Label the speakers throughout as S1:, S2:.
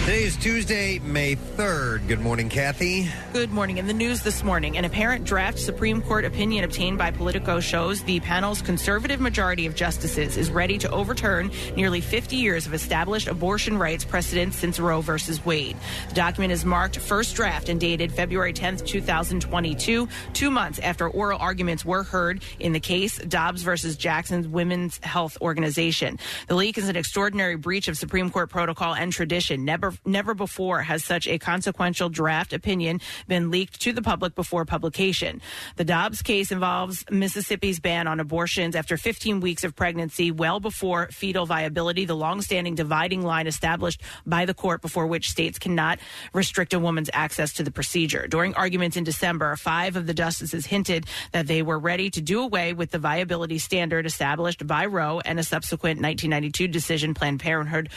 S1: Today is Tuesday, May 3rd. Good morning, Kathy.
S2: Good morning. In the news this morning, an apparent draft Supreme Court opinion obtained by Politico shows the panel's conservative majority of justices is ready to overturn nearly 50 years of established abortion rights precedents since Roe versus Wade. The document is marked first draft and dated February 10th, 2022, two months after oral arguments were heard in the case Dobbs versus Jackson's Women's Health Organization. The leak is an extraordinary breach of Supreme Court protocol and tradition. Never, never before has such a consequential draft opinion been leaked to the public before publication. The Dobbs case involves Mississippi's ban on abortions after 15 weeks of pregnancy, well before fetal viability, the longstanding dividing line established by the court before which states cannot restrict a woman's access to the procedure. During arguments in December, five of the justices hinted that they were ready to do away with the viability standard established by Roe and a subsequent 1992 decision, Planned Parenthood,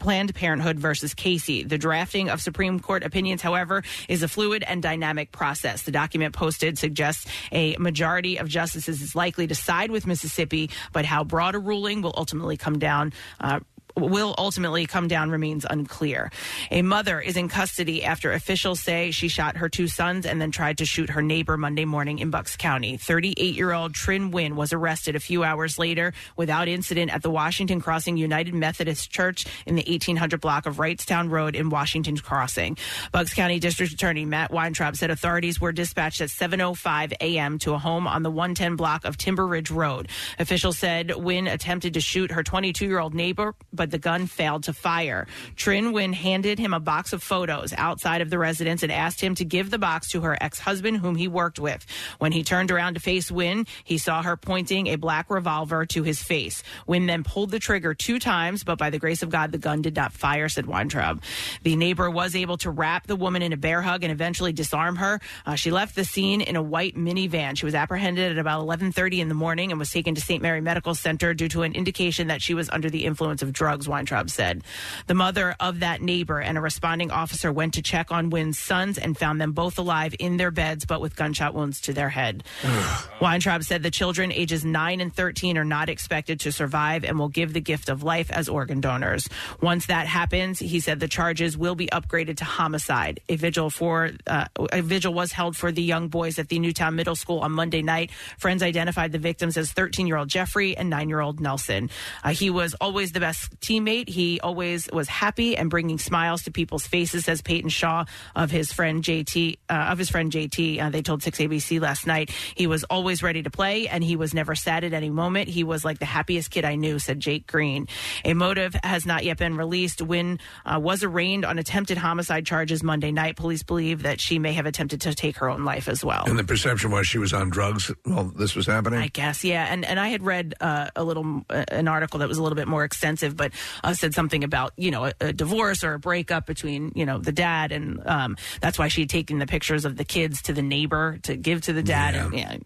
S2: Planned Parenthood versus Casey. The drafting of Supreme Court opinions, however, is a fluid and dynamic process. The document posted suggests a majority of justices is likely to side with Mississippi, but how broad a ruling will ultimately come down. Uh, Will ultimately come down remains unclear. A mother is in custody after officials say she shot her two sons and then tried to shoot her neighbor Monday morning in Bucks County. 38 year old Trin Wynn was arrested a few hours later without incident at the Washington Crossing United Methodist Church in the 1800 block of Wrightstown Road in Washington Crossing. Bucks County District Attorney Matt Weintraub said authorities were dispatched at 7:05 a.m. to a home on the 110 block of Timber Ridge Road. Officials said Wynn attempted to shoot her 22-year-old neighbor, but the gun failed to fire. Trin Wynn handed him a box of photos outside of the residence and asked him to give the box to her ex-husband, whom he worked with. When he turned around to face Wynn, he saw her pointing a black revolver to his face. Wynn then pulled the trigger two times, but by the grace of God, the gun did not fire, said Weintraub. The neighbor was able to wrap the woman in a bear hug and eventually disarm her. Uh, she left the scene in a white minivan. She was apprehended at about 11:30 in the morning and was taken to St. Mary Medical Center due to an indication that she was under the influence of drugs, Weintraub said. The mother of that neighbor and a responding officer went to check on Wynn's sons and found them both alive in their beds but with gunshot wounds to their head. Weintraub said the children ages 9 and 13 are not expected to survive and will give the gift of life as organ donors. Once that happens, he said the charges will be upgraded to homicide. A vigil for uh, a vigil was held for the young boys at the Newtown Middle School on Monday night. Friends identified the victims as 13-year-old Jeffrey and 9-year-old Nelson. Uh, he was always the best teammate. He always was happy and bringing smiles to people's faces, says Peyton Shaw of his friend JT uh, of his friend JT. Uh, they told 6ABC last night he was always ready to play and he was never sad at any moment. He was like the happiest kid I knew, said Jake Green. A motive has not yet been released. Wynn uh, was arraigned on attempted homicide charges Monday night. Police believe that she may have attempted to take her own life as well.
S3: And the perception was she was on drugs while this was happening.
S2: I guess, yeah. And and I had read uh, a little uh, an article that was a little bit more extensive, but uh, said something about you know a, a divorce or a breakup between you know the dad and um, that's why she had taken the pictures of the kids to the neighbor to give to the dad. And, yeah.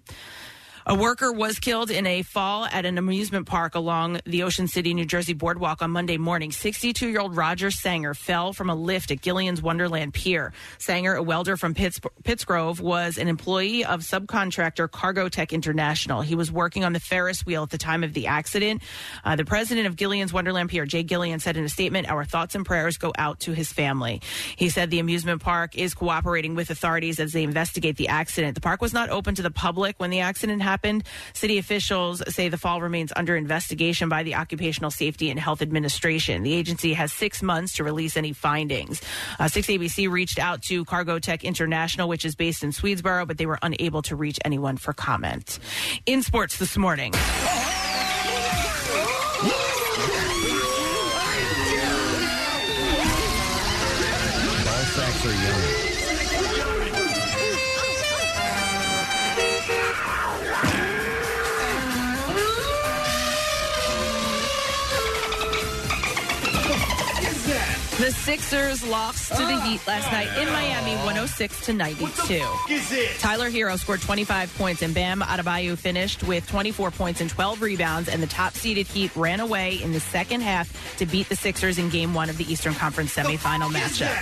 S2: A worker was killed in a fall at an amusement park along the Ocean City, New Jersey boardwalk on Monday morning. 62 year old Roger Sanger fell from a lift at Gillian's Wonderland Pier. Sanger, a welder from Pitts, Pittsgrove, was an employee of subcontractor Cargo Tech International. He was working on the Ferris wheel at the time of the accident. Uh, the president of Gillian's Wonderland Pier, Jay Gillian, said in a statement, Our thoughts and prayers go out to his family. He said the amusement park is cooperating with authorities as they investigate the accident. The park was not open to the public when the accident happened. City officials say the fall remains under investigation by the Occupational Safety and Health Administration. The agency has six months to release any findings. Uh, 6ABC reached out to Cargo Tech International, which is based in Swedesboro, but they were unable to reach anyone for comment. In sports this morning.
S1: Ball sacks are yelling.
S2: The Sixers lost to the Heat last night in Miami, 106 to 92. Tyler Hero scored 25 points, and Bam Adebayo finished with 24 points and 12 rebounds. And the top-seeded Heat ran away in the second half to beat the Sixers in Game One of the Eastern Conference semifinal matchup.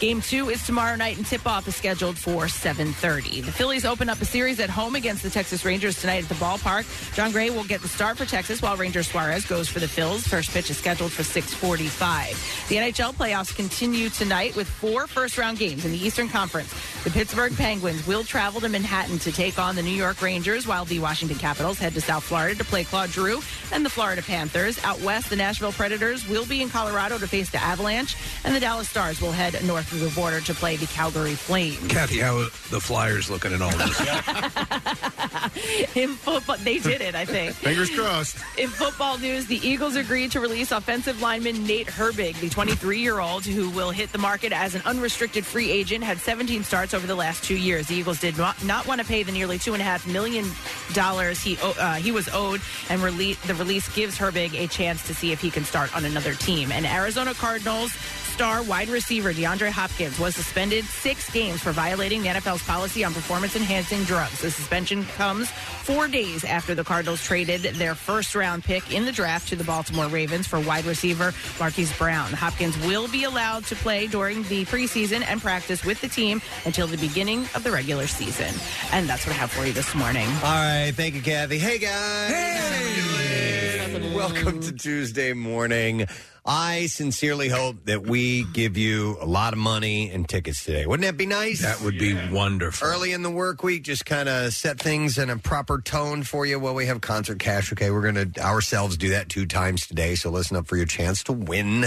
S2: Game Two is tomorrow night, and tip-off is scheduled for 7:30. The Phillies open up a series at home against the Texas Rangers tonight at the ballpark. John Gray will get the start for Texas, while Ranger Suarez goes for the Phils. First pitch is scheduled for 6:45. The NHL playoffs continue tonight with four first-round games in the Eastern Conference. The Pittsburgh Penguins will travel to Manhattan to take on the New York Rangers, while the Washington Capitals head to South Florida to play Claude Drew and the Florida Panthers. Out west, the Nashville Predators will be in Colorado to face the Avalanche, and the Dallas Stars will head north of the border to play the Calgary Flames.
S3: Kathy, how are the Flyers looking in all this?
S2: In football, they did it, I think.
S3: Fingers crossed.
S2: In football news, the Eagles agreed to release offensive lineman Nate Herbig, the 23 year old who will hit the market as an unrestricted free agent, had 17 starts over the last two years. The Eagles did not, not want to pay the nearly $2.5 million he, o- uh, he was owed, and rele- the release gives Herbig a chance to see if he can start on another team. And Arizona Cardinals star wide receiver DeAndre Hopkins was suspended six games for violating the NFL's policy on performance enhancing drugs. The suspension comes four days after the Cardinals traded their first round pick in the draft to the Baltimore Ravens for wide receiver Marquise Brown. Hopkins will be allowed to play during the preseason and practice with the team until the beginning of the regular season. And that's what I have for you this morning.
S4: All right, thank you, Kathy. Hey, guys. Welcome to Tuesday morning. I sincerely hope that we give you a lot of money and tickets today. Wouldn't that be nice?
S3: That would be wonderful.
S4: Early in the work week, just kind of set things in a proper tone for you. Well, we have concert cash. Okay, we're going to ourselves do that two times today. So listen up for your chance to win.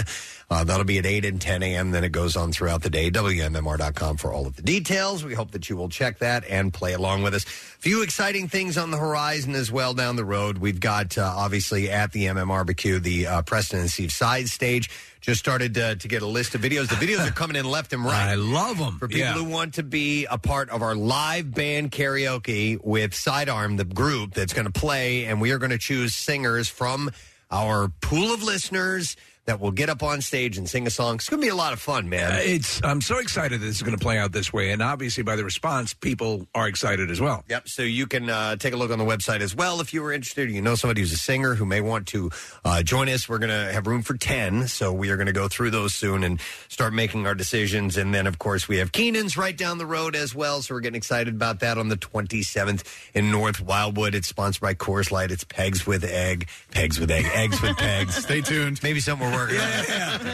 S4: Uh, that'll be at 8 and 10 a.m. Then it goes on throughout the day. WMMR.com for all of the details. We hope that you will check that and play along with us. Few exciting things on the horizon as well down the road. We've got, uh, obviously, at the MMRBQ, the uh, Preston and Steve side stage. Just started uh, to get a list of videos. The videos are coming in left and right. I
S3: love them.
S4: For people
S3: Yeah.
S4: who want to be a part of our live band karaoke with Sidearm, the group that's going to play, and we are going to choose singers from our pool of listeners that will get up on stage and sing a song. It's going to be a lot of fun, man.
S3: Uh, It's I'm so excited that this is going to play out this way, and obviously by the response, people are excited as well.
S4: Yep. So you can uh, take a look on the website as well if you were interested. You know somebody who's a singer who may want to uh, join us. We're going to have room for 10. So we are going to go through those soon and start making our decisions. And then, of course, we have Keenan's right down the road as well. So we're getting excited about that on the 27th in North Wildwood. It's sponsored by Coors Light. It's Pegs with Egg. Pegs with Egg. Eggs with Pegs. Stay tuned. Maybe something we're working on.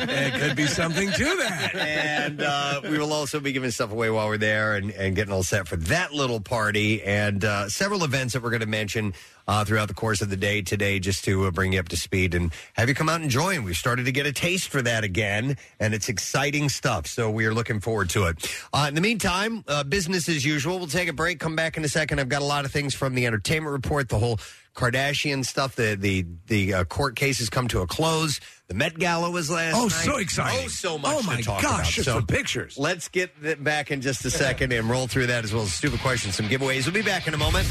S3: There could be something to that.
S4: And uh, we will also be giving stuff away while we're there and, and getting all set for that little party and uh, several events that we're going to mention uh, throughout the course of the day today just to uh, bring you up to speed and have you come out and join. We've started to get a taste for that again, and it's exciting stuff. So we are looking forward to it. Uh, in the meantime, uh, business as usual. We'll take a break, come back in a second. I've got a lot of things from the entertainment report, the whole Kardashian stuff, the the the uh, court cases come to a close. The Met Gala was last
S3: Oh,
S4: night.
S3: so exciting.
S4: Oh, so much
S3: Oh,
S4: to
S3: my
S4: talk
S3: gosh,
S4: about.
S3: just
S4: so
S3: the pictures.
S4: Let's get th- back in just a second and roll through that as well as stupid questions, some giveaways. We'll be back in a moment.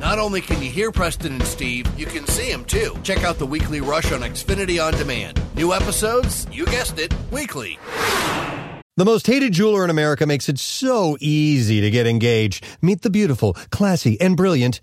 S5: Not only can you hear Preston and Steve, you can see them too. Check out the weekly rush on Xfinity On Demand. New episodes, you guessed it, weekly.
S4: The most hated jeweler in America makes it so easy to get engaged. Meet the beautiful, classy, and brilliant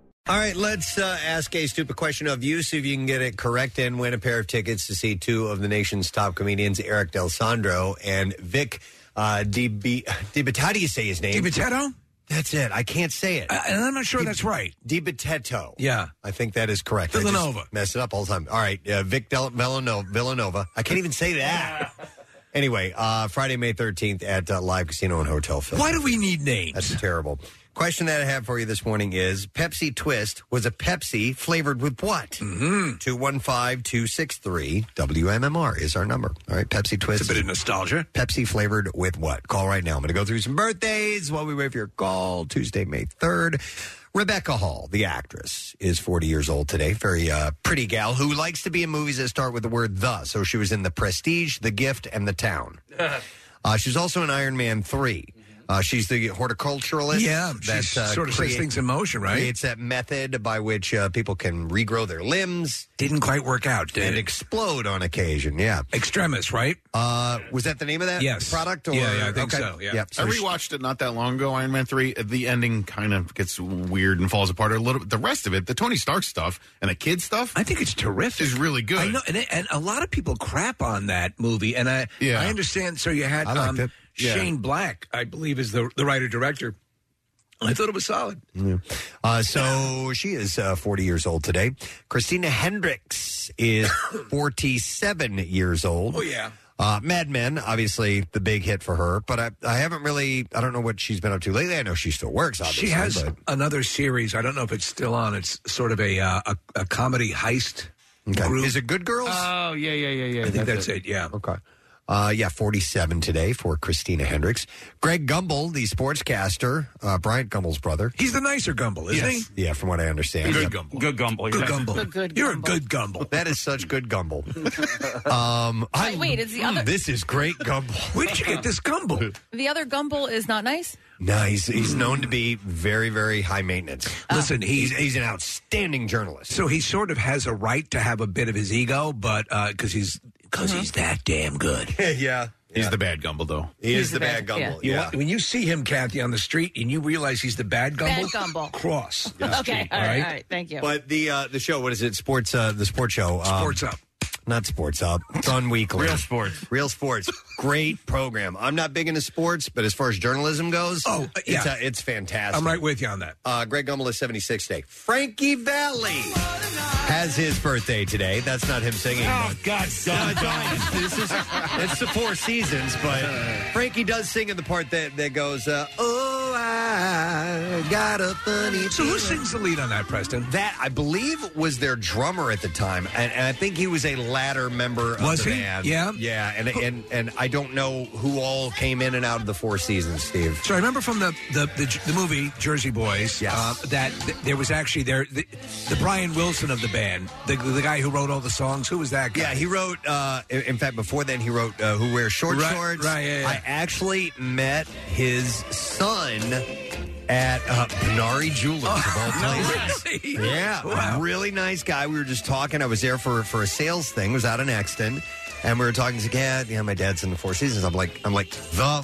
S4: All right, let's uh, ask a stupid question of you, see if you can get it correct and win a pair of tickets to see two of the nation's top comedians, Eric Del Sandro and Vic uh, DB. DiBattista, how do you say his name?
S3: DiBattista?
S4: That's it. I can't say it.
S3: and I'm not sure that's right.
S4: DiBattista.
S3: Yeah.
S4: I think that is correct. I just
S3: Villanova.
S4: Mess it up all the time. All right, uh, Vic Del- Villanova, Villanova. I can't even say that. anyway, uh, Friday, May 13th at uh, Live Casino and Hotel Philly.
S3: Why do we need names?
S4: That's terrible. Question that I have for you this morning is Pepsi Twist was a Pepsi flavored with what? Mm-hmm. 215263 WMMR is our number. All right, Pepsi Twist.
S3: It's a bit of nostalgia.
S4: Pepsi flavored with what? Call right now. I'm going to go through some birthdays while we wait for your call. Tuesday, May 3rd. Rebecca Hall, the actress, is 40 years old today. Very uh, pretty gal who likes to be in movies that start with the word the. So she was in The Prestige, The Gift, and The Town. Uh, she's also in Iron Man 3. Uh, she's the horticulturalist.
S3: Yeah, she sort of sets things in motion, right?
S4: It's that method by which uh, people can regrow their limbs.
S3: Didn't quite work out, did
S4: And
S3: it?
S4: explode on occasion, yeah.
S3: Extremis, right?
S4: Uh, was that the name of that
S3: Yes.
S4: product? Or,
S3: Yeah, yeah, I think
S4: okay.
S3: so, yeah.
S4: Yep. So
S6: I
S4: she-
S6: rewatched it not that long ago. Iron Man three. The ending kind of gets weird and falls apart a little. The rest of it, the Tony Stark stuff and the kid stuff,
S3: I think it's terrific.
S6: Is really good.
S3: I know, and, and a lot of people crap on that movie, and I
S6: Yeah.
S3: I understand. So you had
S6: I liked
S3: um,
S6: it. Yeah.
S3: Shane Black, I believe, is the the writer director. I thought it was solid.
S4: Uh, so she is uh, 40 years old today. Christina Hendricks is 47 years old. Oh,
S3: yeah.
S4: Uh, Mad Men, obviously the big hit for her, but I, I haven't really, I don't know what she's been up to lately. I know she still works, obviously.
S3: She has
S4: but-
S3: another series. I don't know if it's still on. It's sort of a uh, a, a comedy heist. Group.
S4: Is it Good Girls?
S6: Oh yeah, yeah, yeah, yeah.
S3: I think that's, it. Yeah.
S4: Okay. Uh, yeah, 47 today for Christina Hendricks. Greg Gumbel, the sportscaster, uh, Bryant Gumbel's brother.
S3: He's the nicer Gumble, isn't
S4: Yes. Yeah, from what I understand.
S3: Good
S4: Yep.
S3: Gumble. Good Gumble. Good Gumble. You're a good Gumble.
S4: That is such good Gumbel. um, I,
S7: Wait, it's the
S4: Mm,
S7: other-
S4: This is great Gumbel.
S3: Where did you get this Gumble?
S7: The other Gumble is not nice.
S4: No, he's, he's known to be very, very high maintenance.
S3: Listen, he-
S4: he's, he's an outstanding journalist.
S3: So he sort of has a right to have a bit of his ego, but because he's because he's that damn good.
S4: yeah.
S6: He's the bad Gumble though.
S4: He is the bad Gumbel.
S3: You
S4: Yeah.
S3: want- when you see him, Kathy, on the street, and you realize he's the bad Gumble,
S7: Bad Gumble.
S3: cross. the
S7: okay,
S3: street,
S7: all right, all right. Thank you.
S4: But the uh, the show, what is it? Sports, uh, the sports show. Um,
S3: Sports up.
S4: Not sports up. It's on weekly.
S6: Real sports.
S4: Real sports. Great program. I'm not big into sports, but as far as journalism goes,
S3: Oh, uh,
S4: it's,
S3: yeah.
S4: uh, it's fantastic.
S3: I'm right with you on that.
S4: Uh, Greg Gumbel is 76 today. Frankie Valley has his birthday today. That's not him singing. but-
S8: God,
S4: No, Don, it's- this is it's the Four Seasons, but Frankie does sing in the part that that goes, uh, "Oh, I got a funny."
S3: So who
S4: feeling."
S3: sings the lead on that, Preston?
S4: That I believe was their drummer at the time, and, and I think he was a latter member of
S3: Was
S4: the
S3: he?
S4: band.
S3: Yeah.
S4: yeah, and and and I don't know who all came in and out of the Four Seasons, Steve.
S3: So I remember from the the, the, the movie Jersey Boys
S4: Yes.
S3: uh, that th- there was actually there the, the Brian Wilson of the band, the, the guy who wrote all the songs. Who was that guy?
S4: Yeah, he wrote. Uh, in- in fact, before then, he wrote uh, "Who Wears Short
S3: Right,
S4: Shorts."
S3: right, yeah, yeah.
S4: I actually met his son at uh, Panari Jewelers of all places.
S3: Really?
S4: Yeah,
S3: Oh, Wow.
S4: really nice guy. We were just talking. I was there for for a sales thing. It was out in Exton. And we were talking. He's like, yeah, yeah, my dad's in the Four Seasons. I'm like, I'm like the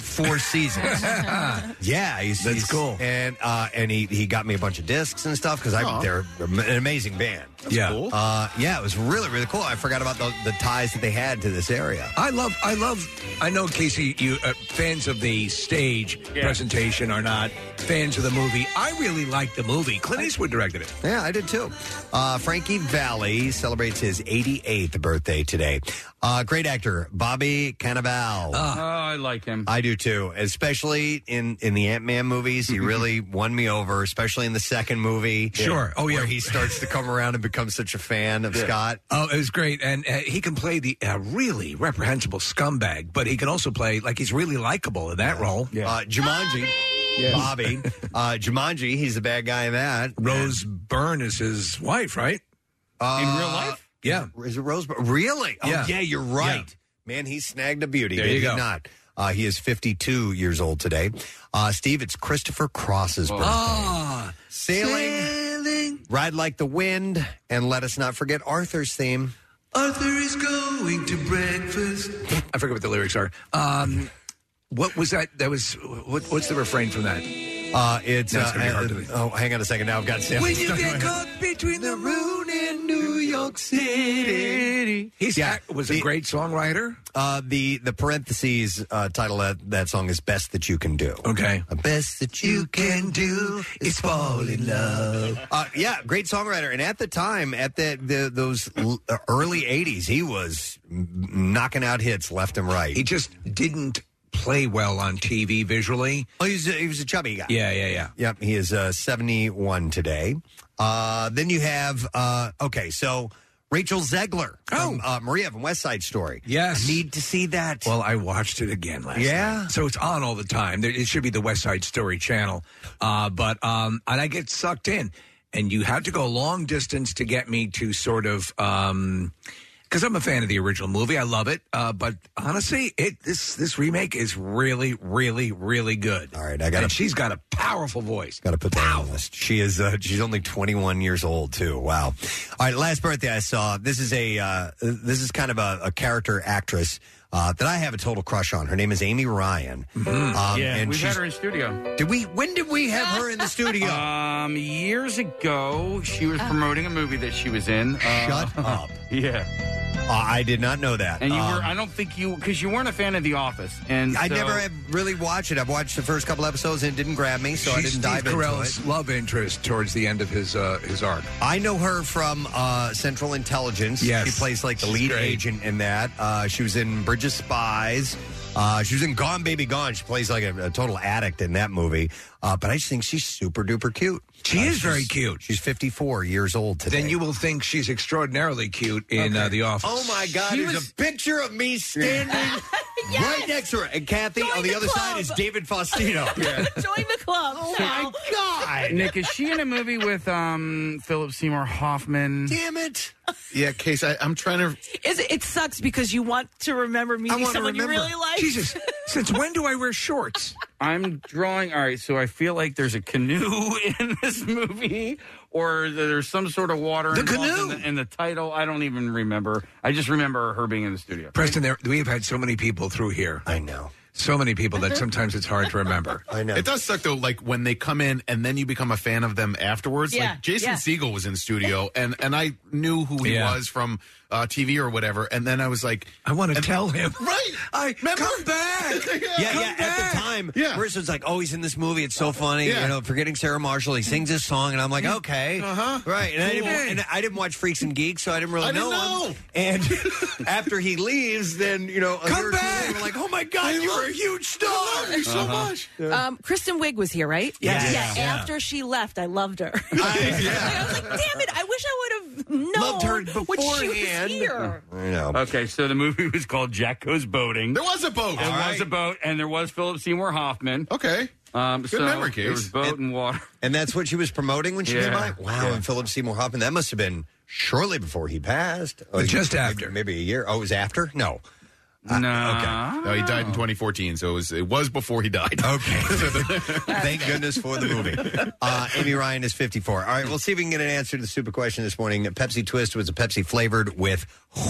S4: Four Seasons. yeah, he's,
S3: That's
S4: he's-
S3: cool.
S4: And uh, and he, he got me a bunch of discs and stuff because I
S6: Aw.
S4: they're an amazing band.
S3: yeah.
S4: Uh, yeah, it was really, really cool. I forgot about the, the ties that they had to this area.
S3: I love, I love, I know, Casey, you uh, fans of the stage presentation are not fans of the movie. I really like the movie. Clint Eastwood directed it.
S4: Yeah, I did too. Uh, Frankie Valley celebrates his 88th birthday today. Uh, great actor, Bobby Cannavale.
S3: Ah.
S8: Oh, I like him.
S4: I do too, especially in, in the Ant Man movies. He really won me over, especially in the second movie.
S3: Sure. Oh, yeah.
S4: Where he starts to come around and become such a fan of Scott.
S3: Oh, it was great, and uh, he can play the uh, really reprehensible scumbag, but he can also play like he's really likable in that role.
S4: Uh, Jumanji. Bobby. Uh, Jumanji, he's the bad guy in that.
S3: Rose Byrne is his wife, right?
S4: Uh,
S8: In real life?
S3: Yeah.
S4: Is it Rose? Really?
S3: Yeah.
S4: Oh, yeah, you're right. Man, he snagged a beauty.
S3: There
S4: did
S3: you
S4: he
S3: go.
S4: not? Uh, he is 52 years old today. Uh, Steve, it's Christopher Cross's birthday.
S3: Ah,
S4: Sailing,
S3: sailing.
S4: Ride Like the Wind, and let us not forget Arthur's theme.
S3: Arthur is going to breakfast. I forget what the lyrics are. Um, what was that? That was what, what's the refrain from that?
S4: Uh, it's
S3: No, it's gonna be
S4: uh,
S3: hard to-
S4: oh, hang on a second. Now I've got Sam.
S3: When you get caught between the Rune and New York City. He's
S4: Yeah.
S3: a- was a
S4: The-
S3: great songwriter.
S4: Uh, the the parentheses uh, title of that song is "Best That You Can Do."
S3: Okay.
S4: The best that you can do is fall in love. Uh, yeah, great songwriter. And at the time, at the, the those l- uh, early '80s, he was m- knocking out hits left and right.
S3: He just didn't play well on TV visually.
S4: Oh, he was a, he was a chubby guy.
S3: Yeah, yeah, yeah.
S4: Yep, he is uh, 71 today. Uh, then you have, uh, okay, so Rachel Zegler from
S8: Oh.
S4: uh, Maria from West Side Story.
S3: Yes.
S4: need to see that.
S3: Well, I watched it again last
S4: Yeah?
S3: night. So it's on all the time. There- It should be the West Side Story channel. Uh, but um, and I get sucked in. And you had to go long distance to get me to sort of um because I'm a fan of the original movie. I love it. Uh, but honestly, it this this remake is really, really, really good. All
S4: right, I gotta-
S3: And she's got a powerful voice.
S4: Got to put that on the list. She is. Uh, she's only 21 years old too. Wow. All right. Last birthday I saw. This is a. Uh, this is kind of a, a character actress uh, that I have a total crush on. Her name is Amy Ryan. Um,
S8: Mm-hmm. Mm. yeah,
S4: and
S8: we've
S4: she's-
S8: had her in studio.
S4: Did we? When did we have her in the studio? Oh.
S8: Um, years ago, she was promoting a movie that she was in. Uh,
S4: Shut up.
S8: Yeah.
S4: Uh, I did not know that.
S8: And you
S4: Um,
S8: were, I don't think you, because you weren't a fan of The Office. And
S4: I
S8: so-
S4: never have really watched it. I've watched the first couple episodes and it didn't grab me, so I
S3: She's
S4: didn't
S3: Steve
S4: dive
S3: Carell's
S4: into it.
S3: love interest towards the end of his uh, his arc.
S4: I know her from uh, Central Intelligence.
S3: Yes.
S4: She plays like the
S3: She's
S4: lead
S3: great.
S4: agent in that. Uh, she was in Bridge of Spies. Uh, she was in Gone Baby Gone. She plays like a, a total addict in that movie. Uh, but I just think she's super duper cute.
S3: She
S4: Uh,
S3: is very
S4: she's-
S3: cute.
S4: She's 54 years old today.
S3: Then you will think she's extraordinarily cute in uh, The Office.
S4: Oh my God!
S3: She
S4: There's
S3: was-
S4: a picture of me standing right next to her, and Kathy
S7: Join
S4: on the,
S7: the
S4: other side
S7: club.
S4: is David Faustino.
S7: Join the club. Oh
S4: my God!
S8: Nick, is she in a movie with um, Philip Seymour Hoffman?
S4: Damn it!
S6: Yeah, Case, I, I'm trying to.
S2: Is it, it sucks because you want to remember meeting
S4: wanna
S2: someone you
S4: remember.
S2: really like.
S3: Jesus, since when do I wear shorts?
S8: I'm drawing. All right, so I feel like there's a canoe in this movie, or there's some sort of water
S3: The
S8: involved
S3: canoe!
S8: in the, in the title. I don't even remember. I just remember her being in the studio.
S3: Preston, there, we have had so many people through here,
S4: I know.
S3: so many people that sometimes it's hard to remember.
S4: I know.
S6: It does suck though, like when they come in and then you become a fan of them afterwards.
S2: Yeah,
S6: like Jason
S2: yeah.
S6: Siegel was in studio, and and I knew who he
S3: Yeah.
S6: was from uh, TV or whatever, and then I was like,
S3: I want to tell him.
S6: right,
S3: I come back.
S4: Yeah,
S3: Come
S4: yeah. At
S3: back.
S4: the time,
S6: Yeah.
S4: Marissa's like, "Oh, he's in this movie. It's so funny."
S6: Yeah.
S4: You know, forgetting Sarah Marshall, he sings this song, and I'm like, "Okay, uh-huh. right." And, I didn't,
S3: Cool.
S4: and I didn't watch Freaks and Geeks, so I didn't really
S6: I didn't
S4: him. And after he leaves, then you know, a
S3: Come
S4: year or two
S3: back.
S4: later, we're like, "Oh my God, you were a huge star!"
S6: so much.
S2: Um, Kristen Wiig was here, right?
S4: Yes.
S2: Yeah.
S4: Yes. Uh-huh. Yeah.
S2: After she left, I loved her. I was like, damn it! I wish I would have known
S4: Loved her
S2: when she was
S4: beforehand.
S2: here.
S4: I know.
S8: Okay, so the movie was called Jack Goes Boating.
S6: There was a boat.
S8: There was a boat, and there was Philip Seymour Hoffman.
S6: okay.
S8: Um,
S6: Good
S8: so
S6: memory,
S8: There was
S6: Case.
S8: boat and water.
S4: And that's what she was promoting when she
S8: Yeah.
S4: came by. Wow. And Philip Seymour Hoffman. That must have been shortly before he passed. Oh,
S3: Just
S4: maybe-
S3: after.
S4: maybe a year. Oh, it was after. No. Uh,
S8: no.
S6: No, he died in 2014, so it was it was before he died.
S4: Okay. Thank goodness for the movie. Uh, Amy Ryan is 54. All right, we'll see if we can get an answer to the super question this morning. Pepsi Twist was a Pepsi flavored with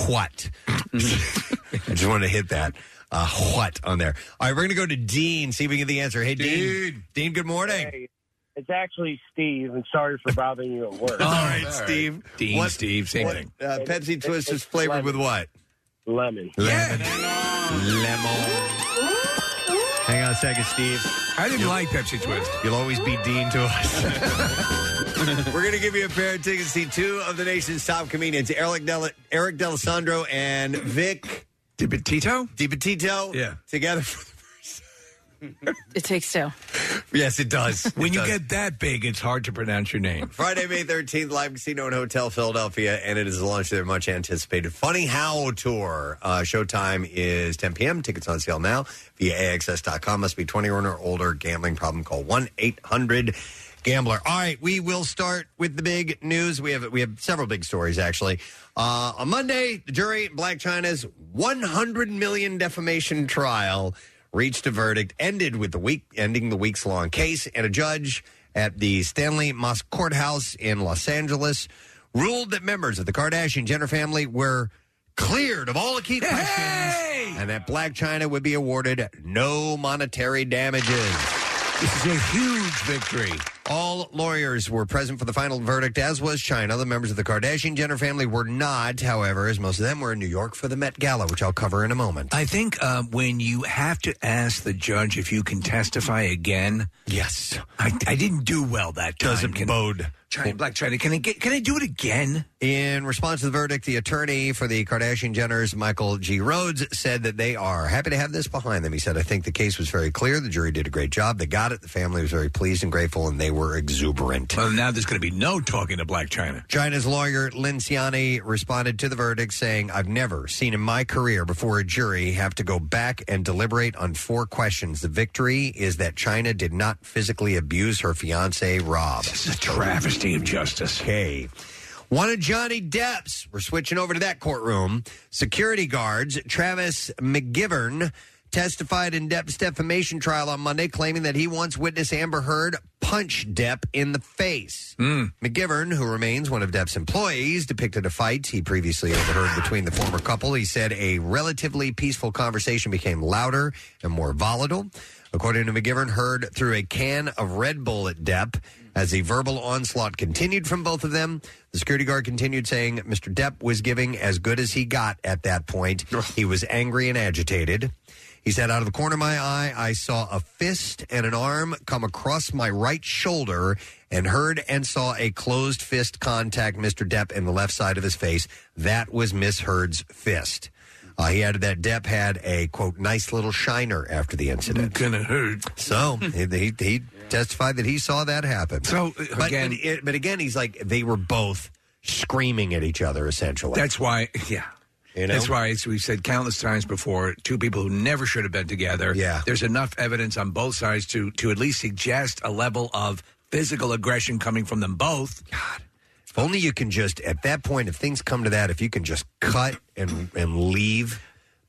S4: what? I just wanted to hit that. Uh, what on there? All right, we're going to go to Dean, see if we can get the answer. Hey, Dean. Dean, good morning.
S9: Hey, it's actually Steve, and sorry for bothering you at work.
S4: All right, Steve.
S3: Dean,
S4: What-
S3: Steve, same
S4: what,
S3: thing.
S4: Uh, Pepsi Twist is flavored with what?
S9: Lemon.
S4: Lemon. Lemon. Hang on a second, Steve.
S3: I didn't like Pepsi Twist.
S4: You'll always be Dean to us. We're going to give you a pair of tickets to see two of the nation's top comedians, Eric, Del- Eric D'Alessandro and Vic
S3: Tito?
S4: DiPetito.
S3: Yeah.
S4: Together.
S7: It takes two.
S4: yes, it does.
S3: When
S4: It
S3: you
S4: does.
S3: get that big, it's hard to pronounce your name.
S4: Friday, May 13th, Live Casino and Hotel Philadelphia, and it is the launch of their much anticipated Funny How Tour. Uh, showtime is 10 p.m. Tickets on sale now via AXS.com. Must be 21 or older. Gambling problem, call 1 800 Gambler. All right, we will start with the big news. We have we have several big stories actually. Uh, on Monday, the jury in Black China's 100 million defamation trial reached a verdict, ended with the week ending the week's long case, and a judge at the Stanley Moss Courthouse in Los Angeles ruled that members of the Kardashian Jenner family were cleared of all acute questions, and that Black China would be awarded no monetary damages.
S3: This is a huge victory.
S4: All lawyers were present for the final verdict, as was China. The members of the Kardashian Jenner family were not, however, as most of them were in New York for the Met Gala, which I'll cover in a moment.
S3: I think uh, when you have to ask the judge if you can testify again,
S4: Yes.
S3: I, I didn't do well that time.
S4: Doesn't
S3: Can-
S4: bode
S3: China, Black China. Can I get? Can I do it again?
S4: In response to the verdict, the attorney for the Kardashian Jenners, Michael G. Rhodes, said that they are happy to have this behind them. He said, I think the case was very clear. The jury did a great job. They got it. The family was very pleased and grateful, and they were exuberant.
S3: Well, now there's going to be no talking to Black China.
S4: China's lawyer, Lin Ciani, responded to the verdict saying, I've never seen in my career before a jury have to go back and deliberate on four questions. The victory is that China did not physically abuse her fiance, Rob. This
S3: is a travesty of justice.
S4: Okay. One of Johnny Depp's, we're switching over to that courtroom. Security guards, Travis McGivern, testified in Depp's defamation trial on Monday, claiming that he once witnessed Amber Heard punch Depp in the face. McGivern, who remains one of Depp's employees, depicted a fight he previously overheard between the former couple. He said a relatively peaceful conversation became louder and more volatile. According to McGivern, Heard threw a can of Red Bull at Depp as the verbal onslaught continued from both of them. The security guard continued saying Mr. Depp was giving as good as he got at that point. He was angry and agitated. He said, out of the corner of my eye, I saw a fist and an arm come across my right shoulder and heard and saw a closed fist contact Mr. Depp in the left side of his face. That was Miss Heard's fist. Uh, he added that Depp had a, quote, nice little shiner after the incident.
S3: Kind of hurt.
S4: So he, he, he testified that he saw that happen.
S3: So, uh,
S4: but,
S3: again-
S4: but, it- but again, he's like, they were both screaming at each other, essentially.
S3: That's why, yeah.
S4: You know?
S3: That's why it's, we've said countless times before: two people who never should have been together.
S4: Yeah.
S3: there's enough evidence on both sides to to at least suggest a level of physical aggression coming from them both.
S4: If only you can just at that point, if things come to that, if you can just cut and and leave,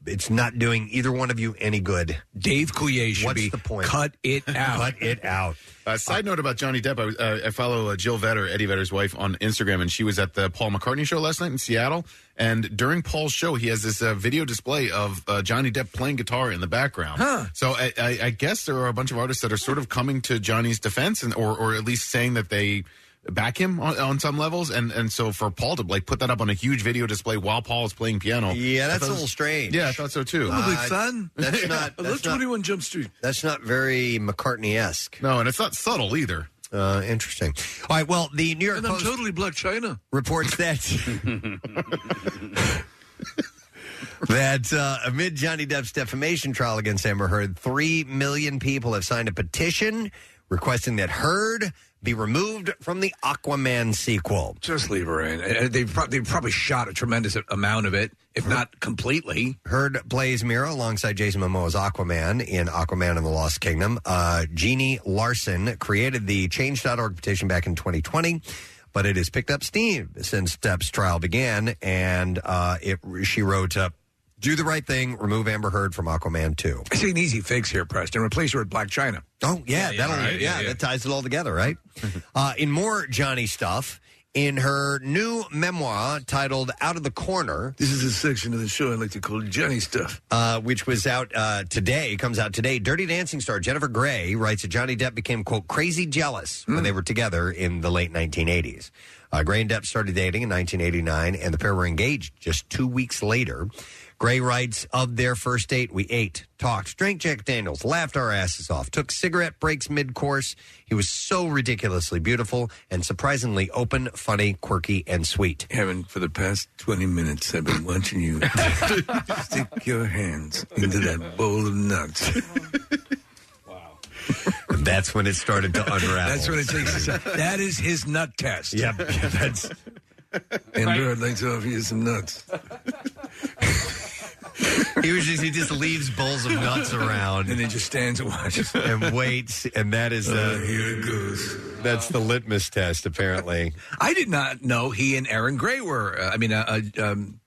S4: it's not doing either one of you any good.
S3: Dave Coulier should
S4: What's
S3: be
S4: the point?
S3: cut it out.
S4: Cut it out.
S6: Uh, side note about Johnny Depp, I, was- uh, I follow uh, Jill Vetter, Eddie Vetter's wife, on Instagram, and she was at the Paul McCartney show last night in Seattle. And during Paul's show, he has this uh, video display of uh, Johnny Depp playing guitar in the background. So I, I, I guess there are a bunch of artists that are sort of coming to Johnny's defense, and or, or at least saying that they back him on, on some levels. And and so for Paul to like put that up on a huge video display while Paul is playing piano,
S4: Yeah,
S6: I
S4: that's
S6: thought
S4: a
S6: it was-
S4: little strange.
S6: Yeah, I thought so too.
S4: Uh, That's not. That's not,
S3: One Jump Street.
S4: that's not very McCartney esque.
S6: No, and it's not subtle either.
S4: Uh, interesting. All right. Well, the New York Post
S3: totally Black China.
S4: reports that that uh, amid Johnny Depp's defamation trial against Amber Heard, three million people have signed a petition requesting that Heard be removed from the Aquaman sequel.
S3: Just leave her in. Uh, They've, prob- they've probably shot a tremendous amount of it, if not completely.
S4: Heard plays Mira alongside Jason Momoa's Aquaman in Aquaman and the Lost Kingdom. Uh, Jeannie Larson created the Change.org petition back in 2020, but it has picked up steam since Depp's trial began, and uh, it she wrote up, "Do the right thing, remove Amber Heard from Aquaman 2."
S3: I see an easy fix here, Preston. Replace her with Black China.
S4: Oh yeah, that'll
S3: right,
S4: yeah,
S3: yeah, yeah.
S4: that ties it all together, right? uh, in more Johnny stuff, in her new memoir titled "Out of the Corner,"
S3: This is a section of the show I like to call Johnny stuff.
S4: uh, which was out uh, today, comes out today. Dirty Dancing star Jennifer Grey writes that Johnny Depp became, quote, crazy jealous when they were together in the late 1980s. Uh, Grey and Depp started dating in 1989, and the pair were engaged just two weeks later. Gray writes of their first date, we ate, talked, drank Jack Daniels, laughed our asses off, took cigarette breaks mid course. He was so ridiculously beautiful and surprisingly open, funny, quirky, and sweet.
S3: Heaven, for the past 20 minutes, I've been watching you stick your hands into that bowl of nuts.
S4: That's when it started to unravel.
S3: That's what it takes. To, that is his nut test.
S4: Yep. That's.
S3: Amber, I'd like to offer you some nuts.
S4: He was just he just leaves bowls of nuts around
S3: And then just stands and watches.
S4: and waits, and that is
S3: Uh,
S4: the
S3: here it goes.
S4: that's the litmus test apparently.
S3: I did not know he and Aaron Gray were. Uh, I mean, uh, uh, um,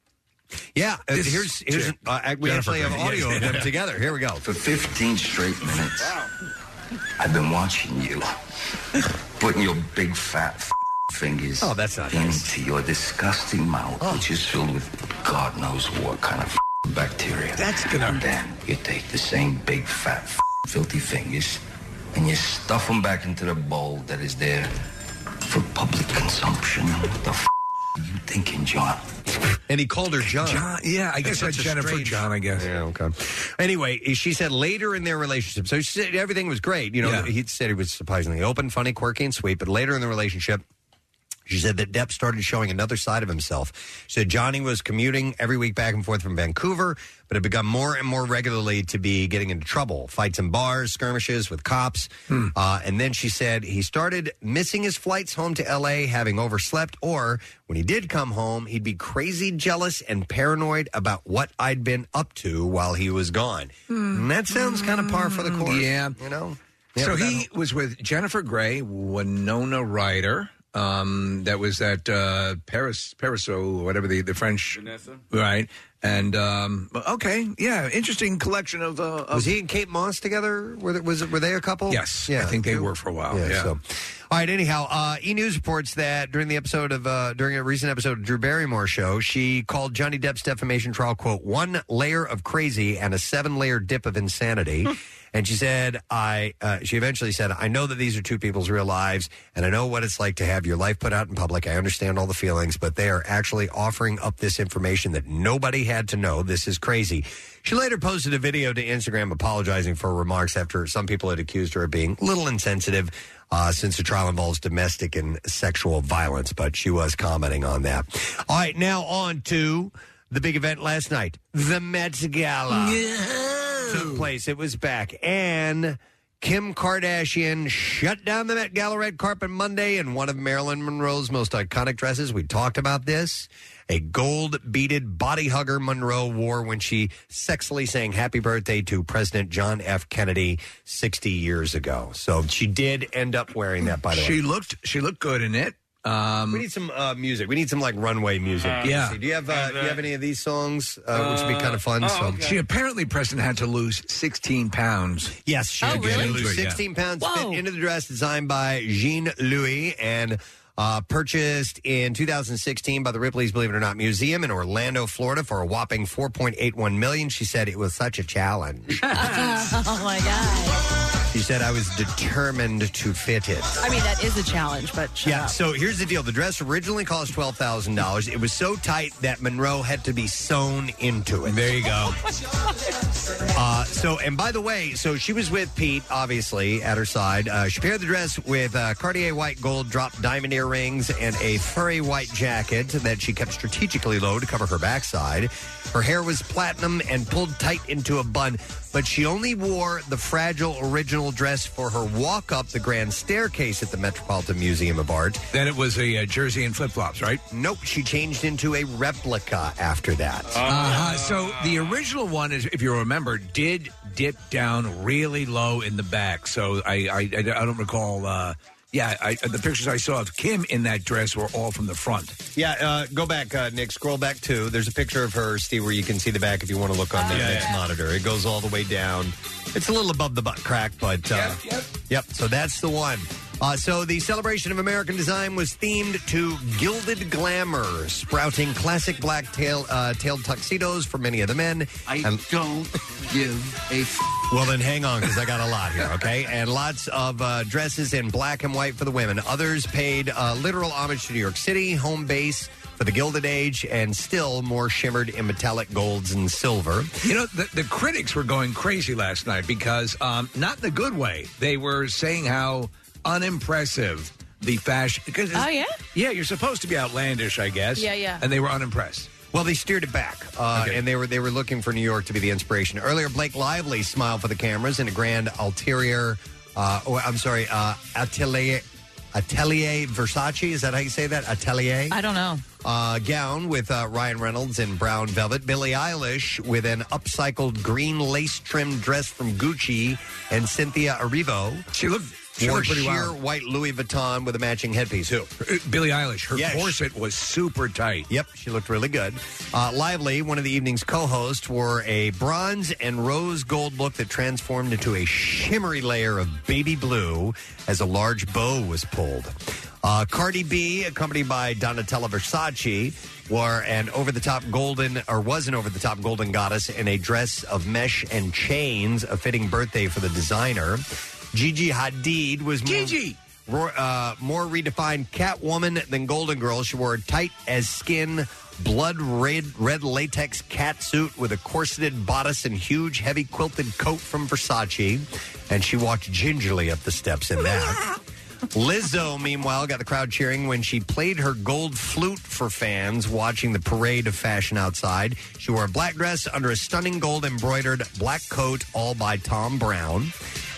S4: Yeah, uh,
S3: This
S4: here's here's
S3: chick-
S4: uh, we
S3: Jennifer
S4: actually have
S3: Grey,
S4: audio
S3: yes.
S4: of them together. Here we go.
S5: For 15 straight minutes, I've been watching you, putting your big fat f- fingers
S4: Oh, that's not
S5: into
S4: nice.
S5: your disgusting mouth, which is filled with God knows what kind of f- bacteria.
S3: That's gonna-
S5: And then you take the same big fat f- filthy fingers and you stuff them back into the bowl that is there for public consumption. What the f- are you thinking, John?
S4: And he called her John.
S3: John. Yeah, I guess that's
S4: such a
S3: Jennifer
S4: strange-
S3: John. I guess.
S4: Yeah, okay. Anyway, she said later in their relationship, so she said everything was great. You know,
S3: Yeah.
S4: he said he was surprisingly open, funny, quirky, and sweet. But later in the relationship, She said that Depp started showing another side of himself. She said Johnny was commuting every week back and forth from Vancouver, but had become more and more regularly to be getting into trouble, fights in bars, skirmishes with cops.
S3: Hmm.
S4: Uh, and then she said he started missing his flights home to LA, having overslept, or when he did come home, he'd be crazy jealous and paranoid about what I'd been up to while he was gone.
S7: Hmm.
S4: And that sounds kind of par for the course.
S3: Hmm. Yeah.
S4: You know?
S3: so
S4: but that-
S3: he was with Jennifer Grey, Winona Ryder. Um, that was that uh, Paris, Pariso, whatever the the French,
S8: Vanessa?
S3: right? And um, okay, yeah, interesting collection of. Uh, of
S4: Was he and Kate Moss together? Were, there, was it, were they a couple?
S3: Yes,
S4: Yeah.
S3: I think they were for a while. Yeah.
S4: Yeah, so- All right. Anyhow, uh, E News reports that during the episode of uh, during a recent episode of Drew Barrymore show, she called Johnny Depp's defamation trial quote one layer of crazy and a seven layer dip of insanity. and she said, I uh, she eventually said, I know that these are two people's real lives, and I know what it's like to have your life put out in public. I understand all the feelings, but they are actually offering up this information that nobody had to know. This is crazy. She later posted a video to Instagram apologizing for her remarks after some people had accused her of being a little insensitive uh, since the trial involves domestic and sexual violence, but she was commenting on that. All right, now on to the big event last night the Met Gala. Took place, it was back. And Kim Kardashian shut down the Met Gala red carpet Monday in one of Marilyn Monroe's most iconic dresses. We talked about this. A gold beaded body hugger Monroe wore when she sexily sang happy birthday to President John F. Kennedy 60 years ago. So she did end up wearing that, by the way.
S3: she looked she looked good in it. Um,
S4: we need some uh, music. We need some like runway music.
S3: Uh, yeah.
S4: Do you have uh, do you have any of these songs, uh, which would be kind of fun? so
S3: She apparently, Preston had to lose 16 pounds.
S4: Yes, she
S3: Oh,
S4: did. Sixteen pounds fit into the dress designed by Jean Louis and uh, purchased in 2016 by the Ripley's Believe It or Not Museum in Orlando, Florida, for a whopping 4.81 million. She said it was such a challenge.
S7: oh my god!
S4: She said I was determined to fit it.
S7: I mean, that is a challenge, but shut
S4: Yeah,
S7: up.
S4: so here's the deal. The dress originally cost $12,000. It was so tight that Monroe had to be sewn into it. There you go. Uh, so, and by the way, so she was with Pete, obviously, at her side. Uh, she paired the dress with uh, Cartier white gold drop diamond earrings and a furry white jacket that she kept strategically low to cover her backside. Her hair was platinum and pulled tight into a bun, but she only wore the fragile original dress for her walk up the grand staircase at the Metropolitan Museum of Art.
S3: Then it was a, uh jersey and flip flops, right?
S4: Nope, she changed into a replica after that.
S3: Uh-huh. So the original one is, if you remember, did dip down really low in the back. So I I, I don't recall. Uh, yeah, I, the pictures I saw of Kim in that dress were all from the front.
S4: Yeah, uh, go back, uh, Nick. Scroll back too. There's a picture of her, Steve, where you can see the back if you want to look on the
S3: Yeah,
S4: next
S3: yeah.
S4: monitor. It goes all the way down. It's a little above the butt crack, but uh, yep, yep. So that's the one. Uh, so the celebration of American design was themed to gilded glamour, sprouting classic black tail uh, tailed tuxedos for many of the men. I don't give a. F- well, then hang on because I got a lot here. Okay, and lots of uh, dresses in black and white for the women. Others paid uh, literal homage to New York City, home base for the Gilded Age, and still more shimmered in metallic golds and silver.
S3: You know, the, the critics were going crazy last night because, um, not in a good way, they were saying how unimpressive the fashion. Because
S7: Oh, yeah?
S3: yeah, you're supposed to be outlandish, I guess.
S7: Yeah, yeah.
S3: And they were unimpressed.
S4: Well, they steered it back, uh, and they were they were looking for New York to be the inspiration. Earlier, Blake Lively smiled for the cameras in a grand ulterior. Uh, oh, I'm sorry, uh, atelier atelier Versace. Is that how you say that? Atelier.
S7: I don't know.
S4: Uh, gown with uh, Ryan Reynolds in brown velvet. Billie Eilish with an upcycled green lace trimmed dress from Gucci, and Cynthia Erivo.
S3: She looked. she
S4: wore
S3: looked pretty
S4: sheer
S3: wild.
S4: white Louis Vuitton with a matching headpiece. Who?
S3: Uh, Billie Eilish, her
S4: Yes.
S3: corset was super tight.
S4: Yep, she looked really good. Uh, Lively, one of the evening's co hosts, wore a bronze and rose gold look that transformed into a shimmery layer of baby blue as a large bow was pulled. Uh, Cardi B, accompanied by Donatella Versace, wore an over the top golden, or was an over the top golden goddess in a dress of mesh and chains, a fitting birthday for the designer. Gigi Hadid was Gigi. More, uh, more redefined Catwoman than Golden Girl. She wore a tight as skin, blood red, red latex cat suit with a corseted bodice and huge, heavy quilted coat from Versace. And she walked gingerly up the steps in that. Lizzo, meanwhile, got the crowd cheering when she played her gold flute for fans watching the parade of fashion outside. She wore a black dress under a stunning gold embroidered black coat, all by Tom Brown.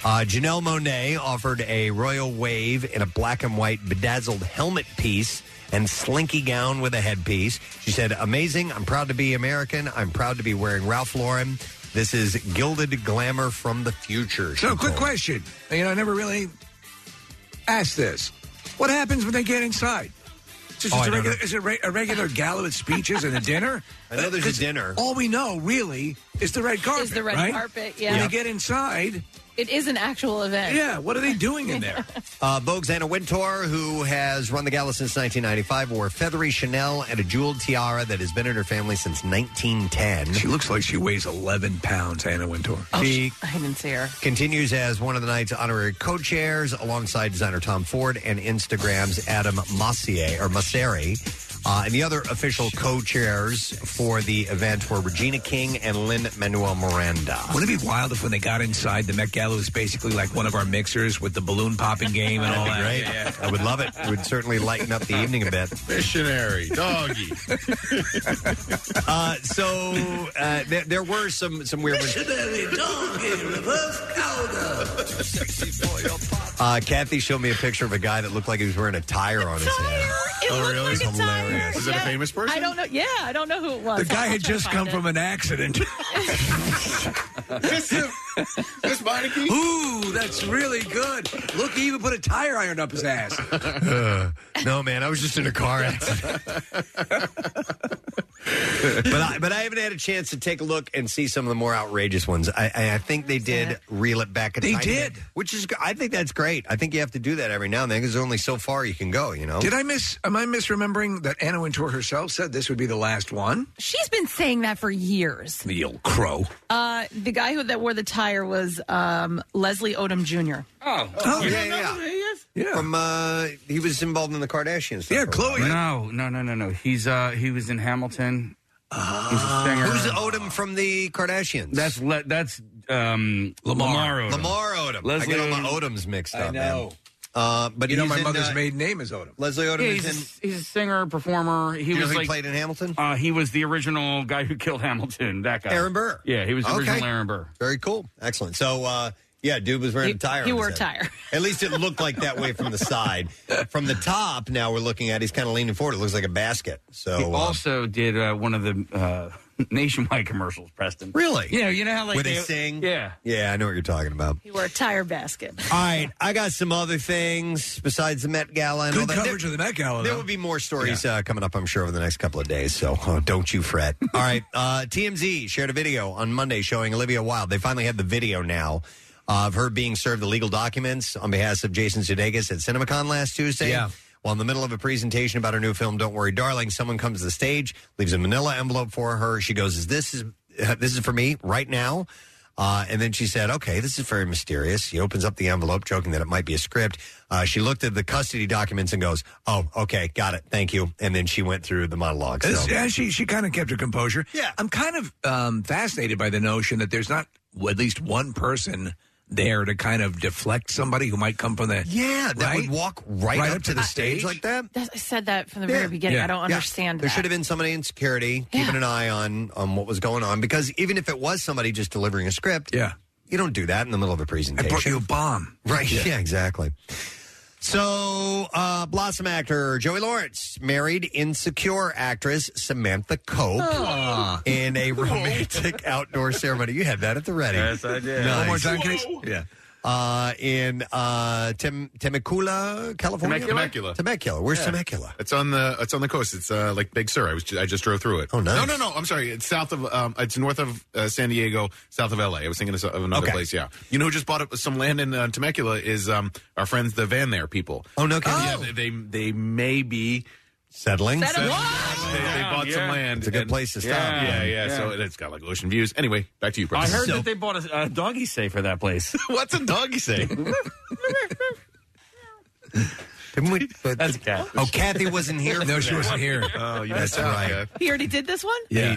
S4: Uh, Janelle Monet offered a royal wave in a black and white bedazzled helmet piece and slinky gown with a headpiece. She said, Amazing. I'm proud to be American. I'm proud to be wearing Ralph Lauren. This is gilded glamour from the future.
S3: So, quick question. You know, I never really asked this. What happens when they get inside? It's Just
S4: Oh, I
S3: a
S4: don't
S3: regular,
S4: know.
S3: is it re- a regular gala with speeches and a dinner?
S4: I know there's a
S3: Because
S4: dinner.
S3: All we know, really, is the red carpet.
S7: Is the red
S3: right?
S7: carpet, yeah.
S3: When they get inside,
S7: It is an actual event.
S3: yeah, what are they doing in there?
S4: Uh, Vogue's Anna Wintour, who has run the gala since 1995, wore feathery Chanel and a jeweled tiara that has been in her family since 1910. She
S3: looks like she weighs 11 pounds, Anna Wintour.
S4: She
S7: I didn't see her.
S4: continues as one of the night's honorary co-chairs alongside designer Tom Ford and Instagram's Adam Massier or Masseri. Uh, and the other official co-chairs for the event were Regina King and Lynn Manuel Miranda.
S3: Wouldn't it be wild if when they got inside, the Met Gala was basically like one of our mixers with the balloon popping game and all that?
S4: That'd be great. I would love it. It would certainly lighten up the evening a bit.
S6: Missionary, doggy.
S4: Uh, so uh, there, there were some some weird ones. Uh, Kathy showed me a picture of a guy that looked like he was wearing a tire on his head.
S7: It
S4: Oh,
S7: looked
S4: really?
S7: Like a tire.
S4: Hilarious. Is it a
S7: yeah.
S4: famous person?
S7: I don't know. Yeah, I don't know who it was.
S3: The guy
S7: I'll
S3: had
S7: try to
S3: just
S7: find
S3: come
S7: it.
S3: from an accident.
S6: this uh, this Meineke?
S3: Ooh, that's really good. Look, he even put a tire iron up his ass.
S4: Uh, no, man, I was just in a car accident. but I, but I haven't had a chance to take a look and see some of the more outrageous ones. I, I, I think they did reel it back. A
S3: They
S4: tiny
S3: did.
S4: bit, which is g- I think that's great. I think you have to do that every now and then because there's only so far you can go. You know.
S3: Did I miss? Am I misremembering that Anna Wintour herself said this would be the last one?
S7: She's been saying that for years.
S3: The old crow.
S7: Uh, the guy who that wore the tire was um, Leslie Odom Jr.
S8: Oh,
S4: yeah, yeah, yeah. From uh, he was involved in the Kardashians. Yeah, Chloe.
S8: No, no, no, no, no. He's uh, he was in Hamilton. He's a singer.
S4: Who's Odom from the Kardashians?
S8: That's le- that's um, Lamar. Odom.
S4: Lamar Odom.
S8: Leslie
S4: I get all my Odoms mixed up.
S8: I
S4: man.
S8: know.
S4: Uh, but
S8: You know
S4: he's
S8: my
S4: in,
S8: mother's
S4: uh,
S3: maiden name is Odom.
S4: Leslie Odom
S8: Yeah, he's,
S4: is in.
S8: a, he's a singer, performer. He
S4: You know
S8: was
S4: who
S8: like
S4: played in Hamilton.
S8: Uh, he was the original guy who killed Hamilton. That guy,
S4: Aaron Burr.
S8: Yeah, he was the
S4: Okay.
S8: original Aaron Burr.
S4: Very cool. Excellent. So, uh, yeah, dude was wearing
S7: He-
S4: a tire.
S7: he
S4: on his
S7: wore a
S4: head.
S7: tire.
S4: At least it looked like that way from the side. From the top, now we're looking at, he's kind of leaning forward. It looks like a basket. So,
S8: He
S4: uh,
S8: also did uh, one of the uh, nationwide commercials, Preston.
S4: Really?
S8: Yeah, you know how like
S4: Where they
S8: sing. Yeah.
S4: yeah, I know what you're talking about.
S7: He wore a tire basket.
S4: All right, I got some other things besides the Met Gala and
S3: Good
S4: all that.
S3: coverage of the Met Gala,
S4: There
S3: though.
S4: will be more stories uh, coming up, I'm sure, over the next couple of days. So oh, don't you fret. all right, uh, TMZ shared a video on Monday showing Olivia Wilde. They finally have the video now of her being served the legal documents on behalf of Jason Sudeikis at CinemaCon last Tuesday. Yeah. While in the middle of a presentation about her new film, Don't Worry, Darling, someone comes to the stage, leaves a manila envelope for her. She goes, "Is this is this is for me right now?" Uh, and then she said, okay, this is very mysterious. She opens up the envelope, joking that it might be a script. Uh, she looked at the custody documents and goes, oh, okay, got it. Thank you. And then she went through the monologue. So.
S3: It's- Yeah, she she kind of kept her composure. Yeah, I'm kind of um, fascinated by the notion that there's not well, at least one person there to kind of deflect somebody who might come from the
S4: Yeah, that
S3: right?
S4: would walk right, up, to the stage like that.
S7: That- I said that from the very beginning. I don't
S4: Yeah.
S7: understand
S4: There
S7: that.
S4: should have been somebody in security keeping an eye on, on what was going on because even if it was somebody just delivering a script, yeah. you don't do that in the middle of a presentation.
S3: brought you a bomb,
S4: Right. Yeah, exactly. So, uh, Blossom actor Joey Lawrence married insecure actress Samantha Cope
S3: Aw.
S4: in a romantic outdoor ceremony. You had that at the ready.
S8: Yes, I did.
S4: Nice.
S8: One more time,
S3: can
S4: Yeah. Uh, in uh, Tem- Temecula, California.
S6: Temecula.
S4: Temecula. Where's
S6: Yeah.
S4: Temecula?
S6: It's on the it's on the coast. It's uh, like Big Sur. I was ju- I just drove through it. Oh
S4: nice.
S6: No, no, no. I'm sorry. It's south of um, it's north of uh, San Diego, south of L.A. I was thinking of, of another
S4: Okay.
S6: place. Yeah. You know who just bought up some land in uh, Temecula is um, our friends the Van There people.
S4: Oh no,
S6: Yeah, they, they they may be
S4: settling.
S6: Settling. They, they bought some land.
S4: It's a good place to stop.
S6: Yeah, yeah.
S8: Yeah,
S6: So
S8: yeah.
S6: it's got like ocean views. Anyway, back to you.
S8: I
S6: Preston.
S8: heard that they bought a, a doggy safe for that place.
S6: What's a doggy say?
S4: Didn't we- but- Oh, Kathy wasn't here.
S3: No,
S4: for
S3: she
S4: that.
S3: wasn't here. Oh, you
S4: That's
S3: missed out,
S4: right.
S3: Kath.
S7: He already did this one? Oh, you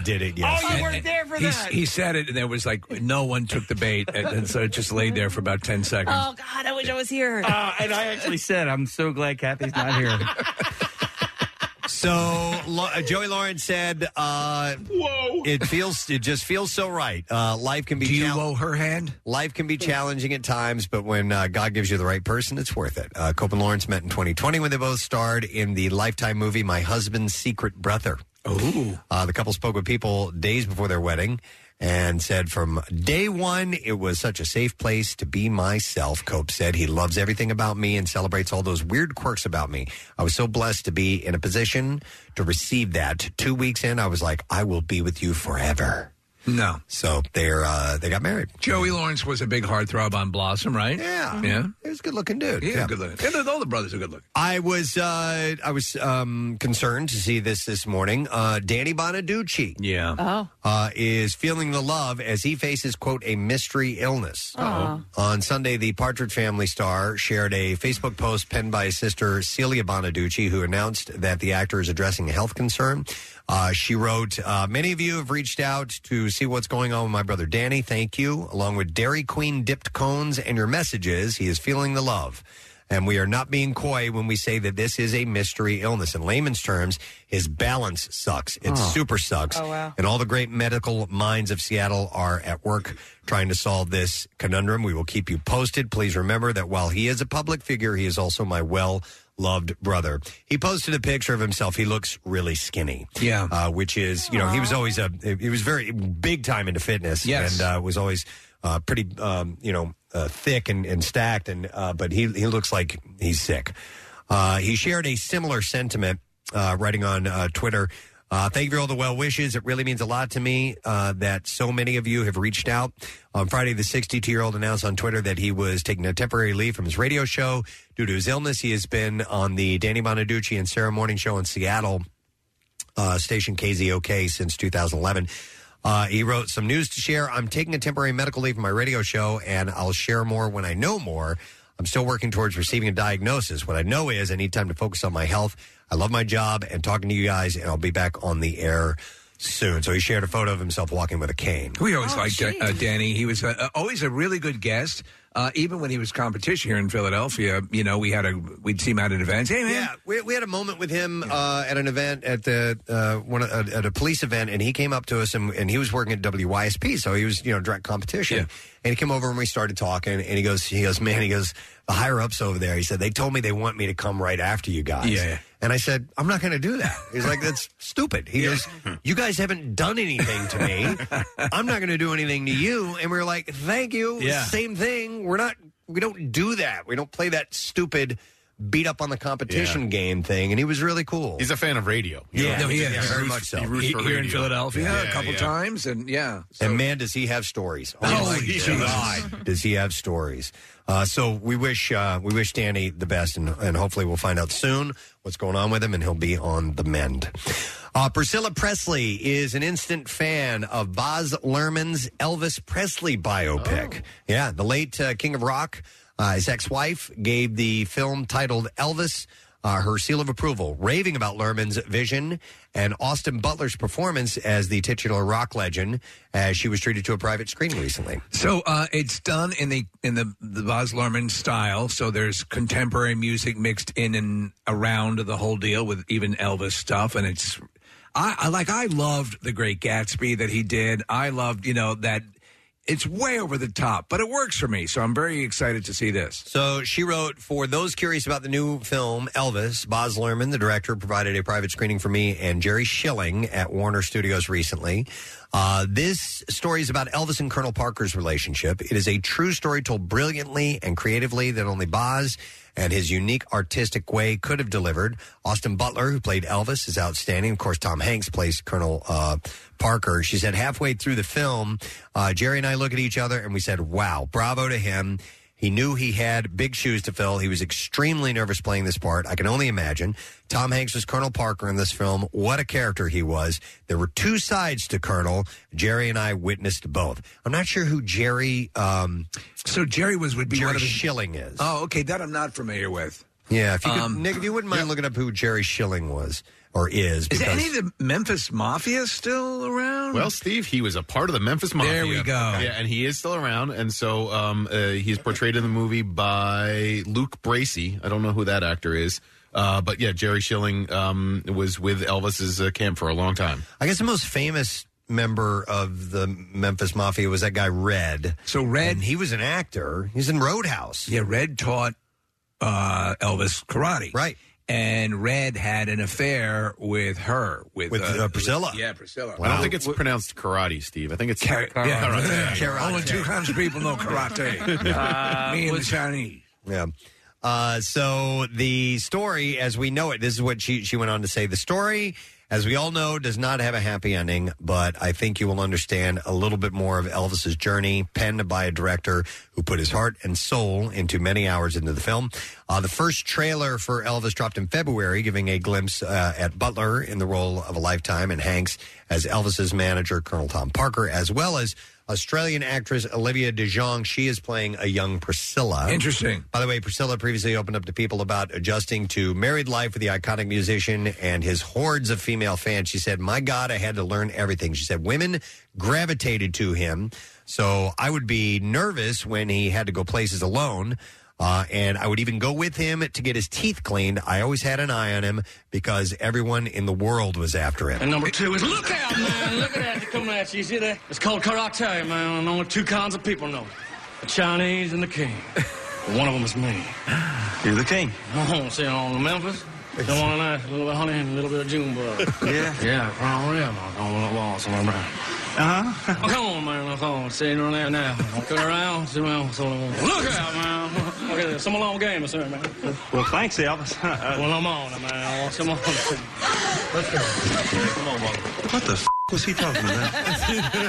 S7: weren't there for
S3: he,
S7: that.
S3: He said it, and there was like no one took the bait, and, and so it just laid there for about ten seconds.
S7: Oh, God, I wish I was here.
S8: Uh, and I actually said, I'm so glad Kathy's not here.
S4: So Lo- uh, Joey Lawrence said, uh, "Whoa! It feels. It just feels so right. Uh, life can be. Do you
S3: owe her hand?
S4: Life can be challenging at times, but when uh, God gives you the right person, it's worth it." Uh, Cope and Lawrence met in 2020 when they both starred in the Lifetime movie "My Husband's Secret Brother."
S3: Oh,
S4: uh, the couple spoke with people days before their wedding. And said from day one, it was such a safe place to be myself. Cope said he loves everything about me and celebrates all those weird quirks about me. I was so blessed to be in a position to receive that. Two weeks in, I was like, I will be with you forever.
S3: No.
S4: So they're uh, they got married.
S3: Joey Lawrence was a big heartthrob on Blossom, right?
S4: Yeah,
S3: yeah.
S4: He was a good looking dude.
S3: Yeah, good looking. Yeah, all the brothers are good looking.
S4: I was uh, I was um, concerned to see this this morning. Uh, Danny Bonaducci,
S3: yeah,
S7: Oh.
S4: uh, is feeling the love as he faces quote a mystery illness.
S10: Oh.
S7: Aw.
S4: On Sunday, the Partridge Family star shared a Facebook post penned by his sister Celia Bonaducci, who announced that the actor is addressing a health concern. Uh, she wrote, uh, "Many of you have reached out to see what's going on with my brother Danny. Thank you, along with Dairy Queen dipped cones and your messages. He is feeling the love." And we are not being coy when we say that this is a mystery illness. In layman's terms, his balance sucks. It
S11: Oh.
S4: super sucks.
S11: Oh, wow.
S4: And all the great medical minds of Seattle are at work trying to solve this conundrum. We will keep you posted. Please remember that while he is a public figure, he is also my well loved brother. He posted a picture of himself. He looks really skinny.
S3: Yeah.
S4: Uh, which is, you know, he was always a, he was very big time into fitness.
S3: Yes.
S4: And uh, was always uh, pretty, um, you know, uh, thick and, and stacked. And uh, but he he looks like he's sick. Uh, he shared a similar sentiment, uh, writing on uh, Twitter. Uh, thank you for all the well wishes. It really means a lot to me uh, that so many of you have reached out. On Friday, the 62 year old announced on Twitter that he was taking a temporary leave from his radio show due to his illness. He has been on the Danny Bonaducci and Sarah Morning Show in Seattle uh, station KZOK since 2011. Uh, he wrote some news to share. I'm taking a temporary medical leave from my radio show, and I'll share more when I know more. I'm still working towards receiving a diagnosis. What I know is I need time to focus on my health. I love my job and talking to you guys, and I'll be back on the air soon. So he shared a photo of himself walking with a cane.
S3: We always liked uh, uh, Danny. He was uh, uh, always a really good guest. Uh, even when he was competition here in Philadelphia, you know, we had a we'd see him out at events. Hey man,
S4: Yeah, we, we had a moment with him uh, at an event at the uh, one uh, at a police event, and he came up to us, and, and he was working at WYSP, so he was you know direct competition. And he came over and we started talking, and he goes, he goes, man, he goes, the higher ups over there, he said they told me they want me to come right after you
S7: Oh.
S4: guys.
S3: Yeah.
S4: And I said, I'm not going to do that. He's like, that's stupid. He goes, you guys haven't done anything to me. I'm not going to do anything to you. And we were like, thank you.
S11: Yeah.
S4: Same thing. We're not. We don't do that. We don't play that stupid beat up on the competition game thing, and he was really cool.
S6: He's a fan of radio. you know?
S4: Yeah,
S3: no, he
S4: yeah,
S3: is
S4: very much so.
S3: He
S4: He-
S3: roots for
S4: here in
S3: radio.
S4: Philadelphia
S3: Yeah,
S4: a
S3: a
S4: couple
S3: couple times, and yeah.
S4: and man, does he have stories! Oh, my God, does he have stories? Uh, so we wish uh, we wish Danny the best, and, and hopefully we'll find out soon what's going on with him, and he'll be on the mend. Uh, Priscilla Presley is an instant fan of Boz Lerman's Elvis Presley biopic. Yeah, the late uh, King of Rock, uh, his ex-wife, gave the film titled Elvis uh, her seal of approval, raving about Lerman's vision and Austin Butler's performance as the titular rock legend, as she was treated to a private screening recently.
S3: So uh, it's done in the in the the Baz Luhrmann style. So there's contemporary music mixed in and around the whole deal with even Elvis stuff, and it's I, I like I loved the Great Gatsby that he did. I loved you know that it's way over the top, but it works for me. So I'm very excited to see this.
S4: So she wrote, for those curious about the new film, Elvis, Boz Lerman, the director, provided a private screening for me and Jerry Schilling at Warner Studios recently. Uh, this story is about Elvis and Colonel Parker's relationship. It is a true story told brilliantly and creatively that only Boz and his unique artistic way could have delivered. Austin Butler, who played Elvis, is outstanding. Of course, Tom Hanks plays Colonel uh, Parker. She said halfway through the film, uh, Jerry and I look at each other and we said, wow, bravo to him. He knew he had big shoes to fill. He was extremely nervous playing this part. I can only imagine. Tom Hanks was Colonel Parker in this film. What a character he was. There were two sides to Colonel. Jerry and I witnessed both. I'm not sure who Jerry. Um,
S3: so Jerry was would be
S4: Jerry
S3: one of the-
S4: Schilling is.
S3: Oh, okay, that I'm not familiar with.
S4: Yeah, if you could,
S3: Um,
S4: Nick, if you wouldn't mind looking up who Jerry Schilling was or is,
S3: Is
S4: because
S3: any of the Memphis Mafia still around?
S6: Well, Steve, he was a part of the Memphis Mafia.
S3: There we go.
S6: Yeah, and he is still around. And so um, uh, he's portrayed in the movie by Luke Bracey. I don't know who that actor is. Uh, but yeah, Jerry Schilling um, was with Elvis's uh, camp for a long time.
S4: I guess the most famous member of the Memphis Mafia was that guy Red.
S3: So Red,
S4: he was an actor. He's in Roadhouse.
S3: Yeah, Red taught uh, Elvis karate.
S4: Right.
S3: And Red had an affair with her, with,
S6: With, uh, Priscilla.
S3: Yeah, Priscilla.
S6: I don't think it's pronounced karate, Steve. I think it's
S3: Car- yeah.
S6: Karate.
S3: Only two kinds of people know karate.
S6: Uh,
S3: Me and the
S4: was-
S3: Chinese.
S4: Yeah. Uh, so the story, as we know it, this is what she she went on to say. The story, as we all know, does not have a happy ending. But I think you will understand a little bit more of Elvis's journey, penned by a director who put his heart and soul into many hours into the film. Uh, the first trailer for Elvis dropped in February, giving a glimpse uh, at Butler in the role of a lifetime and Hanks as Elvis's manager, Colonel Tom Parker, as well as Australian actress Olivia De Jong. She is playing a young Priscilla.
S3: Interesting.
S4: By the way, Priscilla previously opened up to people about adjusting to married life with the iconic musician and his hordes of female fans. She said, My God, I had to learn everything. She said, Women gravitated to him. So I would be nervous when he had to go places alone. Uh, and I would even go with him to get his teeth cleaned. I always had an eye on him because everyone in the world was after him.
S11: And number two is look out, man. Look at that They're coming at you. You see that? It's called karate, man. And only two kinds of people know it. the Chinese and the king. One of them is me.
S8: You're the king.
S11: Oh, see, on the Memphis. The one nice, a little bit of honey and a little bit of June bug.
S8: Yeah.
S11: Yeah, brown rib on the wall somewhere brown. Uh-huh. come on, man. Come on. See, run there now. Cut around. See, man. So, look out, man. Look at this. Some long game or something, man.
S8: Well, thanks, Elvis.
S11: well, I'm on it, man. Come on. Let's go. Come on, mother.
S8: What the f- was he talking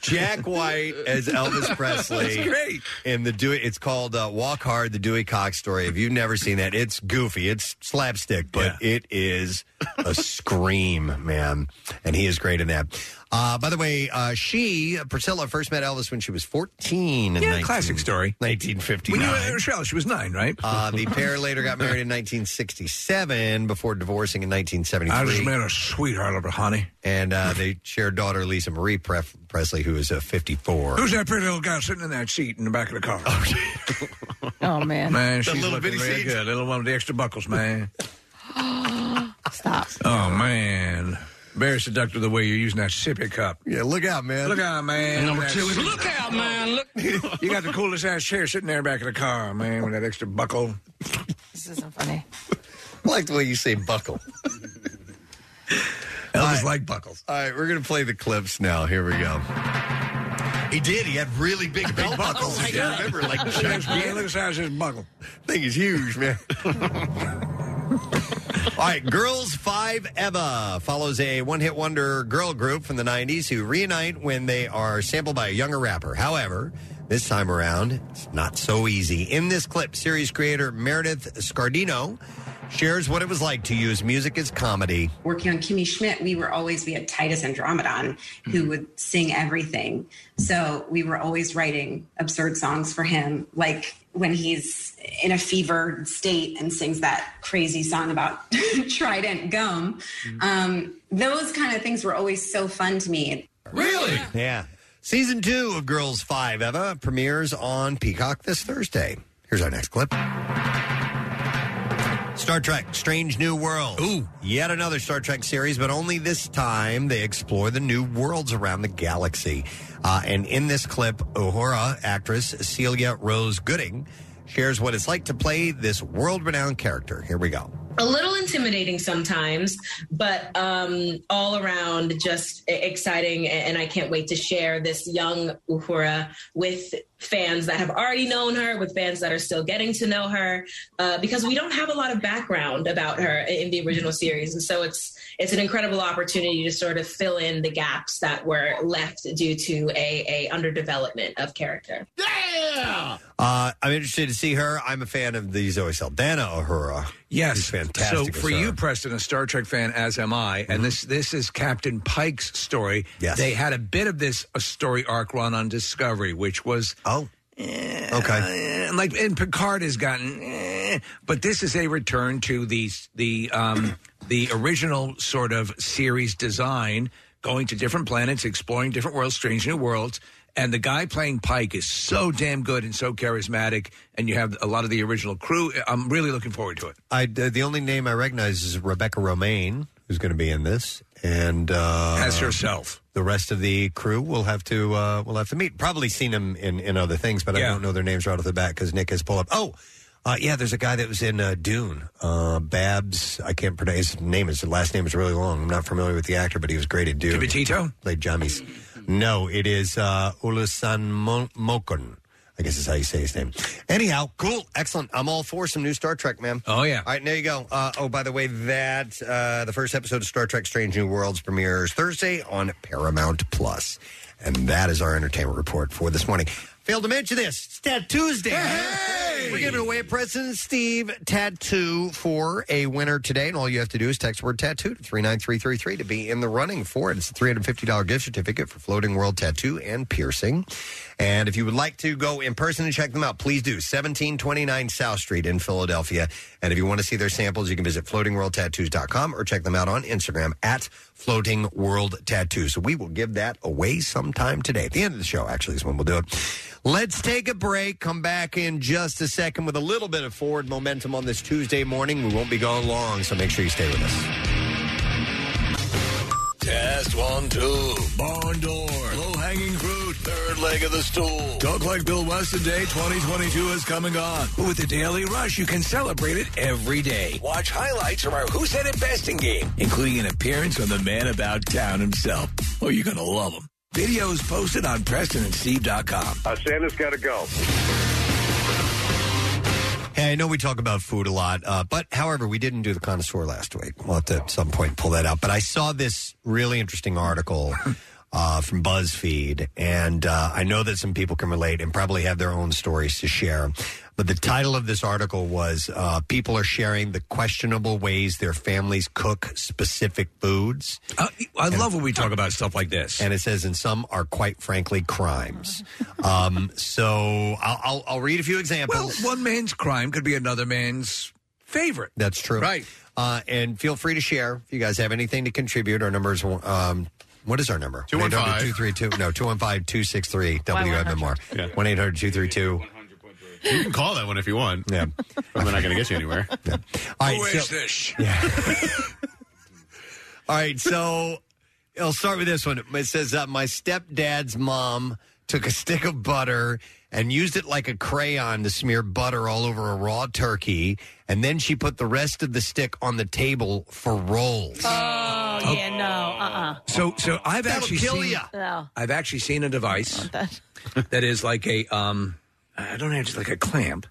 S4: Jack White as Elvis Presley.
S8: That's great.
S4: In the Dewey, it's called uh, Walk Hard: The Dewey Cox Story. If you've never seen that, it's goofy, it's slapstick, but it is a scream, man. And he is great in that. Uh, by the way, uh, she Priscilla first met Elvis when she was fourteen. In
S3: Yeah, classic
S4: story, nineteen fifty
S3: When you
S4: nine.
S3: were Rochelle, she was nine, right?
S4: Uh, the pair later got married in 1967 before divorcing in 1973.
S3: I just made a sweetheart of her, honey.
S4: And uh, they shared daughter Lisa Marie Pref- Presley, who is uh, 54.
S3: Who's that pretty little guy sitting in that seat in the back of the car?
S7: Oh man,
S3: Man,
S7: That
S3: she's
S7: little
S3: little looking
S7: bitty
S3: real
S7: seat.
S3: good. Little one with the extra buckles, man.
S7: Stop.
S3: Oh man, very seductive the way you're using that sippy cup.
S4: Yeah, look out, man.
S3: Look out, man.
S11: And number
S3: That
S11: two is
S3: sippy-
S11: look out, man. Look.
S3: You got the coolest ass chair sitting there back of the car, man, with that extra buckle.
S7: This isn't funny.
S4: I like the way you say buckle.
S3: Elvis like buckles.
S4: All right, we're going to play the clips now. Here we go. He did. He had really big, Oh, big buckles. I can't remember, like
S3: Yeah, look at the size of his buckle.
S4: Thing is huge, man. All right, Girls Five Eva follows a one hit wonder girl group from the 90s who reunite when they are sampled by a younger rapper. However, this time around, it's not so easy. In this clip, series creator Meredith Scardino shares what it was like to use music as comedy.
S12: working on Kimmy Schmidt, we were always we had Titus Andromedon who would sing everything. So we were always writing absurd songs for him, like when he's in a fevered state and sings that crazy song about Trident gum. Um, those kind of things were always so fun to me.
S4: Really? Yeah. Season two of Girls Five Eva premieres on Peacock this Thursday. Here's our next clip. Star Trek Strange New World. Ooh. Yet another Star Trek series, but only this time they explore the new worlds around the galaxy. Uh, and in this clip, Uhura actress Celia Rose Gooding shares what it's like to play this world renowned character. Here we go.
S13: a little intimidating sometimes, but um, all around just e- exciting. a- And I can't wait to share this young Uhura with fans that have already known her, with fans that are still getting to know her, uh, because we don't have a lot of background about her i- in the original series, and so it's it's an incredible opportunity to sort of fill in the gaps that were left due to a, a underdevelopment of character.
S4: Yeah! Uh, I'm interested to see her. I'm a fan of the Zoe Saldana Uhura.
S3: Yes,
S4: She's fantastic.
S3: So for
S4: as her.
S3: you, Preston, a Star Trek fan as am I, and this this is Captain Pike's story.
S4: Yes.
S3: they had a bit of this a story arc run on Discovery, which was
S4: oh,
S3: eh,
S4: okay,
S3: and like and Picard has gotten, eh, but this is a return to the the um, the original sort of series design, going to different planets, exploring different worlds, strange new worlds. And the guy playing Pike is so damn good and so charismatic, and you have a lot of the original crew. I'm really looking forward to it.
S4: I the only name I recognize is Rebecca Romaine, who's going to be in this, and uh,
S3: As herself.
S4: The rest of the crew will have to uh, will have to meet. Probably seen them in, in other things, but I don't know their names right off the bat because Nick has pulled up. Oh, uh, yeah, there's a guy that was in uh, Dune, uh, Babs. I can't pronounce his name. His last name is really long. I'm not familiar with the actor, but he was great at Dune.
S3: Tito
S4: played Jamis. No, it is uh, Ulusan Mo- Mokon. I guess is how you say his name. Anyhow, cool, excellent. I'm all for some new Star Trek, man.
S3: Oh yeah.
S4: All right, there you go. Uh, oh, by the way, that uh, the first episode of Star Trek: Strange New Worlds premieres Thursday on Paramount Plus, and that is our entertainment report for this morning. Failed to mention this. It's Tat Tuesday. We're giving away a President Steve tattoo for a winner today, and all you have to do is text word tattoo to 39333 to be in the running for it. It's a $350 gift certificate for Floating World Tattoo and Piercing. And if you would like to go in person and check them out, please do. 1729 South Street in Philadelphia. And if you want to see their samples, you can visit floatingworldtattoos.com or check them out on Instagram at Floating World Tattoo. So we will give that away sometime today. At the end of the show, actually, is when we'll do it. Let's take a break. Come back in just a second with a little bit of forward momentum on this Tuesday morning. We won't be gone long, so make sure you stay with us.
S14: Test one, two. Barn door. Low hanging fruit. Third leg of the stool.
S3: Talk like Bill Weston Day 2022 is coming on. But with the Daily Rush, you can celebrate it every day. Watch highlights from our Who Said It Besting game, including an appearance from the man about town himself. Oh, you're going to love him. Videos posted on PrestonandSteve.com.
S15: Uh, Santa's got to go.
S4: Hey, I know we talk about food a lot, uh, but however, we didn't do the connoisseur last week. We'll have to at some point pull that out. But I saw this really interesting article uh, from BuzzFeed, and uh, I know that some people can relate and probably have their own stories to share. But the title of this article was uh, People Are Sharing the Questionable Ways Their Families Cook Specific Foods.
S3: I love when we talk about stuff like this.
S4: And it says, and some are quite frankly crimes. um, so I'll, I'll, I'll read a few examples.
S3: Well, one man's crime could be another man's favorite.
S4: That's true. Right. Uh, and feel free to share if you guys have anything to contribute. Our number is, um, what is our number?
S6: 215.
S4: 232 No, 215-263-WMMR. 1-800-232.
S6: You can call that one if you want.
S4: Yeah.
S6: I'm not going to get you anywhere. Oh,
S4: Who is
S3: this?
S4: All right, so I'll start with this one. It says uh, my stepdad's mom took a stick of butter and used it like a crayon to smear butter all over a raw turkey, and then she put the rest of the stick on the table for rolls.
S7: Oh, yeah, no. Uh-uh. Oh.
S3: So, so I've
S7: That'll
S3: actually
S7: kill
S3: seen,
S7: ya. No.
S3: I've actually seen a device that is like a um, I don't know, it's like a clamp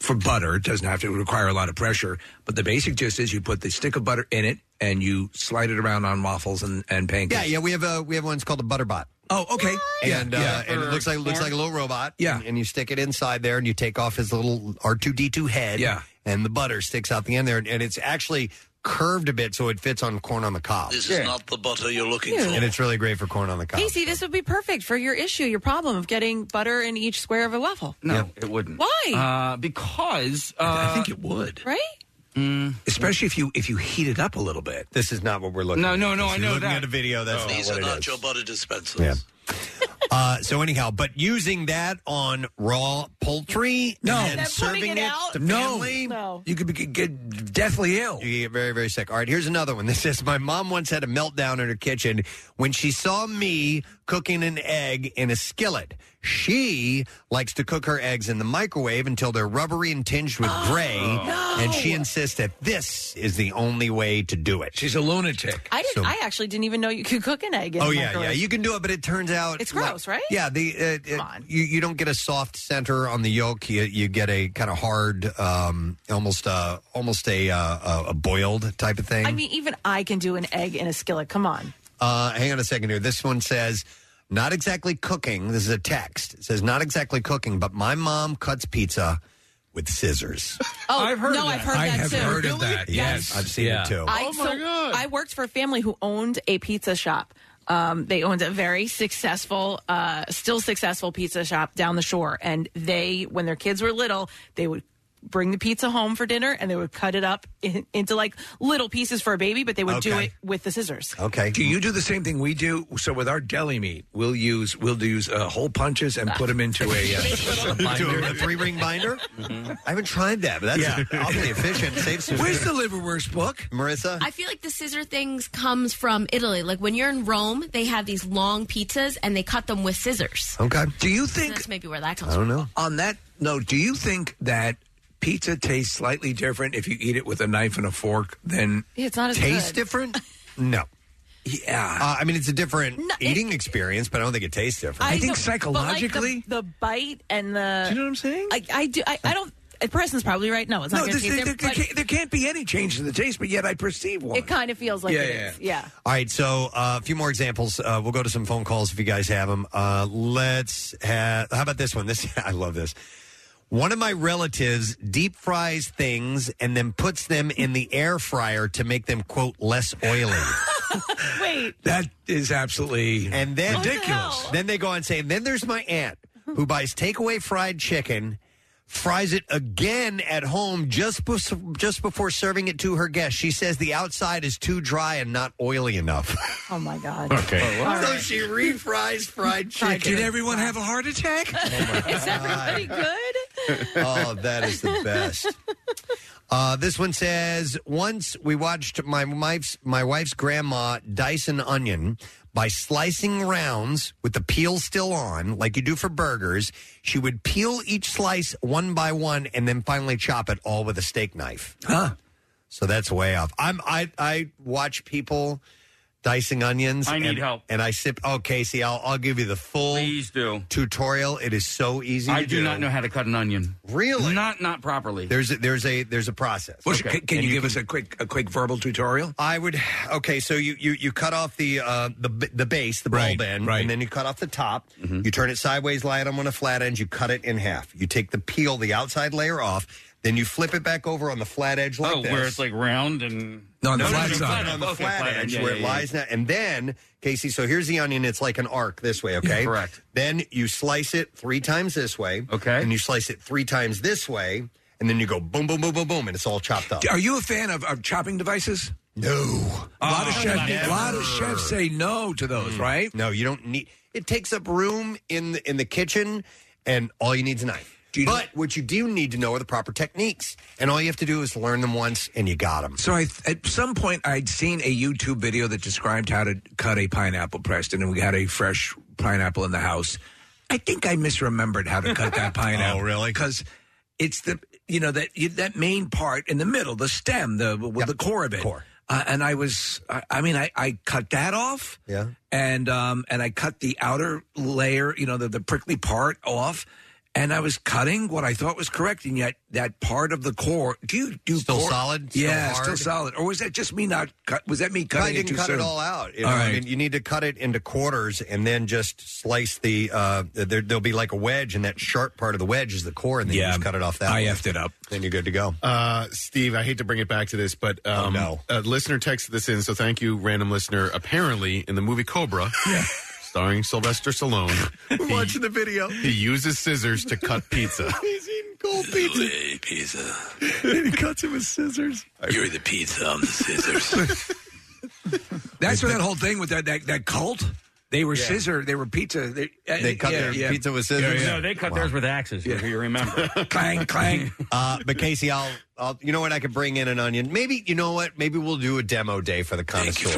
S3: for butter. It doesn't have to require a lot of pressure, but the basic gist is you put the stick of butter in it and you slide it around on waffles and, and pancakes.
S4: Yeah, yeah, we have a we have one's called a butterbot.
S3: Oh, okay.
S4: And
S3: Yeah,
S4: uh,
S3: yeah.
S4: and it looks like looks like a little robot. Yeah, and, and you stick it inside there, and you take off his little R two D two head. Yeah, and the butter sticks out the end there, and, and it's actually curved a bit so it fits on corn on the cob.
S5: This is not the butter you're looking
S7: Ew.
S4: and it's really great for corn on the cob.
S7: Casey, this would be perfect for your issue, your problem of getting butter in each square of a waffle.
S8: No, it wouldn't.
S7: Why?
S8: Uh, because uh,
S3: I think it would.
S7: Right?
S8: Mm.
S3: Especially if you if you heat it up a little bit.
S4: This is not what we're looking.
S8: No,
S4: at.
S8: no, no,
S4: If
S8: I
S4: you're
S8: know
S4: looking
S8: that.
S4: at a video. That's
S8: No.
S4: not
S5: These
S4: what
S5: are
S4: it
S5: not
S4: is.
S5: your butter dispensers.
S4: Yeah. uh, so anyhow, but using that on raw poultry,
S5: No.
S4: and
S5: They're putting
S4: serving
S5: it
S4: it,
S5: out?
S4: to
S5: No.
S4: family,
S5: No.
S4: you could be, get deathly ill. You get very very sick. All right, here's another one. This says my mom once had a meltdown in her kitchen when she saw me cooking an egg in a skillet. She likes to cook her eggs in the microwave until they're rubbery and tinged with
S7: Oh,
S4: gray, and she insists that this is the only way to do it.
S3: She's a lunatic.
S7: I did.
S4: So-
S7: not I actually didn't even know you could cook an egg. In
S4: Oh
S7: the
S4: yeah, yeah.
S7: microwave.
S4: You can do it, but it turns out
S7: It's gross, right?
S4: Yeah, the uh, it- you you don't get a soft center on the yolk. You you get a kind of hard, um, almost uh, almost a uh, a- a boiled type of thing.
S7: I mean, even I can do an egg in a skillet. Come on.
S4: Uh, hang on a second here. This one says, not exactly cooking. This is a text. It says, not exactly cooking, but my mom cuts pizza with scissors.
S7: Oh,
S4: I've heard of
S7: no,
S4: that.
S7: I've heard
S4: I
S7: that
S4: have
S7: too.
S4: heard of that, Really? yes. I've seen it, too.
S7: I,
S4: Oh, my
S7: so I worked for a family who owned a pizza shop.
S2: Um, they owned a very successful, uh, still successful pizza shop down the shore. And they, when their kids were little, they would bring the pizza home for dinner and they would cut it up in, into like little pieces for a baby, but they would do
S3: Okay.
S2: it with the scissors.
S4: Okay.
S3: Do you do the same thing we do? So with our deli meat, we'll use we'll use uh, hole punches and put them into a, uh, binder.
S4: a three ring binder.
S7: Mm-hmm.
S4: I haven't tried that, but that's
S3: Yeah.
S4: awfully efficient. Saves
S3: Where's the liverwurst book,
S4: Marissa?
S15: I feel like the scissor things comes from Italy. Like when you're in Rome, they have these long pizzas and they cut them with scissors.
S4: Okay.
S3: Do you
S15: So
S3: think?
S15: that's maybe where that comes from.
S4: know.
S3: On that note, do you think that pizza tastes slightly different if you eat it with a knife and a fork than
S2: Yeah, it's not as
S4: Taste
S2: good.
S4: different? No.
S3: Yeah.
S4: Uh, I mean, it's a different
S2: No, it-
S4: eating experience, but I don't think it tastes different.
S2: don't- but like the, the bite and the. Do you know what I'm
S3: saying?
S2: I, I do. I, I don't. A person's probably right. No, it's not
S3: no,
S2: going
S3: this,
S2: to
S3: there,
S2: taste
S3: there,
S2: different. but
S3: can't, there can't be any change in the taste, but yet I perceive one.
S2: It kind of feels like
S4: Yeah,
S2: it
S4: yeah.
S2: is. Yeah.
S4: All right, so uh, a few more examples. Uh, we'll go to some phone calls if you guys have them. Uh, let's have. How about this one? This I love this. One of my relatives deep fries things and then puts them in the air fryer to make them quote less oily.
S2: Wait.
S3: That is absolutely
S4: and then
S3: ridiculous.
S4: Then they go on saying, then there's my aunt who buys takeaway fried chicken, fries it again at home just bef- just before serving it to her guests. She says the outside is too dry and not oily enough.
S2: Oh my god.
S4: Okay.
S2: All
S4: So
S2: right.
S4: she refries fried chicken.
S3: Did everyone have a heart attack?
S2: is everybody good?
S4: oh, that is the best. Uh, this one says once we watched my wife's my wife's grandma dice an onion by slicing rounds with the peel still on, like you do for burgers. She would peel each slice one by one, and then finally chop it all with a steak knife.
S3: Huh.
S4: So that's way off. I'm I I watch people dicing onions.
S8: I need
S4: and-
S8: help.
S4: and I sip. Oh, Casey, I'll I'll give you the full
S8: Please do.
S4: tutorial. It is so easy.
S8: I
S4: to
S8: do not know how to cut an onion.
S4: Really?
S8: Not not properly.
S4: There's a, there's a there's a process.
S3: Well, can- can you give us a quick a quick verbal tutorial?
S4: I would. Okay, so you you, you cut off the uh, the b- the base, the bulb end, and then you cut off the top. You turn it sideways, lie it on one of flat ends. You cut it in half. You take the peel, the outside layer off. Then you flip it back over on the flat edge like
S8: oh,
S4: this.
S8: where it's like round and
S4: on the
S8: Okay,
S4: flat
S8: flat
S4: edge
S8: yeah,
S4: where
S8: yeah,
S4: it
S8: yeah.
S4: lies now. And then, Casey, so here's the onion. It's like an arc this way, okay? Correct. Then you slice it three times this way. Okay. And you slice it three times this way. And then you go boom, boom, boom, boom, boom, and it's all chopped up.
S3: Are you a fan of, of chopping devices?
S4: No.
S3: A lot of
S4: Oh,
S3: chefs,
S4: never.
S3: a lot of chefs say no to those,
S4: Mm.
S3: right?
S4: No, you don't need. It takes up room in the, in the kitchen, and all you need is a knife. but what you do need to know are the proper techniques, and all you have to do is learn them once, and you got them.
S3: So I, at some point, I'd seen a YouTube video that described how to cut a pineapple, Preston, and we had a fresh pineapple in the house. I think I misremembered how to cut that pineapple. oh, really? Because it's the you know that you, that main part in the middle, the stem, the with the core of it. Core. Uh, and I was, I, I mean, I, I cut that off.
S4: Yeah.
S3: and um and I cut the outer layer, you know, the, the prickly part off, and I was cutting what I thought was correct, and yet that part of the core. Do you do
S4: Still
S3: core-
S4: solid? Still
S3: Yeah,
S4: hard?
S3: still solid. Or was that just me not cut? Was that me
S4: I
S3: cutting it
S4: didn't
S3: too
S4: cut
S3: soon?
S4: it all out. You know?
S3: All right.
S4: I mean, you need to cut it into quarters and then just slice the. Uh, there, there'll be like a wedge, and that sharp part of the wedge is the core, and then you just cut it off that. I
S3: effed it up.
S4: Then you're good to go.
S6: Uh, Steve, I hate to bring it back to this, but
S3: Oh,
S6: um, a listener texted this in, so thank you, random listener. Apparently, in the movie Cobra, starring Sylvester Stallone,
S4: We're watching the video.
S6: he uses scissors to cut pizza.
S4: He's eating cold pizza.
S3: pizza.
S4: and he cuts it with scissors.
S3: You're the pizza, I'm the scissors. That's where that whole thing with that that, that cult. They were
S8: Yeah.
S3: scissor. They were pizza. They, uh,
S8: They cut
S3: yeah,
S8: their
S3: yeah.
S8: pizza with scissors? No, they cut theirs with axes, if you remember.
S3: clang, clang.
S4: Uh, but Casey, I'll, I'll, you know what? I could bring in an onion. Maybe you know what? Maybe we'll do a demo day for the connoisseur.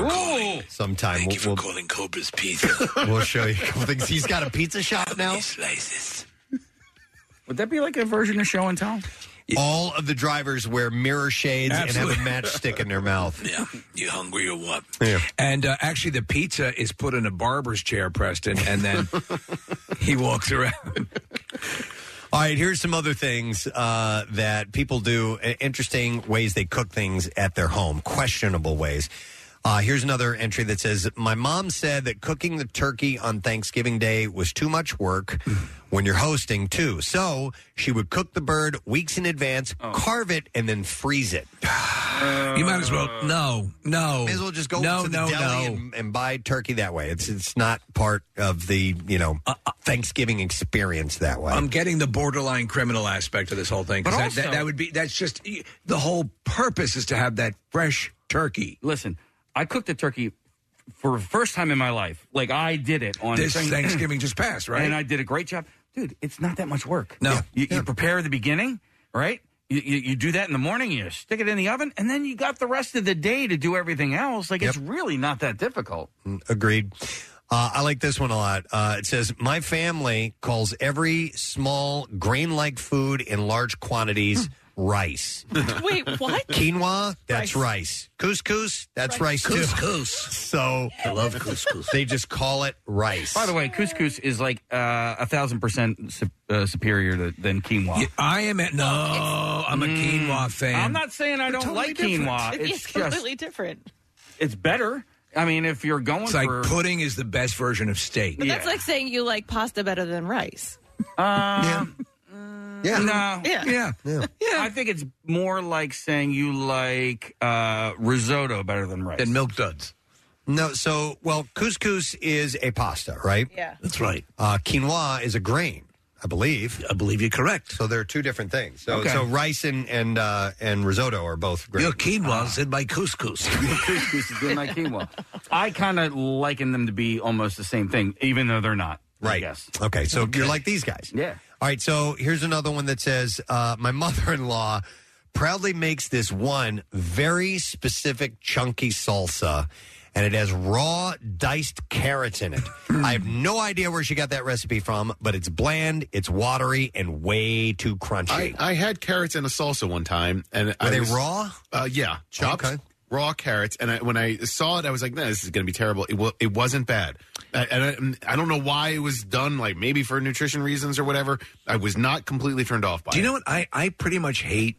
S4: Sometime. Thank we'll, you for
S3: calling Cobra's Pizza.
S4: we'll show you a couple things. He's got a pizza shop now.
S3: Slices.
S8: Would that be like a version of show and tell?
S4: All of the drivers wear mirror shades and have a matchstick in their mouth.
S3: Yeah, you hungry or what?
S4: Yeah.
S3: And uh, actually, the pizza is put in a barber's chair, Preston, and then he walks around.
S4: All right, here's some other things uh, that people do, uh, interesting ways they cook things at their home, questionable ways. Uh, Uh, here's another entry that says My mom said that cooking the turkey on Thanksgiving Day was too much work when you're hosting, too. So she would cook the bird weeks in advance, carve it, and then freeze it.
S3: you might as well. No, no.
S4: May as well just go
S3: No,
S4: to the
S3: no,
S4: deli
S3: no.
S4: and, and buy turkey that way. It's it's not part of the you know Thanksgiving experience that way.
S3: Uh, I'm getting the borderline criminal aspect of this whole thing. 'cause
S8: But
S3: that, that,
S8: also-
S3: that would be that's just the whole purpose is to have that fresh turkey.
S8: Listen, I cooked a turkey for the first time in my life. Like I did it on
S3: This
S8: Thank-
S3: Thanksgiving just passed, right?
S8: And I did a great job, dude. It's not that much work.
S3: No.
S8: you, you prepare the beginning, right? You, you, you do that in the morning. You stick it in the oven, and then you got the rest of the day to do everything else. Like it's really not that difficult.
S4: Mm, Agreed. Uh, I like this one a lot. Uh, it says, My family calls every small grain like food in large quantities
S3: Hmm.
S4: rice.
S11: Wait, what?
S4: Quinoa? That's rice. Couscous? That's rice, too.
S3: Couscous.
S4: So I love couscous. They just call it rice.
S8: By the way, couscous is like uh, a thousand percent su- uh, superior to, than quinoa. Mm,
S3: I am at no. I'm a quinoa fan.
S8: I'm not saying I don't like quinoa. It's,
S7: It's
S8: just
S7: completely different.
S8: it's better. I mean, if you're going
S3: It's like
S8: for
S3: pudding is the best version of steak.
S7: But that's like saying you like pasta better than rice.
S4: Um, yeah.
S8: No.
S7: Yeah.
S3: Yeah.
S4: yeah.
S8: I think it's more like saying you like uh, risotto better than rice. Than
S3: milk duds.
S4: No, so, well, couscous is a pasta, right?
S7: Yeah.
S3: That's right.
S4: Uh, quinoa is a grain, I believe.
S3: I believe you're correct.
S4: So there are two different things. So,
S3: Okay.
S4: so rice and and uh, and risotto are both grains.
S3: Your quinoa's in my couscous.
S8: couscous is in my quinoa. Uh, I kind of liken them to be almost the same thing, even though they're not. Right. Yes.
S4: Okay, so you're like these guys.
S8: Yeah.
S4: All right, so here's another one that says uh, My mother in law proudly makes this one very specific chunky salsa, and it has raw diced carrots in it.
S3: Hmm.
S4: I have no idea where she got that recipe from, but it's bland, it's watery, and way too
S6: I,
S4: crunchy.
S6: I had carrots in a salsa one time, and I
S4: Were they
S6: was-
S4: raw?
S6: Uh, yeah, chopped raw carrots. And I, when I saw it, I was like, "No, this is going to be terrible." It, wa- it wasn't bad, I, and I, I don't know why it was done. Like maybe for nutrition reasons or whatever. I was not completely turned off by.
S3: Do you
S6: it.
S3: know what? I, I pretty much hate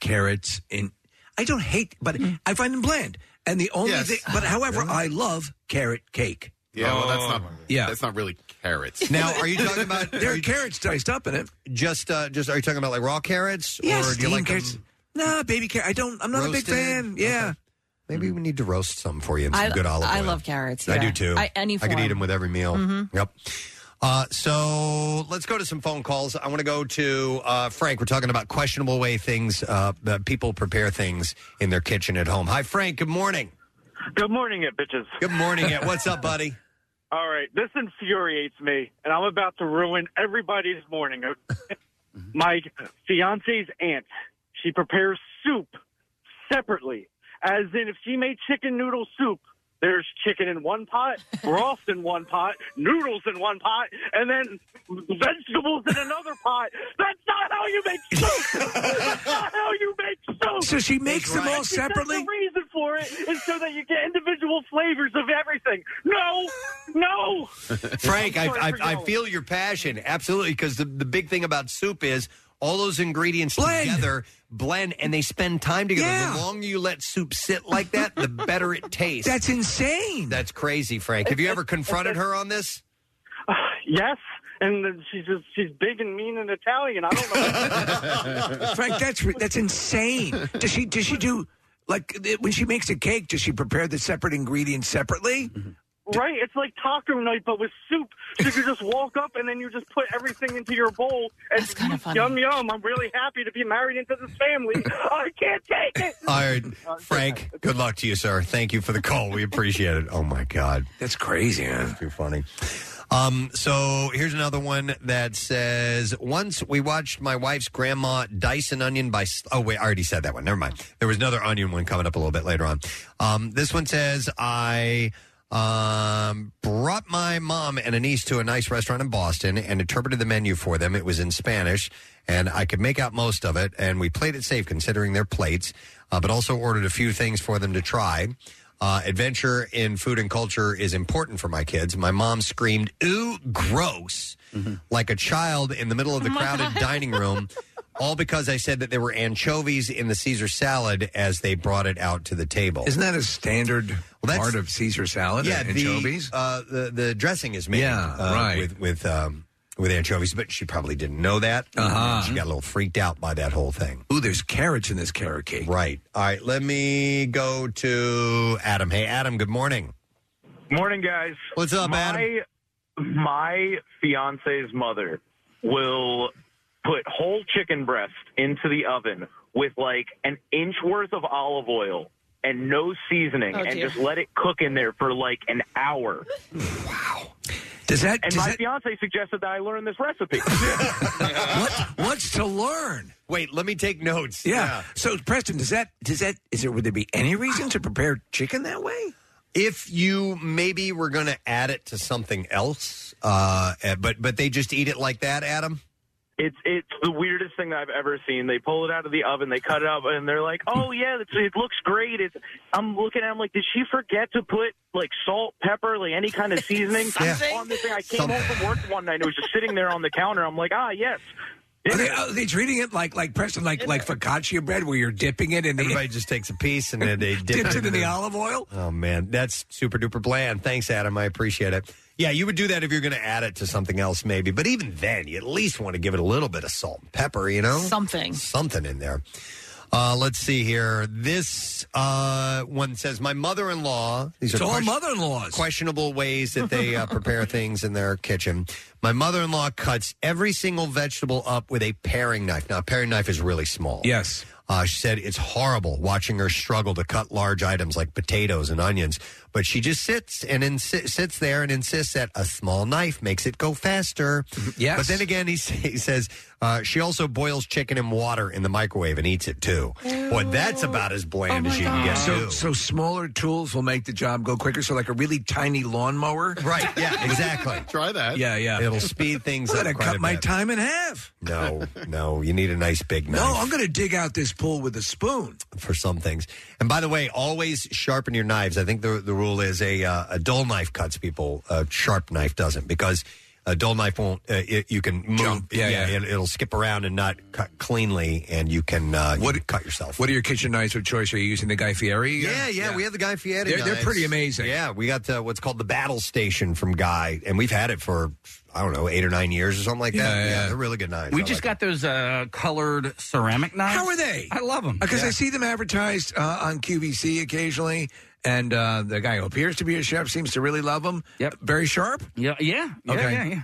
S3: carrots in I don't hate, but I find them bland. And the only
S6: Yes.
S3: thing but however I love carrot cake.
S6: Yeah, well, that's not.
S3: Oh. Yeah.
S6: that's not really carrots.
S4: Now, are you talking about-
S3: there are carrots diced up in it?
S4: Just, uh, just are you talking about like raw carrots,
S3: Yeah,
S4: or do you
S3: steamed
S4: like
S3: carrots.
S4: them
S3: Nah, baby carrot. I don't I'm not a big
S4: roasted?
S3: fan. Yeah.
S4: Okay. Maybe we need to roast some for you and some good olive
S7: I
S4: oil.
S7: love carrots.
S4: I
S7: yeah.
S4: do too.
S7: I, any
S4: I
S7: form.
S4: could eat them with every meal.
S7: Mhm.
S4: Yep. Uh, so let's go to some phone calls. I want to go to uh, Frank. We're talking about questionable way things uh, that people prepare things in their kitchen at home. Hi, Frank. Good morning.
S16: Good morning, it bitches.
S4: Good morning. It. What's up, buddy?
S16: All right, this infuriates me, and I'm about to ruin everybody's morning. My fiance's aunt, she prepares soup separately, as in if she made chicken noodle soup. There's chicken in one pot, broth in one pot, noodles in one pot, and then vegetables in another pot. That's not how you make soup. That's not how you make soup.
S3: So she makes them all
S16: She said
S3: separately?
S16: The reason for it is so that you get individual flavors of everything. No, no.
S4: Frank, I,
S16: I'm sorry
S4: I,
S16: for
S4: I
S16: yelling.
S4: feel your passion. Absolutely. Because the, the big thing about soup is all those ingredients together blend and they spend time together.
S3: Yeah.
S4: The longer you let soup sit like that, the better it tastes.
S3: That's insane.
S4: That's crazy, Frank. Have you ever confronted her on this?
S16: Uh, Yes, and then she's just she's big and mean and Italian. I don't know.
S3: Frank, that's re- that's insane. Does she does she do like th- when she makes a cake? Does she prepare the separate ingredients separately?
S8: Mm-hmm.
S16: right? It's like taco night, but with soup. So you just walk up and then you just put everything into your bowl. And That's kind of funny. Yum yum! I'm really happy to be married into this family. I can't take it.
S4: All right, Frank. Good luck to you, sir. Thank you for the call. We appreciate it. Oh my God,
S3: that's crazy. Man.
S4: Too funny. Um, so here's another one that says: Once we watched my wife's grandma dice an onion by. s- Oh wait, I already said that one. Never mind. There was another onion one coming up a little bit later on. Um, this one says I. Um, brought my mom and a niece to a nice restaurant in Boston and interpreted the menu for them. It was in Spanish, and I could make out most of it. And we played it safe considering their plates, uh, but also ordered a few things for them to try. Uh, adventure in food and culture is important for my kids. My mom screamed, ooh, gross, like a child in the middle of the crowded dining room all because I said that there were anchovies in the Caesar salad as they brought it out to the table.
S3: Isn't that a standard part of Caesar salad?
S4: Yeah, the,
S3: anchovies.
S4: uh, the the dressing is made.
S3: Yeah,
S4: uh,
S3: right.
S4: With with um, with anchovies, but she probably didn't know that.
S3: Uh-huh.
S4: She got a little freaked out by that whole thing.
S3: Ooh, there's carrots in this carrot cake.
S4: Right. All right. Let me go to Adam. Hey, Adam. Good morning.
S17: Morning, guys.
S4: What's up,
S17: my,
S4: Adam?
S17: My fiance's mother will put whole chicken breast into the oven with like an inch worth of olive oil and no seasoning
S3: Oh,
S17: and
S3: dear.
S17: just let it cook in there for like an hour. Wow.
S3: Does that
S17: And
S3: does
S17: my
S3: that-
S17: fiance suggested that I learn this recipe.
S3: What's to learn?
S4: Wait, let me take notes.
S3: Yeah. So, Preston, does that does that is there would there be any reason to prepare chicken that way?
S4: If you maybe were going to add it to something else, uh, eh, but but they just eat it like that, Adam.
S17: It's it's the weirdest thing that I've ever seen. They pull it out of the oven, they cut it up, and they're like, "Oh yeah, it's, it looks great." It's, I'm looking at, it, I'm like, "Did she forget to put like salt, pepper, like any kind of seasoning
S3: Yeah.
S17: on this thing?" I came
S3: Something.
S17: home from work one night and it was just sitting there on the counter. I'm like, "Ah, yes."
S3: Are they, are they treating it like like Preston like like focaccia bread where you're dipping it and
S4: everybody just takes a piece and then they dip
S3: dips
S4: it
S3: it in
S4: in
S3: the
S4: the-
S3: olive oil.
S4: Oh man, that's super duper bland. Thanks, Adam. I appreciate it. Yeah, you would do that if you're going to add it to something else, maybe. But even then, you at least want to give it a little bit of salt and pepper, you know,
S7: Something.
S4: something in there. Uh, let's see here. This uh, one says, "My mother-in-law." These
S3: It's
S4: are
S3: all
S4: question-
S3: mother-in-laws.
S4: Questionable ways that they uh, prepare things in their kitchen. My mother-in-law cuts every single vegetable up with a paring knife. Now, a paring knife is really small.
S3: Yes.
S4: Uh, she said it's horrible watching her struggle to cut large items like potatoes and onions, but she just sits and insi- sits there and insists that a small knife makes it go faster.
S3: Yes.
S4: But then again, he, s- he says uh, she also boils chicken in water in the microwave and eats it too. Boy, that's about as bland as you can get.
S3: So
S4: too.
S3: so smaller tools will make the job go quicker. So like a really tiny lawnmower.
S4: Right. Yeah. Exactly.
S6: Try that.
S3: Yeah. Yeah.
S4: It'll speed things
S3: I'm
S4: up
S3: gonna
S4: quite
S3: cut
S4: a
S3: my
S4: bit.
S3: time in half.
S4: No, no, you need a nice big knife.
S3: No, I'm gonna dig out this pool with a spoon.
S4: for some things. And by the way, always sharpen your knives. I think the the rule is a uh, a dull knife cuts people, a sharp knife doesn't because a dull knife won't. Uh, it, you can move,
S3: Jump. Yeah, yeah.
S4: It, will skip around and not cut cleanly, and you can uh, you can cut yourself.
S3: What are your kitchen knives of choice? Are you using the Guy Fieri?
S4: Yeah, yeah, we have the Guy Fieri.
S3: They're, they're
S4: knives.
S3: pretty amazing.
S4: Yeah, we got the, what's called the Battle Station from Guy, and we've had it for I don't know eight or nine years or something like that.
S8: Yeah,
S4: Yeah,
S8: yeah.
S4: they're really good knives.
S8: We
S4: I
S8: just
S4: like
S8: got those uh, colored ceramic knives.
S3: How are they?
S8: I love them
S3: Because I see them advertised uh, on QVC occasionally, and uh, the guy who appears to be a chef seems to really love them. Yep. Very sharp.
S8: Yeah. Yeah. Yeah,
S3: Okay.
S8: yeah, yeah.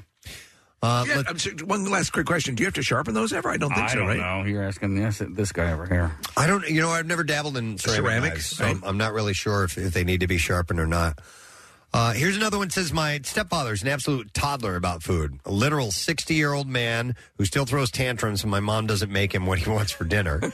S4: Uh,
S3: I'm sorry, one last quick question: Do you have to sharpen those ever? I don't think
S8: I
S3: so.
S8: don't
S3: right?
S8: know. You're asking this this guy over here.
S4: it. I don't. You know, I've never dabbled in ceramic,
S3: Ceramic,
S4: knives, so I'm- I'm not really sure if, if they need to be sharpened or not. Uh, here's another one. Says my stepfather's an absolute toddler about food. A literal 60 year old man who still throws tantrums when my mom doesn't make him what he wants for dinner.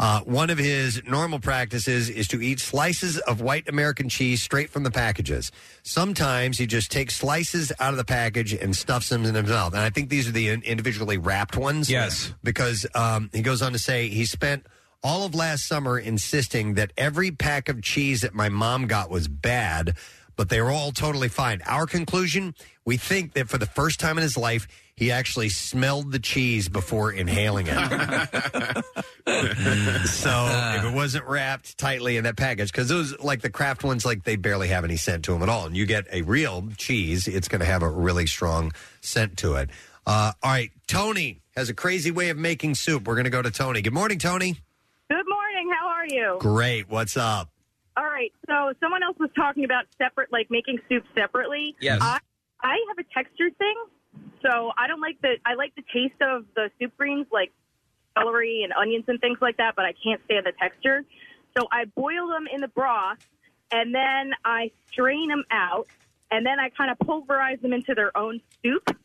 S4: uh, one of his normal practices is to eat slices of white American cheese straight from the packages. Sometimes he just takes slices out of the package and stuffs them in his mouth. And I think these are the in- individually wrapped ones. Yes, because um, he goes on to say he spent all of last summer insisting that every pack of cheese that my mom got was bad, but they were all totally fine. Our conclusion we think that for the first time in his life, he actually smelled the cheese before inhaling it. so if it wasn't wrapped tightly in that package, because those like the craft ones, like they barely have any scent to them at all. And you get a real cheese, it's going to have a really strong scent to it. Uh, all right, Tony has a crazy way of making soup. We're going to go to Tony. Good morning, Tony.
S18: Good morning. How are you?
S4: Great. What's up?
S18: All right. So someone else was talking about separate, like making soup separately.
S4: Yes.
S18: I, I have a texture thing, so I don't like the. I like the taste of the soup greens, like celery and onions and things like that, but I can't stand the texture. So I boil them in the broth, and then I strain them out, and then I kind of pulverize them into their own soup,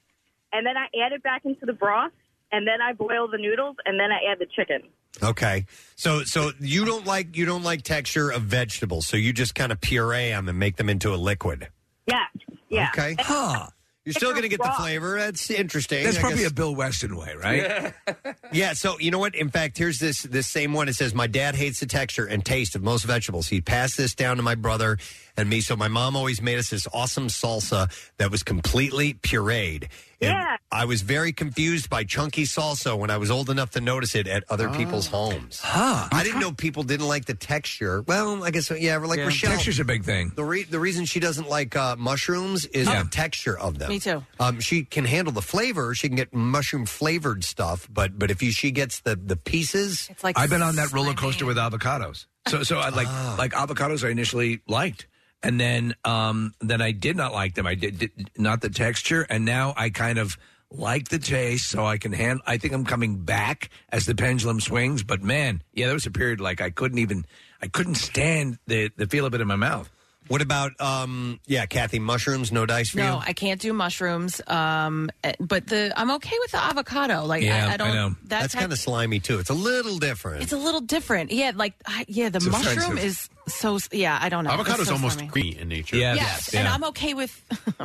S18: and then I add it back into the broth, and then I boil the noodles, and then I add the chicken.
S4: Okay. So so you don't like you don't like texture of vegetables, so you just kind of puree them and make them into a liquid.
S18: Yeah. Yeah.
S4: Okay. Huh. You're still going to get the flavor. That's interesting.
S3: That's
S4: I
S3: probably
S4: guess.
S3: a Bill Weston way, right?
S4: Yeah, so you know what? In fact, here's this this same one. It says, "My dad hates the texture and taste of most vegetables. He passed this down to my brother and me. So my mom always made us this awesome salsa that was completely pureed. And
S18: Yeah.
S4: I was very confused by chunky salsa when I was old enough to notice it at other people's homes. Oh. Huh. I didn't know people didn't like the texture. Well, I guess yeah, like
S3: Yeah.
S4: Rochelle.
S3: Texture's a big thing.
S4: The re- the reason she doesn't like uh, mushrooms is the texture of them.
S2: Me too.
S4: Um, she can handle the flavor. She can get mushroom flavored stuff, but but if you, she gets the the pieces,
S2: it's like
S3: I've been on that roller coaster with avocados. So so I like
S4: Ah.
S3: like avocados I initially liked. And then um then I did not like them. I did, did not the texture and now I kind of like the taste so I can hand I think I'm coming back as the pendulum swings, but man, yeah, there was a period like I couldn't even I couldn't stand the the feel of it in my mouth.
S4: What about um yeah, Kathy mushrooms, no dice for
S2: No,
S4: you.
S2: I can't do mushrooms. Um, eh, but the I'm okay with the avocado. Like I, I don't. That
S4: That's
S2: type-
S4: kind of slimy too. It's a little different.
S2: It's a little different. Yeah, like I, yeah, the
S4: It's
S2: mushroom
S4: offensive.
S2: is so. Yeah, I don't know. That's
S6: Avocado's
S2: so
S6: almost
S2: slimy.
S6: creamy in nature.
S2: Yes, and I'm okay with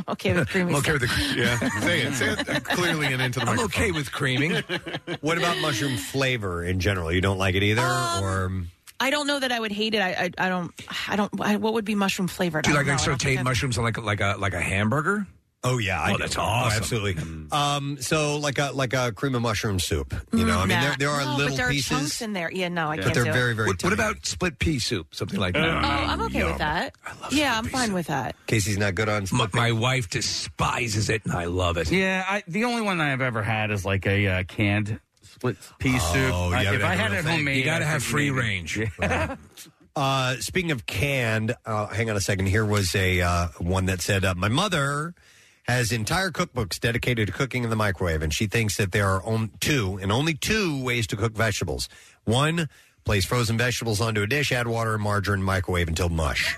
S2: okay with creamy.
S6: I'm okay
S2: stuff.
S6: with the yeah. Say it, say it clearly and into the
S4: I'm
S6: microphone.
S4: okay with
S3: creaming.
S4: what about mushroom flavor in general? You don't like it either, or
S2: I don't know that I would hate it. I I, I don't I don't. I, what would be mushroom flavored?
S3: Do you
S2: I
S3: like,
S2: don't
S3: like
S2: know. I don't think
S3: sauteed
S2: I've-
S3: mushrooms on like a- like a like a hamburger?
S4: Oh yeah, I
S3: oh,
S4: do.
S3: that's
S4: Oh,
S3: awesome.
S4: absolutely. um, so like a like a cream of mushroom soup. You know, I mean,
S2: Nah.
S4: there, there are
S2: no,
S4: little
S2: but there
S4: pieces.
S2: are chunks in there. Yeah, no, I
S4: But
S2: can't.
S4: they're
S2: do it.
S4: very, very
S3: What, what about split pea soup? Something like
S2: Oh,
S3: that.
S2: I'm okay with that. yeah, I'm fine with that.
S4: Casey's not good on.
S3: My, my wife despises it, and I love it.
S8: Yeah, I, the only one I've ever had is like a uh, canned split pea soup.
S3: Oh, you
S8: I,
S3: gotta
S8: if
S3: have
S8: I
S3: the
S8: had
S3: real
S8: it
S3: thing.
S8: homemade,
S3: You gotta
S8: I
S3: have
S8: think
S3: free
S8: maybe.
S3: range.
S4: Uh, speaking of canned, uh, hang on a second. Here was a uh, one that said, uh, "My mother has entire cookbooks dedicated to cooking in the microwave, and she thinks that there are on- two and only two ways to cook vegetables. One, place frozen vegetables onto a dish, add water and margarine, microwave until mush.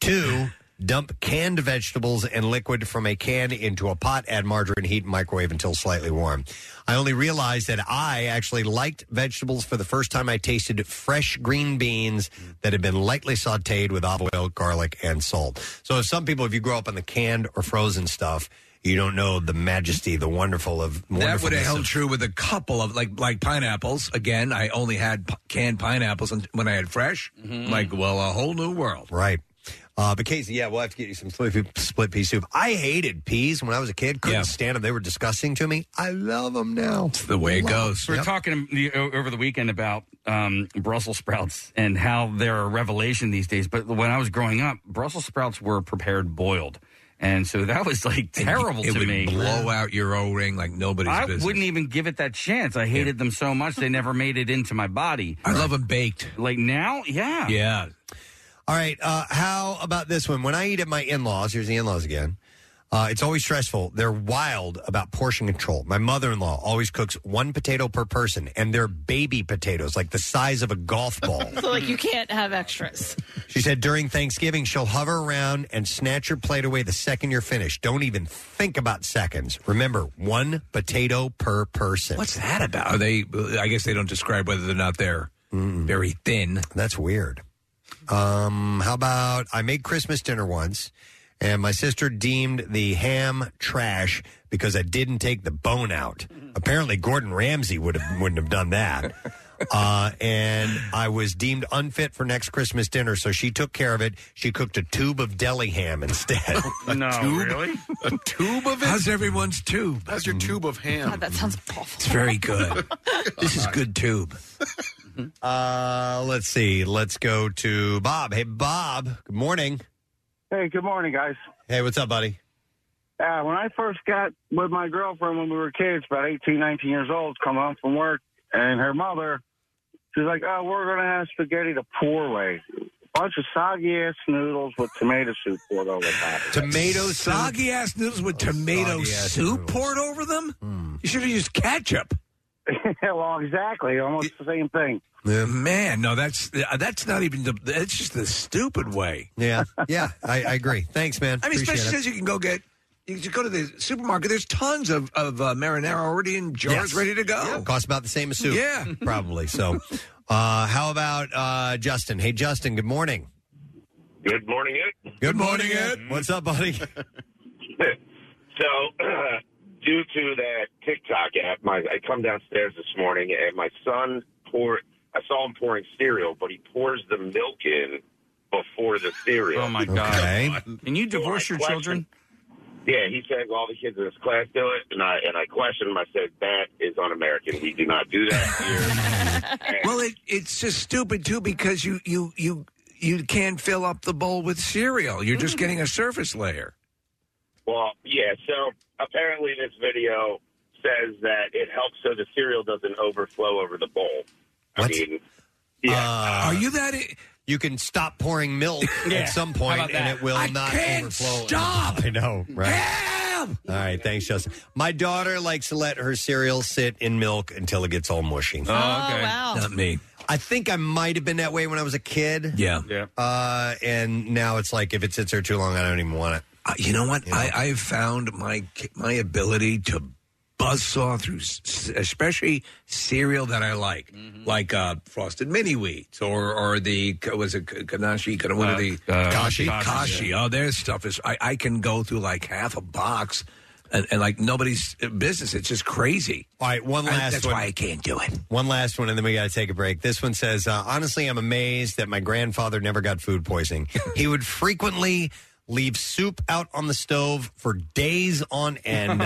S4: Two." Dump canned vegetables and liquid from a can into a pot, add margarine, heat, and microwave until slightly warm. I only realized that I actually liked vegetables for the first time I tasted fresh green beans that had been lightly sauteed with olive oil, garlic, and salt. So, some people, if you grow up on the canned or frozen stuff, you don't know the majesty, the wonderful of
S3: That would have
S4: wonderfulness
S3: held
S4: of-
S3: true with a couple of like like pineapples. Again, I only had p- canned pineapples un- when I had fresh.
S8: Mm-hmm.
S3: Mm-hmm. Like, well, a whole new world.
S4: Right. Uh, but Casey, yeah, we'll have to get you some split, split pea soup. I hated peas when I was a kid. Couldn't stand them. They were disgusting to me. I love them now. It's
S3: the way it
S8: We were talking the- o- over the weekend about um, Brussels sprouts and how they're a revelation these days. But when I was growing up, Brussels sprouts were prepared boiled, and so that was like terrible
S3: it
S8: to
S3: would
S8: me.
S3: blow out your O ring like nobody's
S8: I
S3: business.
S8: wouldn't even give it that chance. I hated them so much they never made it into my body.
S3: I love them baked.
S8: Like now, yeah,
S3: yeah.
S4: All right. Uh, how about this one? When I eat at my in laws, here's the in laws again. Uh, it's always stressful. They're wild about portion control. My mother in law always cooks one potato per person, and they're baby potatoes, like the size of a golf ball.
S2: So like you can't have extras.
S4: she said during Thanksgiving, she'll hover around and snatch your plate away the second you're finished. Don't even think about seconds. Remember, one potato per person.
S3: What's that about? Are they? I guess they don't describe whether they're not there. Very thin.
S4: That's weird. Um, how about I made Christmas dinner once, and my sister deemed the ham trash because I didn't take the bone out. Apparently, Gordon Ramsay would have wouldn't have done that. Uh, and I was deemed unfit for next Christmas dinner, so she took care of it. She cooked a tube of deli ham instead.
S8: e-, no, really?
S4: A tube of it?
S3: How's everyone's tube?
S6: How's your tube of ham?
S2: God, that sounds awful.
S3: It's very good. this is good tube.
S4: Uh, let's see. Let's go to Bob. Hey, Bob. Good morning.
S9: Hey, good morning, guys.
S4: Hey, what's up, buddy?
S9: Uh, when I first got with my girlfriend when we were kids, about 18, 19 years old, coming home from work, and her mother, she's like, oh, we're going to have spaghetti the poor way. Bunch of soggy ass noodles with tomato soup poured over top.
S4: Tomato Oh,
S3: soggy ass noodles with tomato
S9: soggy-ass
S3: soup poured over them.
S4: Hmm.
S3: You should have used ketchup.
S9: well, exactly. Almost the same thing.
S3: Man, no, that's uh, that's not even the. That's just the stupid way.
S4: Yeah, yeah, I, I agree. Thanks, man.
S3: I mean,
S4: Appreciate
S3: especially
S4: it.
S3: since you can go get. You can just go to the supermarket. There's tons of of uh, marinara already in jars
S4: Yes.
S3: ready to go.
S4: Yeah, costs about the same as soup.
S3: Yeah.
S4: probably. So, uh, how about uh, Justin? Hey, Justin. Good morning.
S19: Good morning, Ed.
S4: Good morning, Ed. What's up, buddy?
S19: So, due to that TikTok at my. I come downstairs this morning, and my son pour. I saw him pouring cereal, but he pours the milk in before the cereal.
S8: Oh my god! Can you divorce
S19: My
S8: your
S19: question-
S8: children?
S19: Yeah, he said well, all the kids in his class do it, and I and I questioned him. I said that is un-American. We do not do that here.
S3: well, it, it's just stupid too because you you you you can't fill up the bowl with cereal. You're
S4: Mm.
S3: just getting a surface layer.
S19: well, yeah. So apparently, this video says that it helps so the cereal doesn't overflow over the bowl. I mean,
S4: Are
S3: you that?
S4: you can stop pouring milk
S19: Yeah.
S4: at some
S19: How
S4: point,
S19: about
S4: and
S19: that?
S4: it will
S19: I
S4: not
S19: can't
S4: overflow.
S19: stop.
S4: I know, right? All right, thanks, Justin. My daughter likes to let her cereal sit in milk until it gets all mushy.
S3: Oh, okay. wow. Not me.
S4: I think I might have been that way when I was a kid.
S3: Yeah.
S4: yeah. Uh, and now it's like if it sits there too long, I don't even want it.
S3: Uh, you know what? I, I've found my my ability to buzzsaw through, s- especially cereal that I like,
S8: Mm-hmm.
S3: like uh, Frosted Mini Wheats or or the was it Kanashi? Kana- What are
S8: Uh,
S3: the
S8: uh,
S3: Kashi?
S8: Kashi,
S3: Kashi. Oh, their stuff is. I, I can go through like half a box. And, and like nobody's business. It's just crazy.
S4: All right, one
S3: I-
S4: last
S3: that's
S4: one.
S3: why I can't do it.
S4: One last one, and then we got to take a break. This one says, uh, honestly, I'm amazed that my grandfather never got food poisoning. he would frequently leave soup out on the stove for days on end,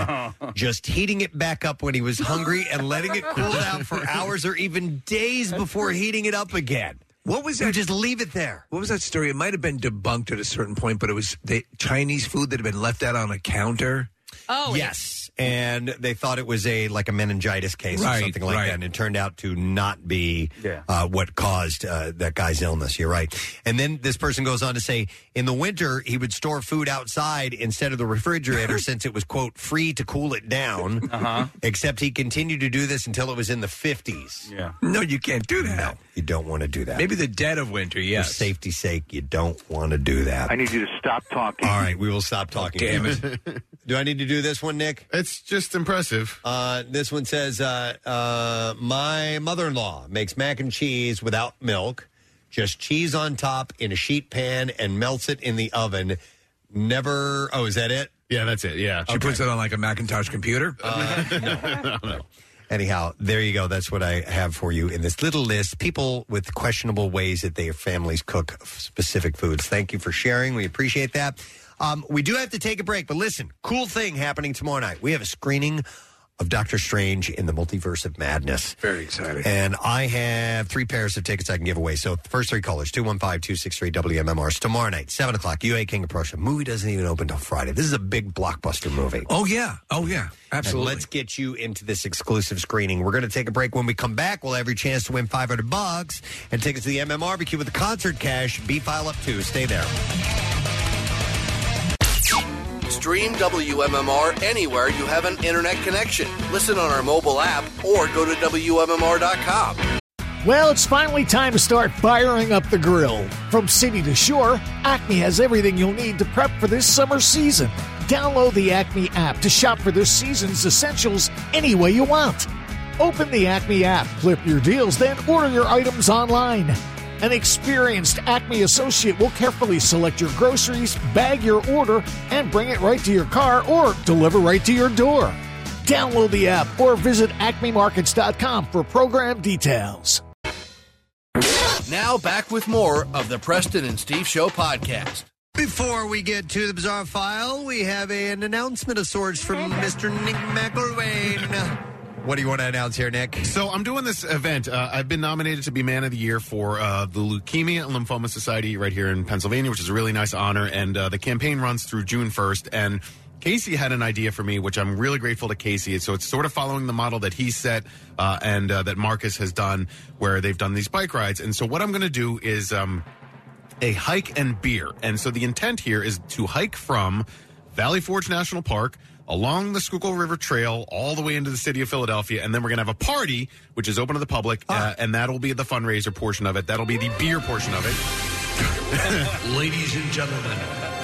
S4: just heating it back up when he was hungry and letting it cool down for hours or even days before heating it up again.
S3: What was
S4: that? just leave it there.
S3: What was that story? It might have been debunked at a certain point, but it was the Chinese food that had been left out on a counter.
S4: Oh, yes. And they thought it was a like a meningitis case or
S3: Right,
S4: something like
S3: right.
S4: that, and it turned out to not be uh, what caused uh, that guy's illness. You're right. And then this person goes on to say, in the winter, he would store food outside instead of the refrigerator since it was quote free to cool it down.
S8: Uh-huh.
S4: Except he continued to do this until it was in the 50s.
S8: Yeah.
S3: No, you can't do that.
S4: You don't want to do that.
S3: Maybe the dead of winter.
S4: For
S3: Yes.
S4: safety's sake, you don't want to do that.
S3: I
S4: need you to stop talking. All right, we will stop talking.
S3: Oh, damn it.
S4: Do I need to do this one, Nick?
S6: It's just impressive.
S4: Uh, this one says, uh, uh, "My mother-in-law makes mac and cheese without milk, just cheese on top in a sheet pan, and melts it in the oven. Never. Oh, is that it?
S6: Yeah, that's it. Yeah,
S3: She puts it on like a Macintosh computer.
S4: Uh, Anyhow, there you go. That's what I have for you in this little list. People with questionable ways that their families cook f- specific foods. Thank you for sharing. We appreciate that. Um, we do have to take a break, but listen, cool thing happening tomorrow night. We have a screening of Doctor Strange in the Multiverse of Madness.
S3: Very exciting.
S4: And I have three pairs of tickets I can give away. So, first three callers 215 263 WMMRs tomorrow night, 7 o'clock, UA King of Prussia. Movie doesn't even open till Friday. This is a big blockbuster movie.
S3: Oh yeah. Oh yeah. Absolutely.
S4: And let's get you into this exclusive screening. We're going to take a break. When we come back, we'll have your chance to win 500 bucks and tickets to the MMRBQ with the concert cash. B file up too. Stay there.
S20: Stream WMMR anywhere you have an internet connection. Listen on our mobile app or go to WMMR.com.
S21: Well, it's finally time to start firing up the grill. From city to shore, Acme has everything you'll need to prep for this summer season. Download the Acme app to shop for this season's essentials any way you want. Open the Acme app, clip your deals, then order your items online. An experienced Acme associate will carefully select your groceries, bag your order, and bring it right to your car or deliver right to your door. Download the app or visit acmemarkets.com for program details.
S20: Now back with more of the Preston and Steve Show podcast.
S4: Before we get to the bizarre file, we have an announcement of sorts from Mr. Nick McElwain. What do you want to announce here, Nick?
S6: So I'm doing this event. Uh, I've been nominated to be Man of the Year for uh, the Leukemia and Lymphoma Society right here in Pennsylvania, which is a really nice honor. And uh, the campaign runs through June 1st. And Casey had an idea for me, which I'm really grateful to Casey. So it's sort of following the model that he set uh, and uh, that Marcus has done, where they've done these bike rides. And so what I'm going to do is. Um, a hike and beer. And so the intent here is to hike from Valley Forge National Park along the Schuylkill River Trail all the way into the city of Philadelphia. And then we're going to have a party, which is open to the public. Uh, and that'll be the fundraiser portion of it. That'll be the beer portion of it.
S3: uh, Ladies and gentlemen,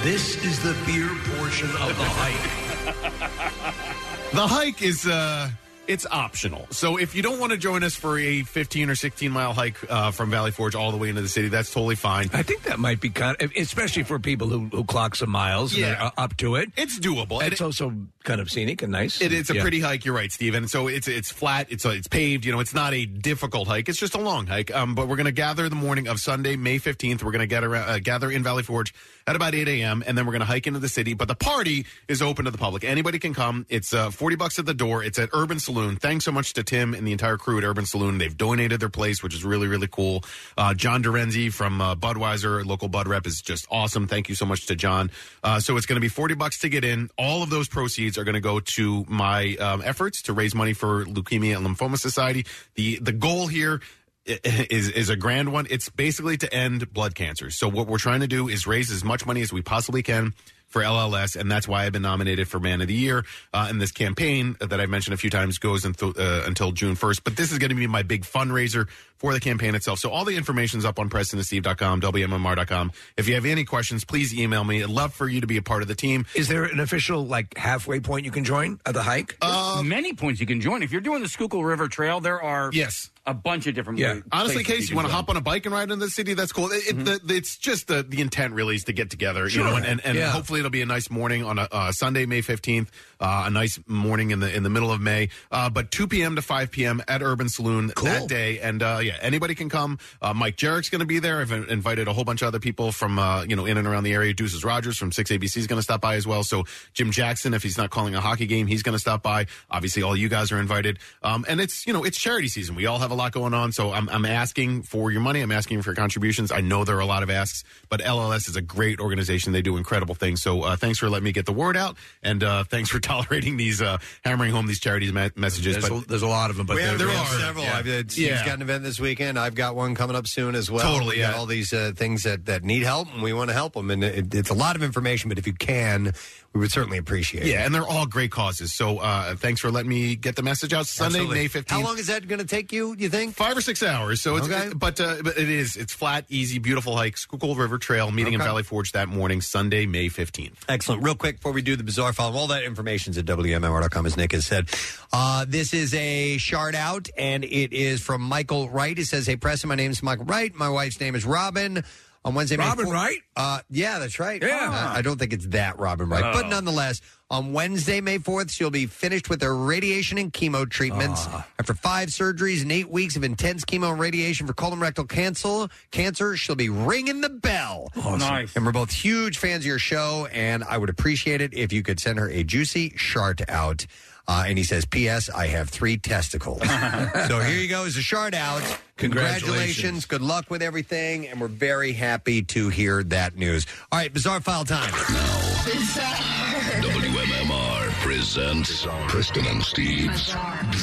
S3: this is the beer portion of the hike.
S6: The hike is, uh, It's optional. So if you don't want to join us for a 15 or 16 mile hike uh, from Valley Forge all the way into the city, that's totally fine.
S3: I think that might be kind of, especially for people who, who clock some miles and
S6: Yeah.
S3: are up to it.
S6: It's doable.
S3: It's also kind of scenic and nice.
S6: It, it's a
S3: Yeah.
S6: pretty hike. You're right, Steven. So it's it's flat. It's uh, it's paved. You know, it's not a difficult hike. It's just a long hike. Um, but we're gonna gather the morning of Sunday, May 15th. We're gonna get around, uh, gather in Valley Forge at about 8 a.m. and then we're gonna hike into the city. But the party is open to the public. Anybody can come. It's uh, 40 bucks at the door. It's at Urban Saloon. Thanks so much to Tim and the entire crew at Urban Saloon. They've donated their place, which is really really cool. Uh, John Dorenzi from uh, Budweiser, local Bud rep, is just awesome. Thank you so much to John. Uh, so it's going to be 40 bucks to get in. All of those proceeds are going to go to my um, efforts to raise money for Leukemia and Lymphoma Society. The the goal here i- is is a grand one. It's basically to end blood cancer. So what we're trying to do is raise as much money as we possibly can for LLS, and that's why I've been nominated for Man of the Year. Uh, and this campaign that I've mentioned a few times goes until, uh, until June 1st. But this is going to be my big fundraiser for the campaign itself. So all the information's up on PrestonandSteve.com, WMMR.com. If you have any questions, please email me. I'd love for you to be a part of the team.
S3: Is there an official like halfway point you can join at the hike?
S4: Um,
S8: many points you can join. If you're doing the Schuylkill River Trail, there are
S6: yes
S8: a bunch of different.
S6: Yeah,
S8: places
S6: honestly, Case, you want to
S8: can go.
S6: hop on a bike and ride in the city? That's cool. It, it, the, it's just the, the intent really is to get together,
S3: Mm-hmm. Sure.
S6: you know, and, and, and
S3: Yeah.
S6: hopefully it'll be a nice morning on a uh, Sunday, May fifteenth, uh, a nice morning in the in the middle of May. Uh, but two p.m. to five p.m. at Urban Saloon that day, and uh, yeah, anybody can come. Uh, Mike Jarrett's going to be there. I've in- invited a whole bunch of other people from uh, you know in and around the area. Deuces Rogers from Six ABC is going to stop by as well. So Jim Jackson, if he's not calling a hockey game, he's going to stop by. Obviously, all you guys are invited. Um, and it's you know it's charity season. We all have a lot going on, so I'm, I'm asking for your money. I'm asking for your contributions. I know there are a lot of asks, but LLS is a great organization. They do incredible things. So uh, thanks for letting me get the word out, and uh, thanks for tolerating these uh, hammering home these charities me- messages.
S3: There's
S6: but
S3: a- there's a lot of them, but
S6: We
S4: Yeah,
S6: have-
S4: there, are
S6: are
S4: several.
S6: Yeah.
S4: I've, uh, Steve's
S6: Yeah.
S4: got an event this weekend. I've got one coming up soon as well.
S6: Totally,
S4: We got
S6: yeah.
S4: all these uh, things that, that need help, and we want to help them. And it, it's a lot of information, but if you can, we would certainly appreciate it.
S6: Yeah, and they're all great causes. So uh, thanks for letting me get the message out Sunday,
S4: Absolutely.
S6: May 15th.
S4: How long is that going to take you, you think?
S6: Five or six hours. So it's
S4: Okay.
S6: but uh, but it is it's flat, easy, beautiful hike. Schuylkill River Trail meeting in
S4: Okay.
S6: Valley Forge that morning, Sunday, May fifteenth.
S4: Excellent. Real quick before we do the bizarre file, all that information's at WMMR.com, as Nick has said. Uh, this is a shard out, and it is from Michael Wright. It says, Hey, Preston, my name's Michael Wright. My wife's name is Robin. On Wednesday,
S3: Robin
S4: May
S3: Wright?
S4: Uh, yeah, that's right.
S3: Yeah.
S4: Uh, I don't think it's that Robin Wright, but
S3: Oh.
S4: nonetheless, on Wednesday, May 4th, she'll be finished with her radiation and chemo treatments. After five surgeries and eight weeks of intense chemo and radiation for colon rectal cancer, cancer, she'll be ringing the bell.
S8: Nice.
S4: And we're both huge fans of your show, and I would appreciate it if you could send her a juicy shart out. Uh, and he says, P.S. I have three testicles. so here you go is a shard out. Congratulations.
S3: Congratulations.
S4: Good luck with everything. And we're very happy to hear that news. All right, bizarre file time.
S14: WMMR presents Preston and Steve's Bizarre,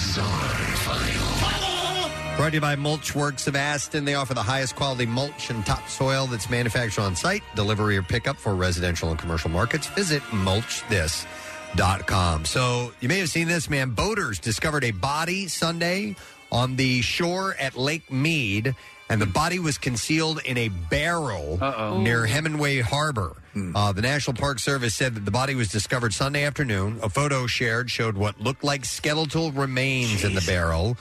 S14: File.
S4: Brought to you by Mulch Works of Aston. They offer the highest quality mulch and topsoil that's manufactured on site. Delivery or pickup for residential and commercial markets. Visit mulchthis.com. So you may have seen this, man. Boaters discovered a body Sunday on the shore at Lake Mead, and the body was concealed in a barrel near Hemingway Harbor. Uh, the National Park Service said that the body was discovered Sunday afternoon. A photo shared showed what looked like skeletal remains in the barrel.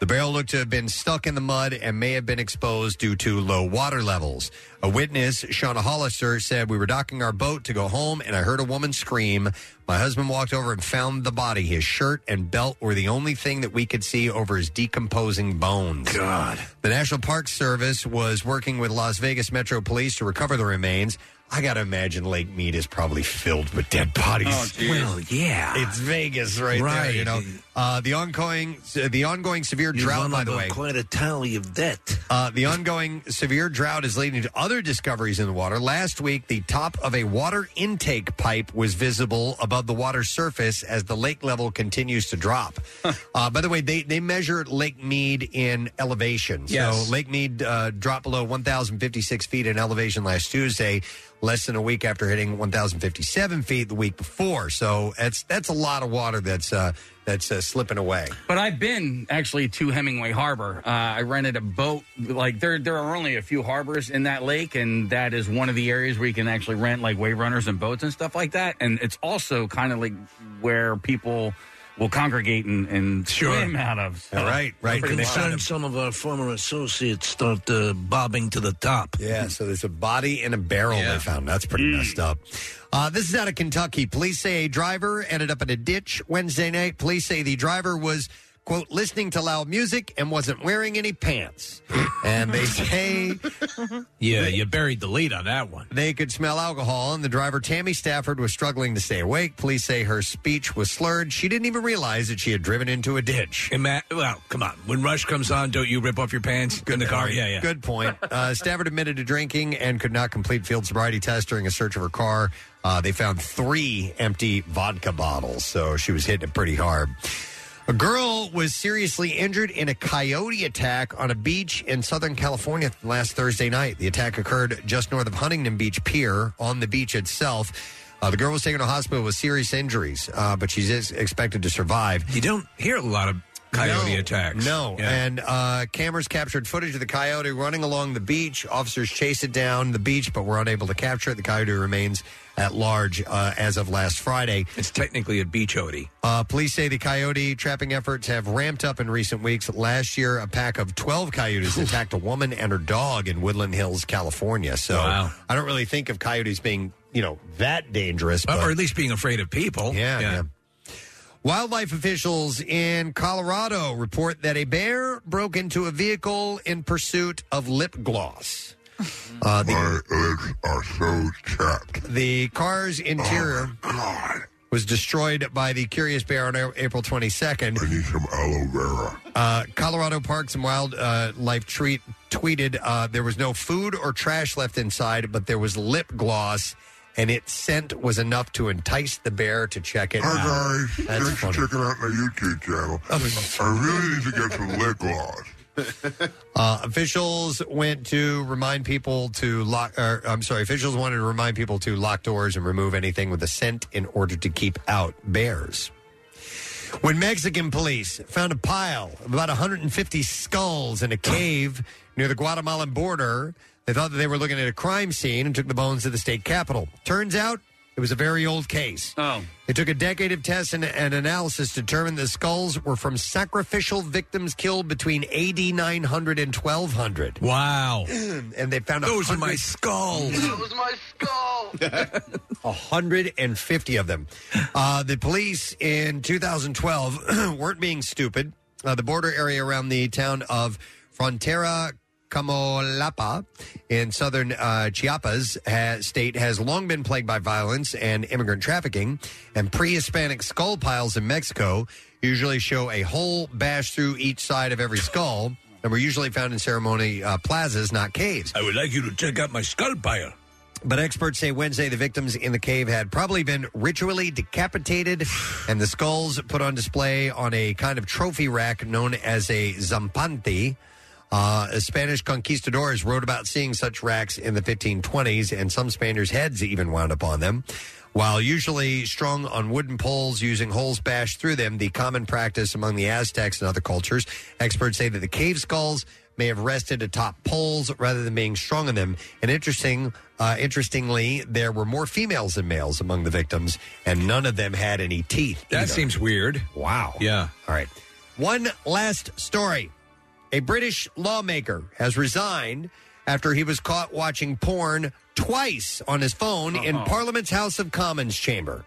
S4: The barrel looked to have been stuck in the mud and may have been exposed due to low water levels. A witness, Shauna Hollister, said, We were docking our boat to go home and I heard a woman scream. My husband walked over and found the body. His shirt and belt were the only thing that we could see over his decomposing bones. God. The National Park Service was working with Las Vegas Metro Police to recover the remains. I got to imagine Lake Mead is probably filled with dead bodies.
S10: Oh,
S3: well, yeah.
S4: It's Vegas right, there, you know. Uh, the ongoing the ongoing severe
S3: You
S4: drought,
S3: run
S4: by
S3: up
S4: the
S3: a
S4: way.
S3: quite a tally of debt.
S4: Uh, the ongoing severe drought is leading to other discoveries in the water. Last week, the top of a water intake pipe was visible above the water surface as the lake level continues to drop. uh, by the way, they, they measure Lake Mead in elevation.
S3: Yes.
S4: So Lake Mead uh, dropped below 1,056 feet in elevation last Tuesday, less than a week after hitting 1,057 feet the week before. So that's that's a lot of water that's uh, that's uh, slipping away.
S8: But I've been actually to Hemingway Harbor. Uh, I rented a boat. Like there, there are only a few harbors in that lake, and that is one of the areas where you can actually rent like wave runners and boats and stuff like that. And it's also kind of like where people will congregate and, and
S4: Sure.
S8: swim out of. So-
S22: Concerned some of our former associates start uh, bobbing to the top.
S4: Yeah, so there's a body in a barrel they found. That's pretty messed up. Uh, this is out of Kentucky. Police say a driver ended up in a ditch Wednesday night. Police say the driver was, quote, listening to loud music and wasn't wearing any pants. and they say
S22: Yeah, you buried the lead on that one.
S4: They could smell alcohol, and the driver, Tammy Stafford, was struggling to stay awake. Police say her speech was slurred. She didn't even realize that she had driven into a ditch.
S22: Ima- well, come on. When Rush comes on, don't you rip off your pants in the car? Yeah, yeah.
S4: Good point. Uh, Stafford admitted to drinking and could not complete field sobriety tests during a search of her car. Uh, they found three empty vodka bottles, so she was hitting it pretty hard. A girl was seriously injured in a coyote attack on a beach in Southern California last Thursday night. The attack occurred just north of Huntington Beach Pier on the beach itself. Uh, the girl was taken to hospital with serious injuries, uh, but she's is expected to survive.
S22: You don't hear a lot of coyote
S4: No.
S22: attacks.
S4: No,
S22: Yeah.
S4: and uh, cameras captured footage of the coyote running along the beach. Officers chased it down the beach, but were unable to capture it. The coyote remains at large uh, as of last Friday.
S22: It's technically a beach odie.
S4: Uh, police say the coyote trapping efforts have ramped up in recent weeks. Last year, a pack of 12 coyotes attacked a woman and her dog in Woodland Hills, California. So
S22: Wow.
S4: I don't really think of coyotes being, you know, that dangerous. But
S22: or at least being afraid of people.
S4: Yeah, yeah. Wildlife officials in Colorado report that a bear broke into a vehicle in pursuit of lip gloss. Uh, the, are so chapped. The
S10: Oh,
S4: car's interior was destroyed by the curious bear on A- April 22nd. I need some aloe vera. Uh, Colorado Parks and Wildlife treat, tweeted uh, there was no food or trash left inside, but there was lip gloss. And its scent was enough to entice the bear to check it out.
S10: Hi guys,
S4: That's
S10: thanks
S4: funny.
S10: for checking out my YouTube
S4: Oh,
S10: channel. I really need to get some lip gloss.
S4: Uh, officials went to remind people to lock. Or, I'm sorry, officials wanted to remind people to lock doors and remove anything with a scent in order to keep out bears. When Mexican police found a pile of about 150 skulls in a cave near the Guatemalan border, they thought that they were looking at a crime scene and took the bones to the state capital. Turns out it was a very old case.
S8: Oh.
S4: It took a decade of tests and, and analysis to determine the skulls were from sacrificial victims killed between AD 900 and 1200.
S22: Wow.
S4: and they found
S22: Those are my
S4: 100
S22: skulls.
S4: Those are my skulls. 150 of them. Uh, the police in 2012 weren't being stupid. Uh, the border area around the town of Frontera Camolapa in southern uh, Chiapas has, state has long been plagued by violence and immigrant trafficking, and pre Hispanic skull piles in Mexico usually show a hole bashed through each side of every skull and were usually found in ceremony uh, plazas, not caves.
S22: I would like you to check out my skull pile.
S4: But experts say Wednesday the victims in the cave had probably been ritually decapitated and the skulls put on display on a kind of trophy rack known as a zampante. Uh, Spanish conquistadors wrote about seeing such racks in the 1520s, and some Spaniards' heads even wound up on them. While usually strung on wooden poles using holes bashed through them, the common practice among the Aztecs and other cultures, experts say that the cave skulls may have rested atop poles rather than being strung on them. And interesting, uh, interestingly, there were more females than males among the victims, and none of them had any teeth.
S22: That
S4: either.
S22: seems weird.
S4: Wow.
S22: Yeah.
S4: All right. One last story. A British lawmaker has resigned after he was caught watching porn twice on his phone in Parliament's House of Commons chamber.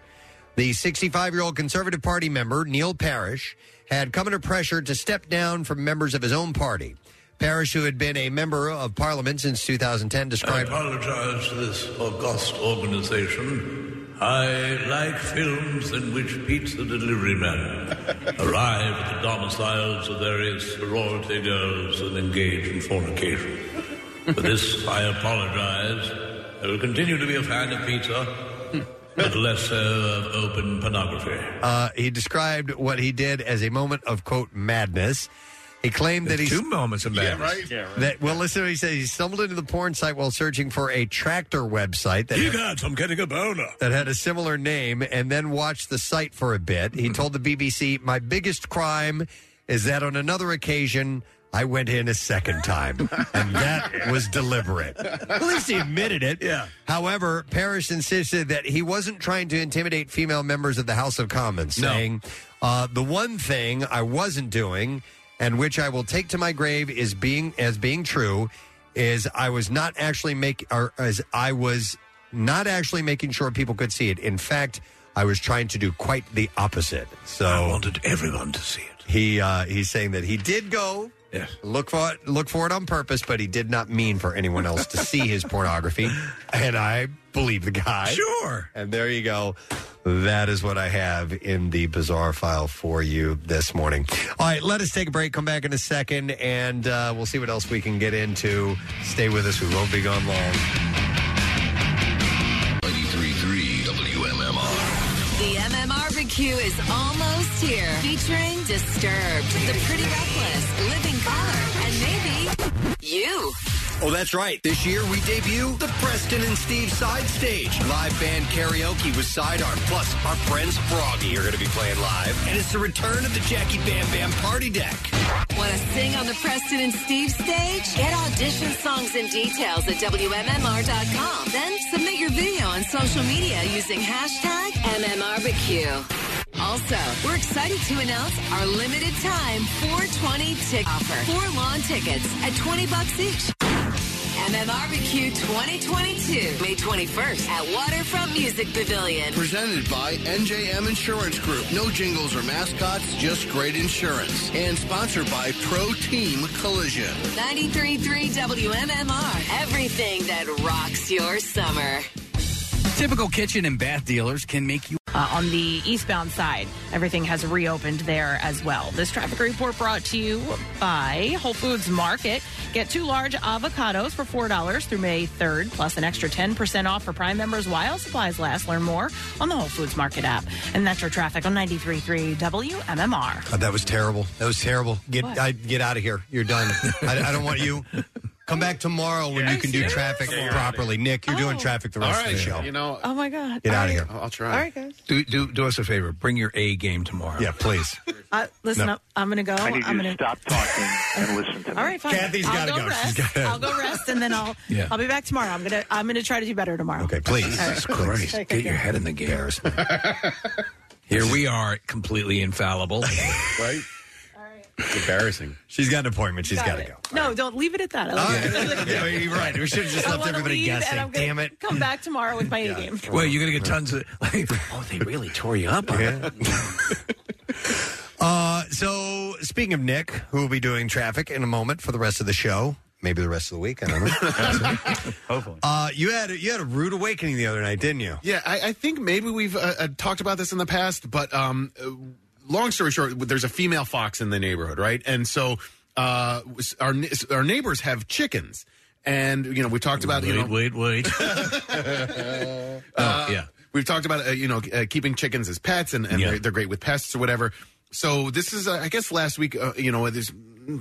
S4: The 65 year old Conservative Party member, Neil Parish, had come under pressure to step down from members of his own party. Parish, who had been a member of Parliament since 2010,
S22: I
S4: described.
S22: apologize to this august organization. I like films in which pizza delivery men arrive at the domiciles of various sorority girls and engage in fornication. For this, I apologize. I will continue to be a fan of pizza, but less so of open pornography.
S4: Uh, he described what he did as a moment of quote madness. He claimed that he
S22: Two moments of madness. Yeah, right. Yeah, right.
S4: That, well, listen to what he said. He stumbled into the porn site while searching for a tractor website that had,
S22: Egads, I'm getting a boner.
S4: that had a similar name, and then watched the site for a bit. He told the BBC, "My biggest crime is that on another occasion." I went in a second time, and that was deliberate. At least he admitted it. Yeah. However, Parrish insisted that he wasn't trying to intimidate female members of the House of Commons,
S1: No.
S4: saying, uh, "The one thing I wasn't doing, and which I will take to my grave, is being as being true, is I was not actually make or as I was not actually making sure people could see it. In fact, I was trying to do quite the opposite. So I wanted everyone to see it. He uh, he's saying that he did go." Look for it, look for it on purpose, but he did not mean for anyone else to see his pornography. And I believe the guy. Sure. And there you go. That is what I have in the bizarre file for you this morning. All right, let us take a break. Come back in a second, and uh, we'll see what else we can get into. Stay with us. We won't be gone long.
S14: 933 WMMR.
S12: The MMRBQ is almost here, featuring Disturbed, The Pretty Reckless, Living Color, and maybe you.
S4: Oh, that's right.
S23: This year we debut the Preston and Steve Side Stage. Live band karaoke with Sidearm, plus our friends Froggy are going to be playing live. And it's the return of the Jackie Bam Bam Party Deck.
S12: Want to sing on the Preston and Steve stage? Get audition songs and details at WMMR.com. Then submit your video on social media using hashtag MMRBQ. Also, we're excited to announce our limited time 420 tick offer. Four lawn tickets at 20 bucks each. MMRBQ 2022, May 21st at Waterfront Music Pavilion.
S20: Presented by NJM Insurance Group. No jingles or mascots, just great insurance. And sponsored by Pro Team Collision.
S12: 93.3 WMMR, everything that rocks your summer.
S8: Typical kitchen and bath dealers can make you.
S2: Uh, on the eastbound side, everything has reopened there as well. This traffic report brought to you by Whole Foods Market. Get two large avocados for $4 through May 3rd, plus an extra 10% off for Prime members while supplies last. Learn more on the Whole Foods Market app. And that's your traffic on 93.3 WMMR.
S4: God, that was terrible. That was terrible. Get
S2: What?
S4: I, get out of here. You're done. I, I don't want you. Come back tomorrow when you can do traffic
S6: Yeah, you're
S4: properly. Nick, you're doing traffic the
S6: All
S4: rest of
S6: right,
S4: the show.
S6: you know,
S2: Oh, my God.
S4: Get out
S2: I-
S4: of here.
S6: I'll try.
S2: All right, guys.
S3: Do, do do us a favor. Bring your A game tomorrow. Yeah,
S4: please.
S2: Uh, listen,
S3: No.
S2: up. I'm going to go.
S3: I need
S2: am
S3: you to
S2: going
S3: stop
S2: talking.
S3: And listen
S2: All right, fine.
S4: Kathy's
S2: I'll
S4: gotta go. She's
S2: Rest.
S4: gotta-
S2: I'll go rest, and then I'll
S4: Yeah.
S2: I'll be back tomorrow. I'm gonna I'm gonna try to do better tomorrow.
S4: Okay, please.
S2: All right.
S3: Jesus Christ.
S2: Okay,
S3: Get
S2: okay.
S3: your head in the game. Here we are, completely infallible. right?
S6: It's embarrassing.
S4: She's got an appointment. She's got to go.
S2: No, don't leave it at that. I like it.
S4: yeah, you're right. We should have just
S2: I
S4: left
S2: wanna
S4: everybody
S2: leave, and
S4: guessing.
S2: I'm gonna
S4: Damn it.
S2: Come back tomorrow with my A game.
S3: Well, you're going to get tons of, like, oh, they really tore you up.
S4: Yeah. Uh, so, speaking of Nick, who will be doing traffic in a moment for the rest of the show, maybe the rest of the week, I don't know.
S8: Hopefully.
S4: uh, you had you had a rude awakening the other night, didn't you?
S6: Yeah, I, I think maybe we've uh, uh, talked about this in the past, but um, uh, long story short, there's a female fox in the neighborhood, right? And so uh, our ne- our neighbors have chickens, and you know we talked about you know
S3: wait wait.
S6: Uh,
S3: yeah.
S6: We've talked about uh, you know uh, keeping chickens as pets, and, and they're, they're great with pests or whatever. So this is, uh, I guess, last week. Uh, you know, this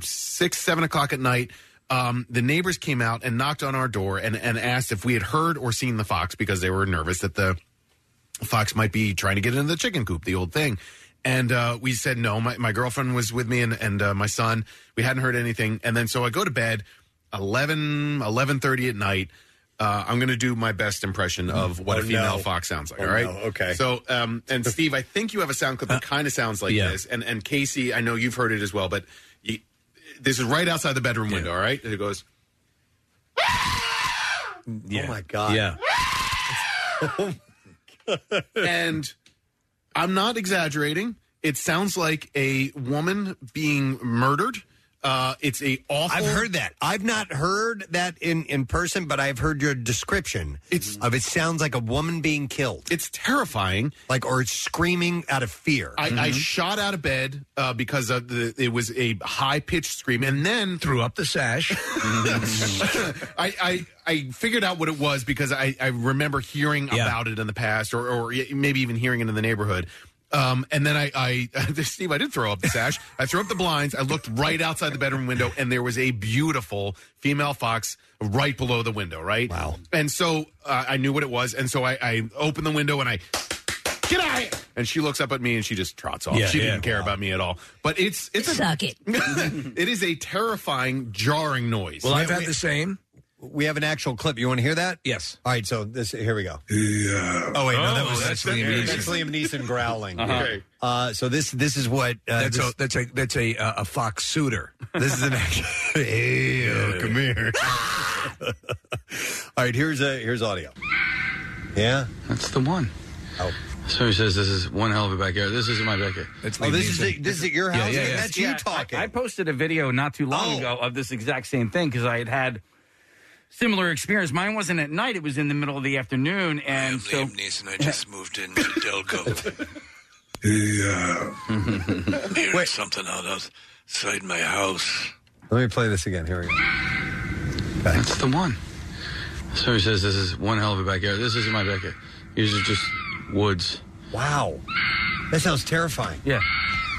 S6: six, seven o'clock at night. Um, the neighbors came out and knocked on our door and, and asked if we had heard or seen the fox because they were nervous that the fox might be trying to get into the chicken coop, the old thing. And uh, we said no. My, my girlfriend was with me and, and uh, my son. We hadn't heard anything. And then so I go to bed 11, 11.30 at night. Uh, I'm going to do my best impression of what
S4: Oh,
S6: a female
S4: no.
S6: fox sounds like.
S4: Oh,
S6: all right.
S4: no. Okay. Uh,
S6: So, um, and Steve, I think you have a sound clip that kind of sounds like
S4: yeah.
S6: this. And and Casey, I know you've heard it as well, but you, this is right outside the bedroom window. All right. And it goes.
S4: Oh my god.
S3: Yeah.
S6: Oh, and I'm not exaggerating. It sounds like a woman being murdered. Uh, it's a awful.
S4: I've heard that. I've not heard that in, in person, but I've heard your description it's, of it sounds like a woman being killed.
S6: It's terrifying.
S4: Like, or screaming out of fear. Mm-hmm.
S6: I, I shot out of bed uh, because of the, it was a high pitched scream, and then
S3: threw up the sash.
S4: Mm-hmm.
S6: I, I I figured out what it was because I, I remember hearing about it in the past, or or maybe even hearing it in the neighborhood. Um, and then I, I Steve, I did throw up the sash. I threw up the blinds. I looked right outside the bedroom window, and there was a beautiful female fox right below the window. Right. Wow. And so uh, I knew what it was, and so I, I opened the window and I Get out of here. And she looks up at me and she just trots off.
S1: Yeah,
S6: she
S1: yeah.
S6: didn't care about me at all. But it's it's a,
S1: Suck it.
S6: it is a terrifying, jarring noise.
S4: Well, I've had the
S3: same.
S4: We have an actual clip. You want to hear that?
S3: Yes.
S4: All right. So this here we go.
S3: Yeah.
S4: Oh wait, no, that
S3: Oh,
S4: was
S3: that's Liam Neeson.
S4: That's Liam Neeson growling.
S3: Uh-huh. Okay.
S4: Uh, so this this is what uh,
S3: that's,
S4: this-
S3: a, that's a that's a uh, a fox suitor.
S4: This is an action. hey, oh, come here. All right, here's a here's audio. Yeah,
S8: that's the one.
S4: Oh.
S8: So he says, "This is one hell of a backyard. This isn't my backyard."
S3: That's
S4: Oh, this is at- this is at your house.
S8: Yeah, yeah, yeah.
S4: That's you talking. Oh.
S8: I, I posted a video not too long ago of this exact same thing because I had had similar experience. Mine wasn't at night; it was in the middle of the afternoon, and so
S22: Neeson, I just moved into Delco.
S4: Yeah.
S22: Hearing something out outside my house.
S4: Let me play this again. Here we go.
S8: that's the one. So he says, "This is one hell of a backyard. This isn't my backyard. These are just woods."
S4: Wow, that sounds terrifying.
S8: Yeah.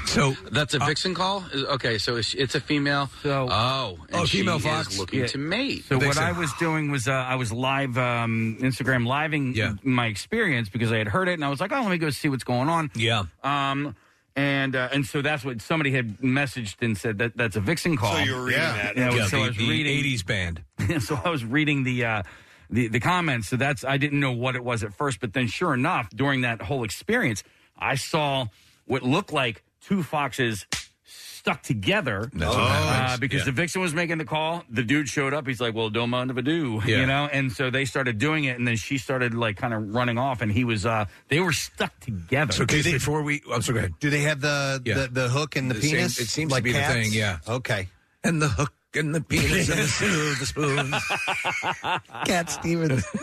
S3: So
S8: that's a vixen call. Is- Okay, so it's, it's a female. uh, So oh, and
S3: Oh,
S8: she
S3: female
S8: is
S3: fox.
S8: looking
S3: Yeah.
S8: to mate. So
S3: Vixen.
S8: what I was doing was uh, I was live um, Instagram living my experience because I had heard it and I was like, oh, let me go see what's going on.
S3: Yeah.
S8: Um, and uh, and so that's what somebody had messaged and said that that's a vixen call.
S3: So you were reading
S8: yeah.
S3: that.
S8: Yeah,
S3: Yeah,
S8: so
S3: the-
S8: I was
S3: the
S8: reading
S3: 80s band.
S8: so I was reading the uh, the the comments. So that's I didn't know what it was at first, but then sure enough, during that whole experience, I saw what looked like two foxes stuck together
S3: That's what happens.
S8: uh, because
S3: Yeah.
S8: the vixen was making the call the dude showed up he's like well don't mind if i do
S3: Yeah.
S8: you know and so they started doing it and then she started like kind of running off and he was uh they were stuck together
S3: So Casey, before we, oh, I'm sorry, go ahead.
S4: Do they have the
S3: Yeah.
S4: the, the hook and the,
S3: The same-
S4: penis?
S3: it seems to
S4: like
S3: be the
S4: cats?
S3: thing, yeah.
S4: Okay.
S3: And the hook and the penis and the silver spoon.
S4: Cat Stevens.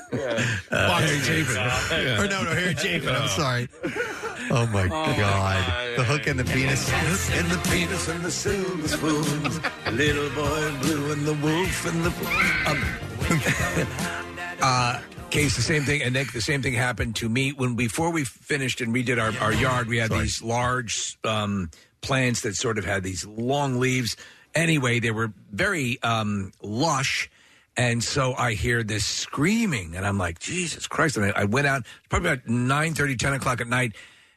S3: Uh, Harry
S4: Stevens.
S3: Chapin.
S4: Or no, no, Harry Chapin.
S3: Oh.
S4: I'm sorry. Oh my God. the hook and the penis.
S3: and the penis and the silver spoons. Little boy blue and the wolf and the. Um, uh, Case, the same thing, and Nick, the same thing happened to me when before we finished and redid our, our yard. We had these large um, plants that sort of had these long leaves. Anyway, they were very um, lush. And so I hear this screaming, and I'm like, Jesus Christ. And I, I went out, probably about 9 10 o'clock at night,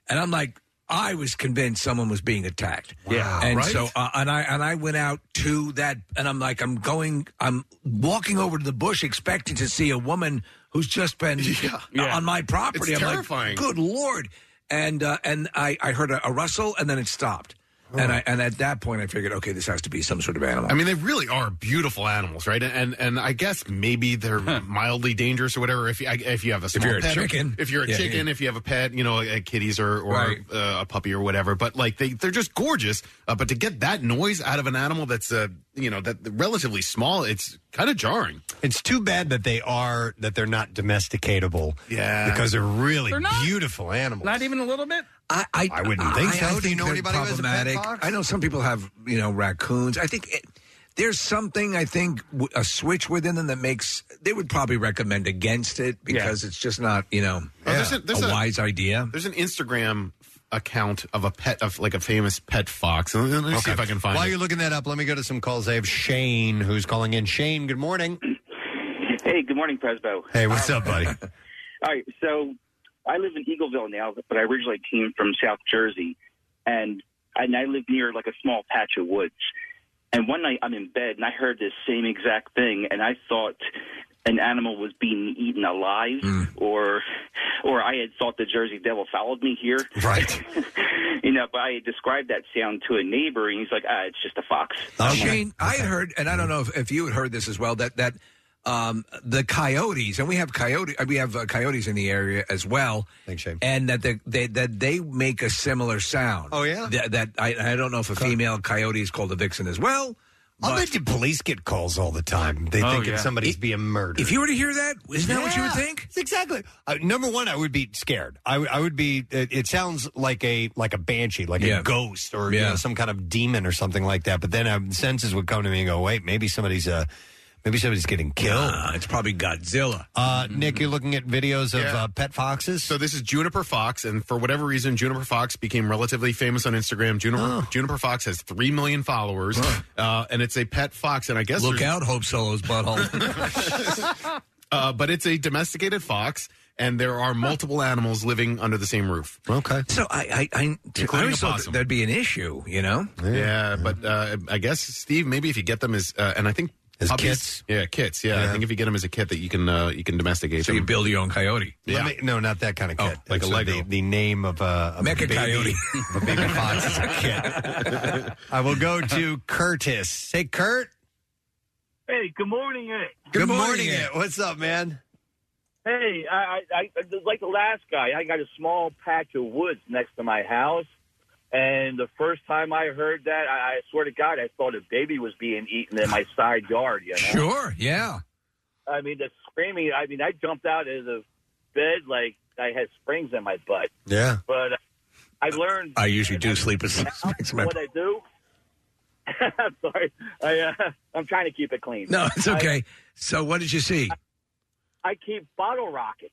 S3: and I'm like, I was convinced someone was being attacked.
S1: Yeah,
S3: and
S1: right?
S3: so uh, and I and I went out to that, and I'm like, I'm going, I'm walking over to the bush, expecting to see a woman who's just been
S1: Yeah.
S3: on my property.
S1: It's
S3: I'm
S1: terrifying.
S3: Like, Good lord! And uh, and I I heard a, a rustle, and then it stopped. And I and at that point I figured, okay, this has to be some sort of animal.
S6: I mean, they really are beautiful animals, right? And and I guess maybe they're mildly dangerous or whatever. If you I- if you have a small
S3: you're a
S6: pet,
S3: chicken.
S6: if you're a
S3: Yeah,
S6: chicken,
S3: yeah.
S6: if you have a pet, you know, uh, kitties or or uh, a puppy or whatever. But like they they're just gorgeous. Uh, but to get that noise out of an animal that's uh you know that relatively small, it's kind of jarring.
S4: It's too bad that they are that they're not domesticatable. Yeah, because they're really
S8: They're not.
S4: beautiful animals.
S8: not even a little bit
S3: I I,
S4: I wouldn't think so.
S3: I, I
S4: Do you
S3: think
S4: know
S3: they're
S4: anybody who has a pet
S3: problematic.
S4: fox?
S3: I know some people have you know raccoons. I think it, there's something I think w- a switch within them that makes they would probably recommend against it because it's just not you know
S6: Oh, there's a- there's
S3: a,
S6: a-
S3: wise idea.
S6: There's an Instagram account of a pet of like a famous pet fox. Let me let me see
S4: Okay.
S6: if I can find
S4: While
S6: it.
S4: you're looking that up, let me go to some calls. I have Shane who's calling in. Shane, good morning.
S5: Hey, good morning, Presbo.
S4: Hey, what's up, buddy?
S5: All right, so I live in Eagleville now, but I originally came from South Jersey, and and I live near like a small patch of woods. And one night I'm in bed and I heard this same exact thing, and I thought an animal was being eaten alive, or or I had thought the Jersey Devil followed me here,
S4: right?
S5: you know, but I had described that sound to a neighbor, and he's like, ah, it's just a fox.
S3: Shane, I had heard, and I don't know if, if you had heard this as well, that that um, the coyotes, and we have coyote, uh, we have uh, coyotes in the area as well.
S4: Thanks, Shane.
S3: And that they, they that they make a similar sound. Oh yeah, that, that I, I don't know if a female coyote is called a vixen as well.
S4: I'll bet you police get calls all the time. They
S3: Oh,
S4: think
S3: yeah.
S4: it's somebody's being murdered.
S3: If you were to hear that, isn't that what you would
S4: Yeah,
S3: think?
S4: it's Exactly. Uh, number one, I would be scared. I, would- I would be. It, it sounds like a like a banshee, like
S3: Yeah.
S4: a ghost, or you
S3: Yeah.
S4: know, some kind of demon or something like that. But then um, senses would come to me and go, "Wait, maybe somebody's uh, maybe somebody's getting killed."
S3: it's probably Godzilla.
S4: Uh, Nick, you're looking at videos of uh, pet foxes.
S6: So this is Juniper Fox, and for whatever reason, Juniper Fox became relatively famous on Instagram. Juniper
S4: Oh.
S6: Juniper Fox has three million followers, uh, and it's a pet fox. And I guess
S3: Look
S6: there's-
S3: out, Hope Solo's butthole.
S6: uh, but it's a domesticated fox. and there are multiple animals living under the same roof.
S4: Okay.
S3: So I, I, I, I
S6: Including a
S3: always thought
S6: possum.
S3: that'd be an issue, you know?
S6: Yeah, but uh, I guess Steve, maybe if you get them as, uh, and I think
S4: as
S6: kits, yeah, kits, yeah, I think if you get them as a kit, that you can uh, you can domesticate.
S3: So
S6: them.
S3: you build your own coyote.
S6: Yeah.
S4: Let me- no, not that kind of kit.
S6: like a
S4: So
S6: Lego.
S4: The, the name of a, of a
S3: Mecha
S4: baby,
S3: coyote.
S4: a baby fox kit. I will go to Curtis. Hey, Kurt.
S1: Hey, good morning, eh? it.
S4: Good, morning.
S3: eh?
S4: It. What's up, man?
S1: Hey, I, I, I like the last guy. I got a small patch of woods next to my house, and the first time I heard that, I, I swear to God, I thought a baby was being eaten in my side yard. You know?
S3: Sure, yeah.
S1: I mean, the screaming. I mean, I jumped out of the bed like I had springs in my butt.
S4: Yeah.
S1: But uh, I
S3: Uh,
S1: learned
S3: I usually do sleep as
S1: what I do. I'm sorry. I, uh, I'm trying to keep it clean.
S3: No, it's
S1: I-
S3: okay. So what did you see?
S1: I keep bottle rockets.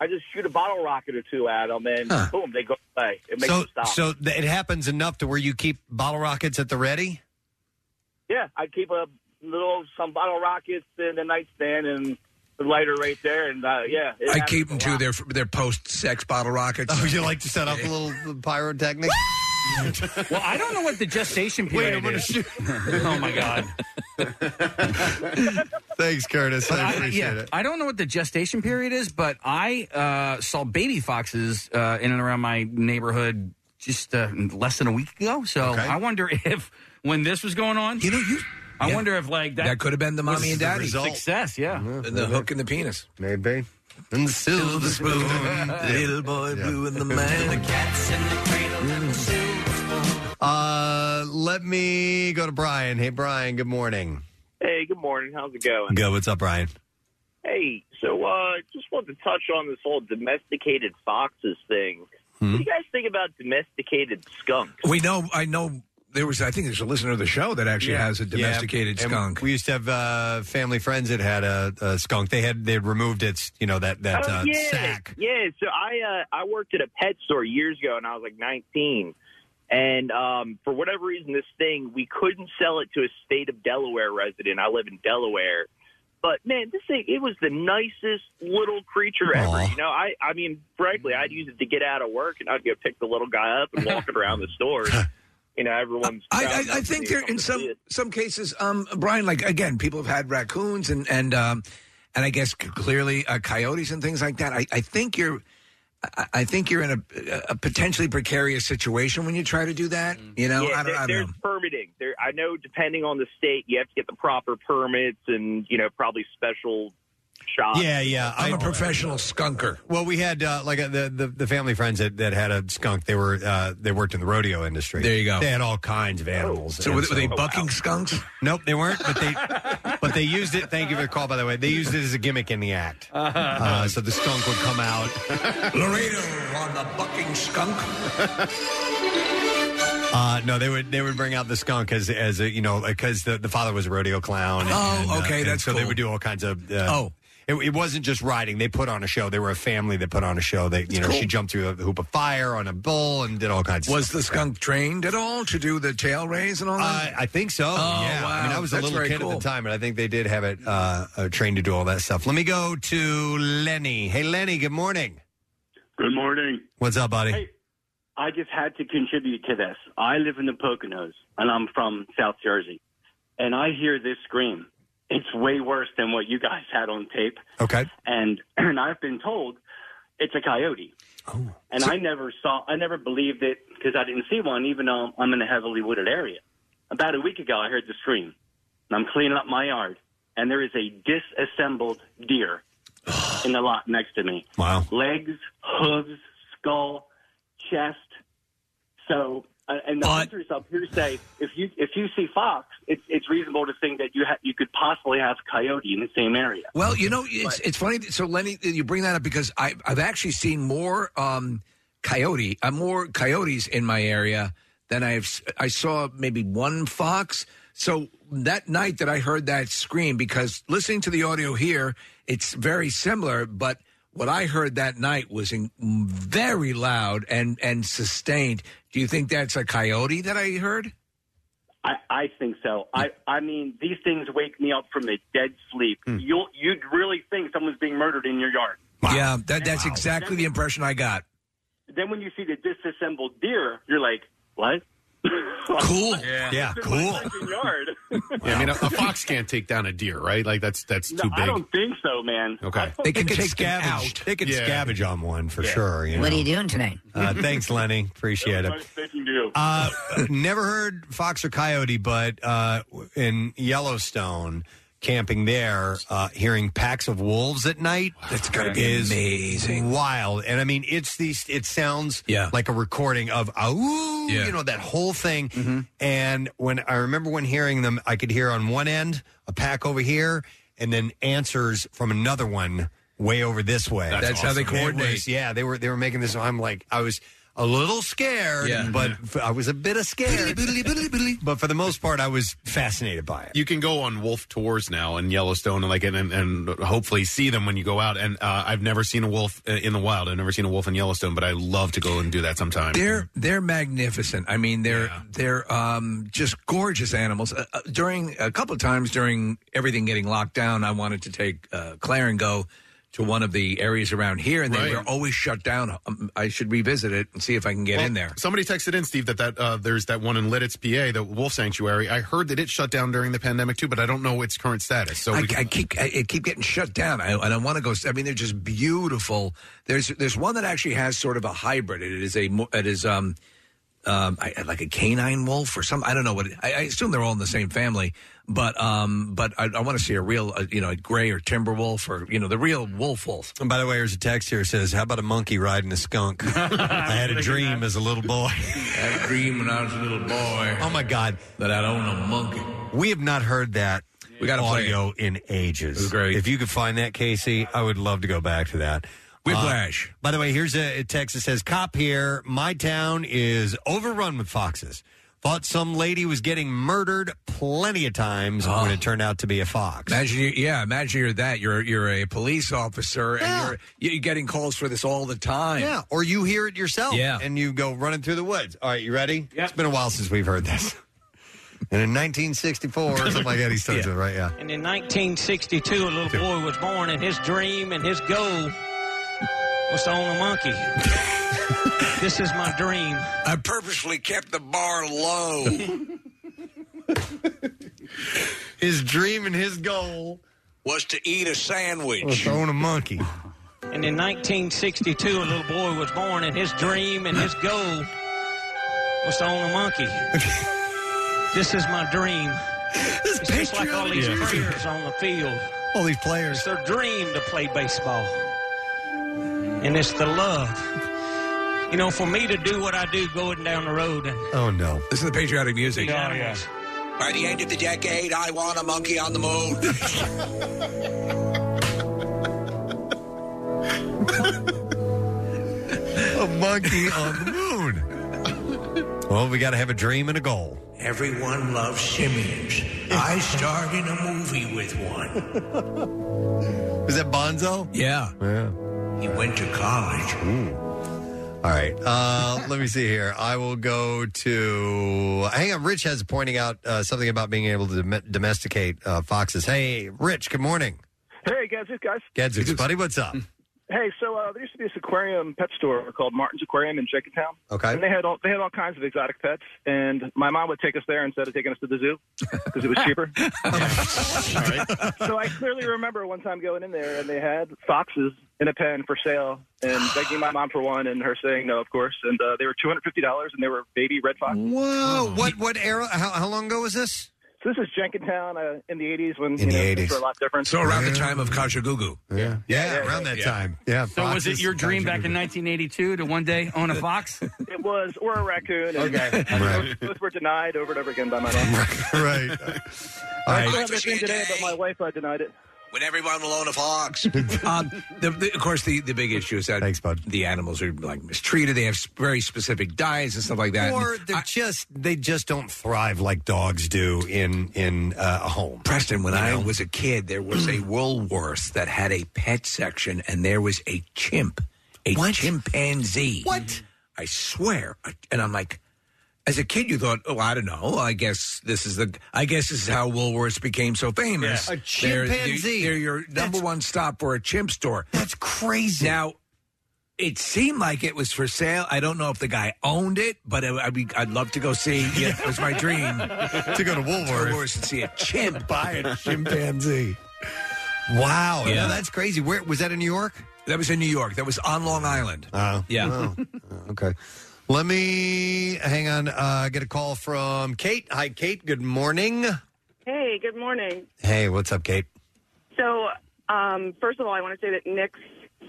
S1: I just shoot a bottle rocket or two at them, and
S4: Huh.
S1: boom, they go away. It makes
S4: so,
S1: them stop.
S4: so th- it happens enough to where you keep bottle rockets at the ready.
S1: yeah, I keep a little some bottle rockets in the nightstand and the lighter right there, and uh, yeah, it
S3: I
S1: happens
S3: keep
S1: a
S3: them to
S1: lot.
S3: their their post sex bottle rockets.
S4: Oh, you like to set up a little pyrotechnic?
S8: well, I don't know what the gestation period is. oh my god!
S4: Thanks, Curtis.
S8: I yeah, I don't know what the gestation period is, but I uh, saw baby foxes uh, in and around my neighborhood just uh, less than a week ago. So I wonder if when this was going on, you
S3: know, you.
S8: I
S3: Yeah.
S8: wonder if like that,
S3: That could have been the mommy
S8: was
S3: and daddy.
S8: success. Yeah,
S3: And the hook and the penis.
S4: Maybe. And the silver
S3: spoon, little boy blue and the man.
S4: Uh, let me go to Brian. Hey, Brian. Good morning.
S13: Hey, good morning. How's it going?
S4: Go. What's up, Brian?
S13: Hey, so uh just wanted to touch on this whole domesticated foxes thing.
S4: Hmm?
S3: Hmm?
S13: What do you guys think about domesticated skunks?
S3: We know. I know. There was. I think there's a listener of the show that actually has a domesticated
S4: Yeah, and
S3: skunk.
S4: We used to have uh, family friends that had a, a skunk. They had they had removed its you know that that
S13: oh,
S4: uh,
S13: yeah.
S4: sack.
S13: Yeah, so I uh, I worked at a pet store years ago and I was like 19. And um, for whatever reason, this thing, we couldn't sell it to a state of Delaware resident. I live in Delaware. But man, this thing, it was the nicest little creature ever. You know, I, I mean, frankly, I'd use it to get out of work and I'd go pick the little guy up and walk it around the store. You know, everyone's.
S3: I, I, I think there in some some cases, um, Brian. Like again, people have had raccoons and and um, and I guess c- clearly uh, coyotes and things like that. I, I think you're. I- I think you're in a, a potentially precarious situation when you try to do that. You know,
S13: Mm-hmm. yeah,
S3: I don't,
S13: there-
S3: I don't
S13: there's
S3: know.
S13: permitting. There, I know depending on the state, you have to get the proper permits and you know probably special shots.
S4: Yeah, yeah.
S13: I-
S4: I'm a
S3: professional skunker.
S4: Well, we had uh, like uh, the, the the family friends that, that had a skunk. They were uh, they worked in the rodeo industry.
S3: There you go.
S4: They had all kinds of animals.
S3: So
S4: And
S3: were they- were they bucking skunks?
S4: Nope, they weren't. But they but they used it. Thank you for the call, by the way. They used it as a gimmick in the act. Uh, so the skunk would come out.
S3: Uh-huh. Laredo on the bucking skunk.
S4: Uh, no, they would they would bring out the skunk as as a you know because the, the father was a rodeo clown.
S3: Oh,
S4: uh,
S3: okay,
S4: and
S3: that's
S4: so they
S3: cool.
S4: would do all kinds of. Uh,
S3: Oh.
S4: It, it wasn't just riding. They put on a show. They were a family that put on a show. They, you know, she jumped through a hoop of fire on a bull and did all kinds. of
S3: Was
S4: stuff
S3: the skunk trained at all to do the tail raise and all that?
S4: I think so.
S3: Oh,
S4: yeah.
S3: wow.
S4: I mean, I was
S3: That's
S4: a little
S3: very
S4: kid
S3: cool.
S4: at the time, and I think they did have it uh, uh, trained to do all that stuff. Let me go to Lenny. Hey, Lenny. Good morning.
S15: Good morning.
S4: What's up, buddy?
S15: Hey, I just had to contribute to this. I live in the Poconos, and I'm from South Jersey. And I hear this scream. It's way worse than what you guys had on tape.
S4: Okay.
S15: And and I've been told it's a coyote. Oh. And I never saw, I never believed it because I didn't see one, even though I'm in a heavily wooded area. About a week ago, I heard the scream, and I'm cleaning up my yard, and there is a disassembled deer in the lot next to me.
S4: Wow.
S15: Legs, hooves, skull, chest. So, uh, and the hunters up here say if you if you see fox, it's it's reasonable to think that you ha- you could possibly have coyote in the same area.
S3: Well, you know, it's it's funny. that- So Lenny, that you bring that up because I I've actually seen more um, coyote, uh, more coyotes in my area than I've s- I saw maybe one fox. So that night that I heard that scream, because listening to the audio here, it's very similar, but what I heard that night was in, very loud and and sustained. Do you think that's a coyote that I heard?
S15: I, I think so. I, I mean,
S6: Hmm.
S15: these things wake me up from a dead sleep. You'll, you'd really think someone's being murdered in your yard.
S3: Yeah, that, that's exactly the impression I got.
S15: Then when you see the disassembled deer, you're like, what?
S3: Cool.
S15: yeah.
S6: Yeah, cool.
S15: Yard.
S6: Yeah, I mean, a, a fox can't take down a deer, right? Like that's that's
S15: No,
S6: too big.
S15: I don't think so, man.
S6: Okay,
S4: They can scavenge. They can scavenge on one for
S6: Yeah.
S4: sure. You know?
S11: What are you doing tonight?
S4: Uh, thanks, Lenny. Appreciate it. Uh, never heard fox or coyote, but uh, in Yellowstone, camping there, uh, hearing packs of wolves at night. That's
S3: gotta be amazing.
S4: wild. And I mean, it's the it sounds
S3: Yeah.
S4: like a recording of ooh,
S3: Yeah. Mm-hmm.
S4: you know, that whole thing. And when I remember when hearing them, I could hear on one end a pack over here, and then answers from another one way over this way.
S3: That's how they
S4: It was-
S3: coordinate.
S4: yeah, they were they were making this. I'm like, I was a little scared,
S3: Yeah.
S4: but f- I was a bit of scared. But for the most part, I was fascinated by it.
S6: You can go on wolf tours now in Yellowstone, and like and, and, and hopefully see them when you go out. And uh, I've never seen a wolf uh, in the wild. I've never seen a wolf in Yellowstone, but I love to go and do that sometime.
S3: They're they're magnificent. I mean, they're they're um, just gorgeous animals. Uh, uh, during a couple of times during everything getting locked down, I wanted to take uh, Claire and go to one of the areas around here, and they
S6: Right.
S3: were always shut down. Um, I should revisit it and see if I can get
S6: Well,
S3: in there.
S6: Somebody texted in, Steve, that, that uh, there's that one in Lidditz, PA, the wolf sanctuary. I heard that it shut down during the pandemic too, but I don't know its current status. So
S3: I,
S6: we can-
S3: I keep I, it keep getting shut down. I, and I want to go. I mean, they're just beautiful. There's there's one that actually has sort of a hybrid. It is a mo- it is um um I, like a canine wolf or something. I don't know what. It, I, I assume they're all in the same family. But um but I, I want to see a real uh, you know a gray or timber wolf or you know the real wolf wolf.
S4: And by the way, there's a text here that says, "How about a monkey riding a skunk?" I had a dream as a little boy.
S11: I had a dream when I was a little boy.
S4: Oh my God!
S11: That I'd own a monkey.
S4: We have not heard that.
S11: We gotta play
S4: audio in ages.
S11: It was great.
S4: If you could find that, Casey, I would love to go back to that.
S3: Whiplash.
S4: Uh, by the way, here's a, a text that says, "Cop here. My town is overrun with foxes. Thought some lady was getting murdered plenty of times
S11: Ah.
S4: when it turned out to be a fox."
S3: Imagine you, yeah, imagine you're that. You're you're a police officer and you're you're getting calls for this all the time.
S4: Yeah, or you hear it yourself.
S3: Yeah.
S4: And you go running through the woods. All right, you ready? It's been a while since we've heard this. And in 1964 or something like that, he starts it, right? Yeah.
S16: And in 1962, a little boy was born, and his dream and his goal was to own a monkey. this is my dream.
S3: I purposely kept the bar low.
S4: His dream and his goal
S11: was to eat a sandwich.
S4: Own a monkey.
S16: And in 1962, a little boy was born, and his dream and his goal was to own a monkey. this is my dream. This it's just like all these
S4: patriotic music.
S16: players on the field.
S4: All these players.
S16: It's their dream to play baseball. And it's the love. You know, for me to do what I do going down the road and
S4: Oh no!
S3: This is the patriotic music.
S16: Oh, yeah.
S11: By the end of the decade, I want a monkey on the moon.
S4: a monkey on the moon. Well, we got to have a dream and a goal.
S11: Everyone loves simians. I starred in a movie with one.
S4: Was that Bonzo?
S3: Yeah.
S4: Yeah.
S11: He went to college.
S4: All right. Uh, let me see here. I will go to. Hang on. Rich has pointing out uh, something about being able to dom- domesticate uh, foxes. Hey, Rich. Good morning.
S17: Hey, guys, this guys.
S4: Gadzooks, buddy. What's up?
S17: Hey, so uh, there used to be this aquarium pet store called Martin's Aquarium in Jenkintown.
S4: Okay.
S17: And they had all they had all kinds of exotic pets, and my mom would take us there instead of taking us to the zoo because it was cheaper. So I clearly remember one time going in there, and they had foxes in a pen for sale, and begging my mom for one, and her saying no, of course. And uh, they were two hundred fifty dollars, and they were baby red foxes.
S4: Whoa! What what era? How, how long ago was this?
S17: So this is Jenkintown uh, in the eighties when
S4: In
S17: you
S4: the
S17: know,
S4: 80s.
S17: things were a lot different.
S3: So around the time of Kachagugu.
S4: Yeah. Yeah, around that time. Yeah.
S16: So was it your dream back in
S17: 1982 to one day own a fox? it was, or a raccoon. And
S4: Okay.
S17: both, both were denied over and over again by my mom.
S4: right.
S17: All
S3: right.
S17: I still have this thing today, but my wife uh, denied it.
S11: When everyone will own a fox.
S3: um, the, the, of course, the, the big issue is that the animals are like mistreated. They have s- very specific diets and stuff like that.
S4: Or they're just they just don't thrive like dogs do in in uh, a home.
S3: Preston, when I was a kid, there was a Woolworths that had a pet section, and there was a chimp, a chimpanzee. What? I swear. I- And I'm like, as a kid, you thought, oh, I don't know. I guess this is the. I guess this is how Woolworths became so famous.
S4: Yeah. A
S3: They're-
S4: chimpanzee.
S3: They're, your number one stop for a chimp store. That's
S4: crazy.
S3: Now, it seemed like it was for sale. I don't know if the guy owned it, but I, I, would love to go see. Yeah, it was my dream
S4: To go to Woolworths.
S3: Woolworths and see a chimp
S4: Buy a chimpanzee. Wow. No, that's crazy. Where was that in New York?
S3: That was in New York. That was on Long Island.
S4: Oh.
S3: Yeah.
S4: Oh. okay. Let me hang on. Uh, get a call from Kate. Hi, Kate. Good morning.
S7: Hey, good morning.
S4: Hey, what's up, Kate?
S7: So, um, first of all, I want to say that Nick's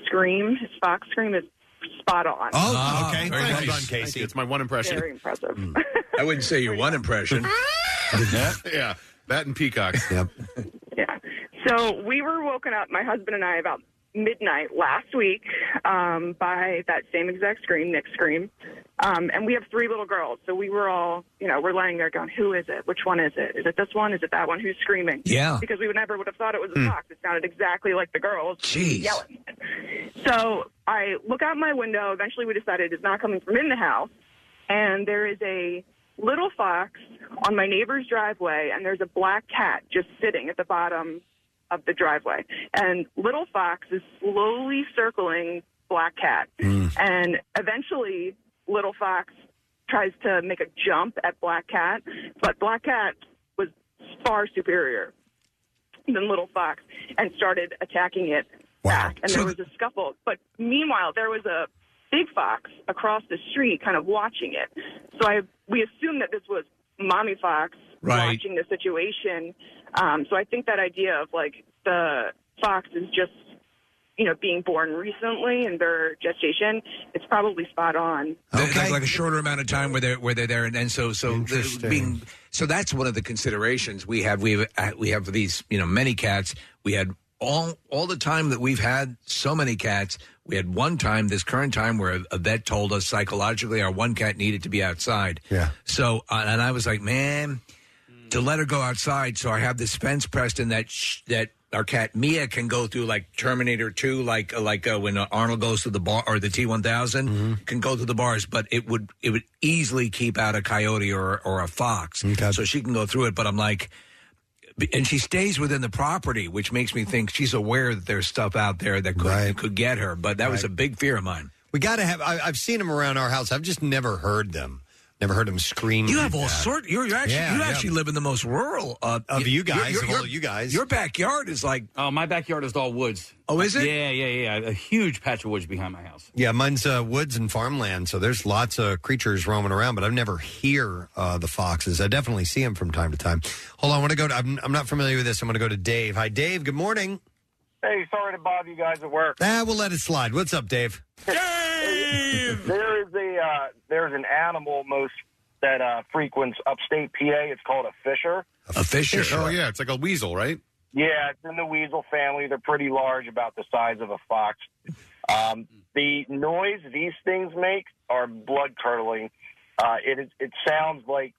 S7: scream, his fox scream, is spot on.
S9: Oh.
S4: Oh, okay.
S6: Very
S4: Well
S6: nice.
S4: done, Casey.
S6: Thank you. It's my one impression. Hmm.
S7: Very impressive.
S3: Oh, I wouldn't say your one impression.
S6: yeah, that and Peacock.
S4: Yep.
S7: So we were woken up, my husband and I, about midnight last week um, by that same exact scream, Nick's scream. Um, and we have three little girls, so we were all, you know, we're lying there going, "Who is it? Which one is it? Is it this one? Is it that one? Who's screaming?"
S9: Yeah.
S7: because we would never would have thought it was a
S9: Hmm.
S7: fox. It sounded exactly like the girls
S9: Jeez.
S7: yelling. So I look out my window. Eventually, we decided it's not coming from in the house, and there is a little fox on my neighbor's driveway, and there's a black cat just sitting at the bottom of the driveway. And little fox is slowly circling black cat, and eventually, little fox tries to make a jump at black cat, but black cat was far superior than little fox and started attacking it back. And there was a scuffle. But meanwhile, there was a big fox across the street kind of watching it. So I we assumed that this was mommy fox
S18: Right.
S7: watching the situation. Um, so I think that idea of like the fox is just you know being born recently and their gestation, it's probably spot on.
S3: They- Like, like a shorter amount of time where they're where they're there, and, and so so the- being so that's one of the considerations we have. We have uh, we have these you know many cats. We had all all the time that we've had so many cats. We had one time this current time where a, a vet told us psychologically our one cat needed to be outside.
S4: Yeah.
S3: So uh, and I was like, man, to let her go outside. So I have this fence pressed in that sh- that our cat Mia can go through like Terminator Two, like like uh, when Arnold goes to the bar or the T one
S4: Mm-hmm.
S3: thousand can go to the bars, but it would it would easily keep out a coyote or or a fox. So she can go through it. But I'm like. And she stays within the property, which makes me think she's aware that there's stuff out there that could could get her. But that was a
S4: Right.
S3: big fear of mine.
S4: We got to have. I, I've seen them around our house. I've just never heard them. Never heard them scream.
S3: You
S4: like
S3: have all
S4: that.
S3: sort. You're, you're actually
S4: Yeah,
S3: you
S4: yeah.
S3: actually live in the most rural uh,
S4: Of
S3: y-
S4: you
S3: your-
S4: guys,
S3: your-
S4: of all
S3: your-
S4: you guys.
S3: Your backyard is like
S8: oh, my backyard is all woods.
S3: Oh, is it?
S8: Yeah, yeah, yeah. A huge patch of woods behind my house.
S4: Yeah, mine's uh, woods and farmland, so there's lots of creatures roaming around, but I've never hear uh, the foxes. I definitely see them from time to time. Hold on, I want to go. To, I'm, I'm not familiar with this. I'm going to go to Dave. Hi, Dave. Good morning.
S24: Hey, sorry to bother you guys at work.
S4: Ah, we'll let it slide. What's up, Dave?
S24: there is a uh, there's an animal most that uh, frequents upstate PA. It's called a fisher.
S3: A fisher.
S6: Oh yeah, it's like a weasel, right?
S24: Yeah, it's in the weasel family. They're pretty large, about the size of a fox. Um, the noise these things make are blood curdling. Uh, it is, it sounds like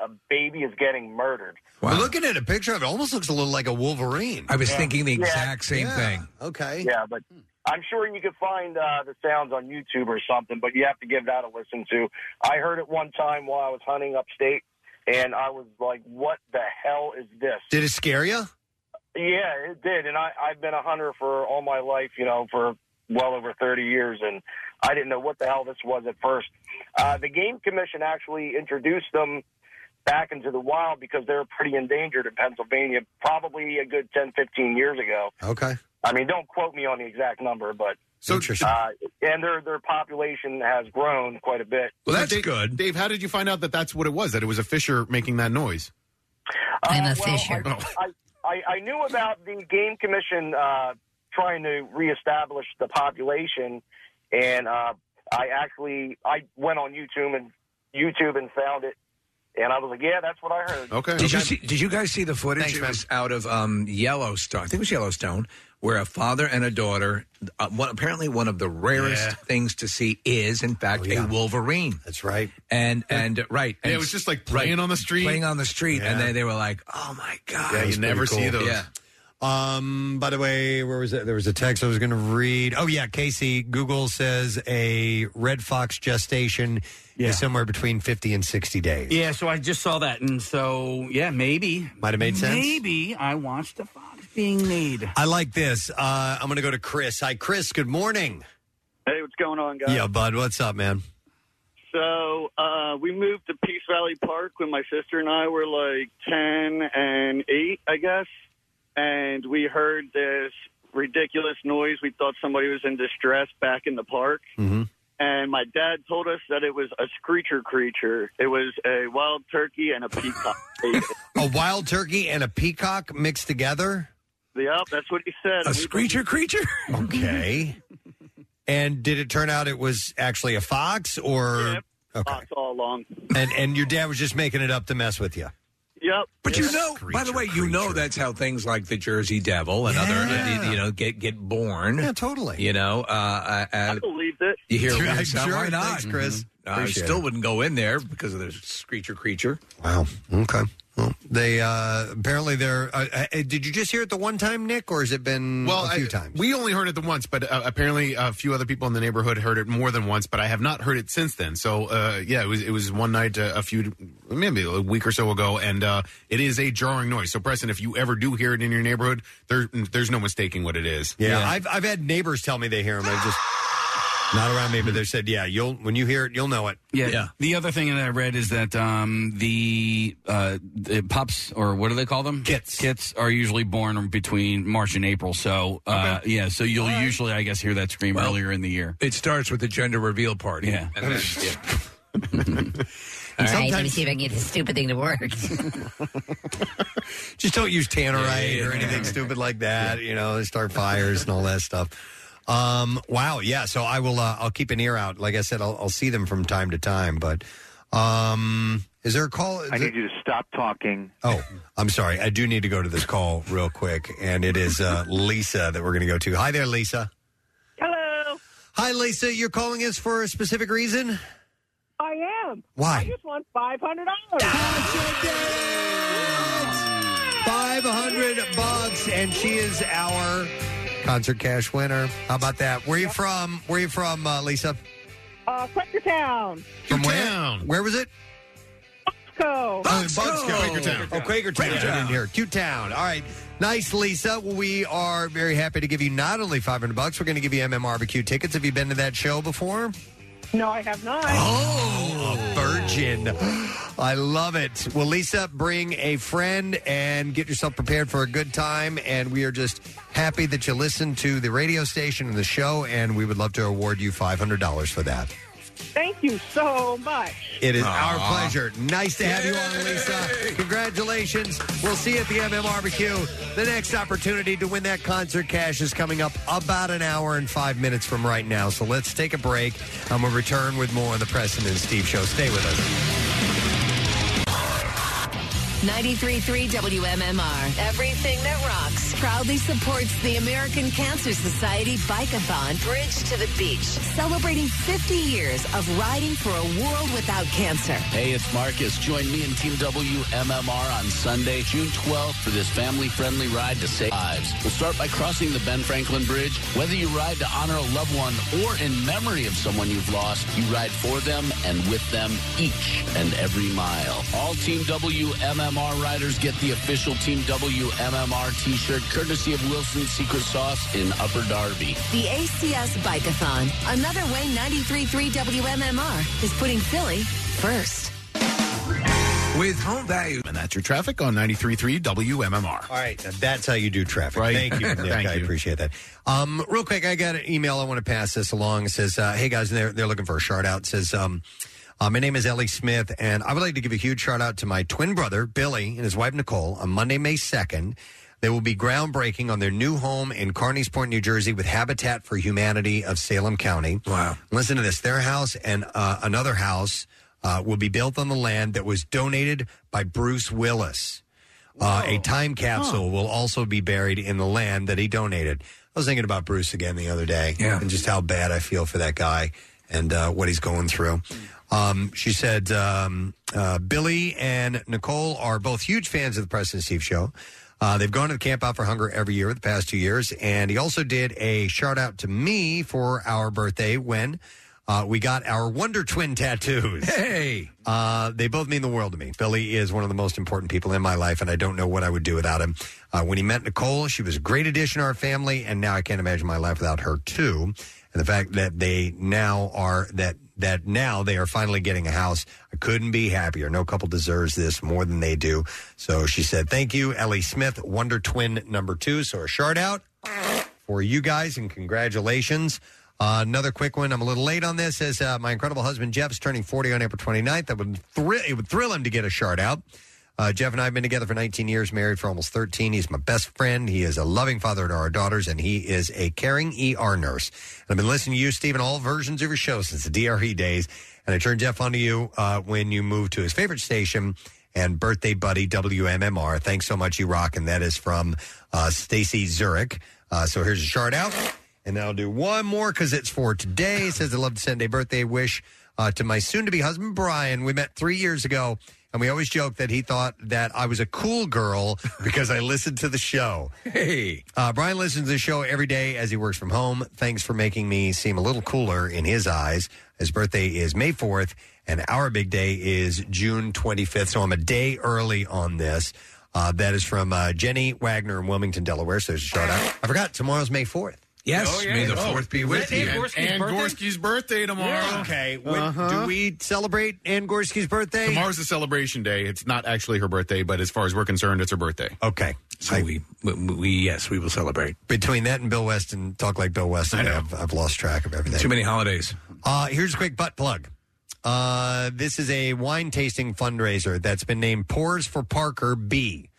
S24: a baby is getting murdered.
S4: We're looking at a picture of it. Almost looks a little like a wolverine.
S24: I was Yeah. thinking the Yeah. exact
S3: same thing.
S4: Okay.
S24: Yeah, but I'm sure you could find uh, the sounds on YouTube or something, but you have to give that a listen to. I heard it one time while I was hunting upstate, and I was like, what the hell is this?
S4: Did it scare you?
S24: Yeah, it did. And I, I've been a hunter for all my life, you know, for well over 30 years, and I didn't know what the hell this was at first. Uh, the Game Commission actually introduced them back into the wild because they were pretty endangered in Pennsylvania probably a good 10, 15 years ago.
S4: Okay.
S24: I mean, don't quote me on the exact number, but
S6: so
S24: uh, and their their population has grown quite a bit.
S6: Well, that's good, Dave. How did you find out that that's what it was? That it was a fisher making that noise? Uh,
S24: I'm
S6: a
S24: fisher.
S6: oh.
S24: I, I, I knew about the game commission uh, trying to reestablish the population, and uh, I actually I went on YouTube and YouTube and found it, and I was like, yeah, that's what I heard.
S3: Did you see, did you guys see the footage? it was out of um, Yellowstone. I think it was Yellowstone, where a father and a daughter. Uh, one, apparently, one of the rarest
S6: Yeah. Oh,
S3: things to see is, in fact, a wolverine.
S4: That's right.
S3: And and right,
S6: Yeah,
S3: and
S6: it was just like playing
S3: right,
S6: on the street.
S3: playing on the street, and
S6: Yeah.
S3: then they were like, "Oh my god!"
S6: Yeah, you
S3: That's
S6: never
S3: pretty
S6: see those.
S3: Yeah.
S4: Um, by the way, where was it? There was a text I was going to read. Oh yeah, Casey. Google says a red fox gestation is somewhere between fifty and sixty days.
S8: Yeah, so I just saw that, and so yeah, maybe
S4: Might have made sense.
S8: Maybe I watched a fox being made.
S4: I like this. Uh, I'm going to go to Chris. Hi, Chris. Good morning.
S9: Hey, what's going on, guys?
S4: Yeah, bud. What's up, man?
S9: So uh, we moved to Peace Valley Park when my sister and I were like 10 and 8, I guess. And we heard this ridiculous noise. We thought somebody was in distress back in the park.
S4: Mm-hmm.
S9: And my dad told us that it was a screecher creature. It was a wild turkey and a peacock.
S4: A wild turkey and a peacock mixed together.
S9: yep, that's what he said.
S4: A
S9: We-
S4: screecher creature. Okay. and did it turn out it was actually a fox or? Okay.
S9: Fox all along.
S4: And and your dad was just making it up to mess with you.
S9: Yep.
S3: But you know, by the way, you know that's how things like the Jersey Devil and other, you know, get get born. Yeah,
S4: totally.
S3: You know, uh, uh, uh,
S9: believed it.
S3: you hear
S4: Yeah,
S3: weird sound.
S4: sure.
S3: Why not,
S4: Thanks, Chris.
S3: Mhm. I
S4: Appreciate
S3: still
S4: it.
S3: wouldn't go in there because of the screecher creature.
S4: Wow. Okay. Well, they uh, apparently they're. Uh, uh, did you just hear it the one time, Nick, or has it been
S6: Well,
S4: a
S6: I-
S4: few times?
S6: we only heard it the once, but uh, apparently a few other people in the neighborhood heard it more than once. But I have not heard it since then. So uh, yeah, it was it was one night uh, a few maybe a week or so ago, and uh, it is a jarring noise. So Preston, if you ever do hear it in your neighborhood, there there's no mistaking what it is.
S4: Yeah, I've I've had neighbors tell me they hear them. I just not around me, but they said, "Yeah, you'll when you hear it, you'll know it."
S8: Yeah. The other thing that I read is that um, the, uh, the pups, or what do they call them? Kits. Kits are usually born between March and April. So, uh, yeah, so you'll usually, I guess, hear that scream earlier in the year.
S3: It starts with the gender reveal party. Yeah. And then, yeah.
S18: All
S3: right,
S18: right, let me
S3: sometimes-
S18: see if I can get this stupid thing to work.
S4: Just don't use tannerite
S18: Yeah, yeah,
S4: or anything stupid like that. You know, they start fires and all that stuff. Um, wow, yeah. So I will. Uh, I'll keep an ear out. Like I said, I'll, I'll see them from time to time. But um, is there a call?
S19: I need you to stop talking.
S4: Oh, I'm sorry. I do need to go to this call real quick, and it is uh, Lisa that we're going to go to. Hi there, Lisa.
S21: Hello.
S4: Hi, Lisa. You're calling us for a specific reason.
S21: I am.
S4: Why?
S21: I just want five hundred dollars.
S4: Five hundred bucks, and she is our concert cash winner. How about that? Where are you from? Where are you from, uh, Lisa?
S21: Uh, Quakertown.
S4: From where? Where was it?
S21: Bucksco.
S4: Quakertown. Oh, Quakertown. I didn't hear. Q Town. All right. Nice, Lisa. Well, We are very happy to give you not only 500 bucks, we're going to give you MMRBQ tickets. Have you been to that show before?
S21: No, I have not.
S4: Oh, a virgin. I love it. Well, Lisa, bring a friend and get yourself prepared for a good time. And we are just happy that you listened to the radio station and the show. And we would love to award you $500 for that.
S21: Thank you so much.
S4: It is our
S21: Aw.
S4: pleasure. Nice to have you on, Lisa. Congratulations. We'll see you at the MM Barbecue. The next opportunity to win that concert cash is coming up about an hour and five minutes from right now. So let's take a break, and we'll return with more on the Preston and Steve Show. Stay with us.
S12: 933 WMMR. Everything that rocks proudly supports the American Cancer Society Bike-a-thon Bridge to the Beach, celebrating 50 years of riding for a world without cancer.
S25: Hey, it's Marcus. Join me and Team WMMR on Sunday, June 12th for this family-friendly ride to save lives. We'll start by crossing the Ben Franklin Bridge. Whether you ride to honor a loved one or in memory of someone you've lost, you ride for them and with them each and every mile. All Team WMMR riders get the official Team WMMR t-shirt courtesy of Wilson's Secret Sauce in Upper Darby.
S12: The ACS Bike-a-thon, another way 933 WMMR is putting Philly first.
S3: With home value.
S6: And that's your traffic on 93.3 WMMR.
S4: All right. That's how you do traffic.
S6: Right.
S4: Thank you, Nick.
S6: Thank
S4: I
S6: you.
S4: appreciate that. Um, real quick, I got an email. I want to pass this along. It says, uh, "Hey guys, they're they're looking for a shout out." It says, um, uh, "My name is Ellie Smith, and I would like to give a huge shout out to my twin brother Billy and his wife Nicole on Monday, May second. They will be groundbreaking on their new home in Kearney's Point, New Jersey, with Habitat for Humanity of Salem County. Wow! Listen to this: their house and uh, another house uh, will be built on the land that was donated by Bruce Willis. Uh, a time capsule will also be buried in the land that he donated. I was thinking about Bruce again the other day and just how bad I feel for that guy and uh, what he's going through. Um, she said, um, uh, Billy and Nicole are both huge fans of the President Steve Show. Uh, they've gone to the Camp Out for Hunger every year the past two years. And he also did a shout out to me for our birthday when uh, we got our Wonder Twin tattoos.
S3: Hey!
S4: Uh, they both mean the world to me. Billy is one of the most important people in my life, and I don't know what I would do without him. Uh, when he met Nicole, she was a great addition to our family, and now I can't imagine my life without her, too. And the fact that they now are, that that now they are finally getting a house. I couldn't be happier. No couple deserves this more than they do. So she said, Thank you, Ellie Smith, Wonder Twin number two. So a shout out for you guys and congratulations. Uh, another quick one. I'm a little late on this. As uh, my incredible husband Jeff's turning 40 on April 29th, that would thrill it would thrill him to get a shout out. Uh, Jeff and I have been together for 19 years, married for almost 13. He's my best friend. He is a loving father to our daughters, and he is a caring ER nurse. And I've been listening to you, Steve, in all versions of your show since the DRE days. And I turned Jeff onto you uh, when you moved to his favorite station and birthday buddy WMMR. Thanks so much, you rock. And that is from uh, Stacy Zurich. Uh, so here's a shout out. And then I'll do one more because it's for today. It says, I love to send a birthday wish uh, to my soon to be husband, Brian. We met three years ago, and we always joked that he thought that I was a cool girl because I listened to the show.
S3: Hey.
S4: Uh, Brian listens to the show every day as he works from home. Thanks for making me seem a little cooler in his eyes. His birthday is May 4th, and our big day is June 25th. So I'm a day early on this. Uh, that is from uh, Jenny Wagner in Wilmington, Delaware. So there's a shout out. I forgot, tomorrow's May 4th.
S3: Yes,
S6: Oh, yeah. may the Oh. fourth be Is with that you. Dave Gorski's And birthday? Gorski's birthday tomorrow. Yeah.
S4: Okay. when-
S6: Uh-huh.
S4: Do we celebrate Ann Gorski's birthday?
S6: Tomorrow's the celebration day. It's not actually her birthday, but as far as we're concerned, it's her birthday.
S4: Okay.
S3: So we, we, we, yes, we will celebrate.
S4: Between that and Bill Weston, talk like Bill Weston.
S3: I know.
S4: I've, I've lost track of everything.
S3: Too many holidays.
S4: Uh, here's a quick butt plug. Uh, this is a wine tasting fundraiser that's been named Pours for Parker B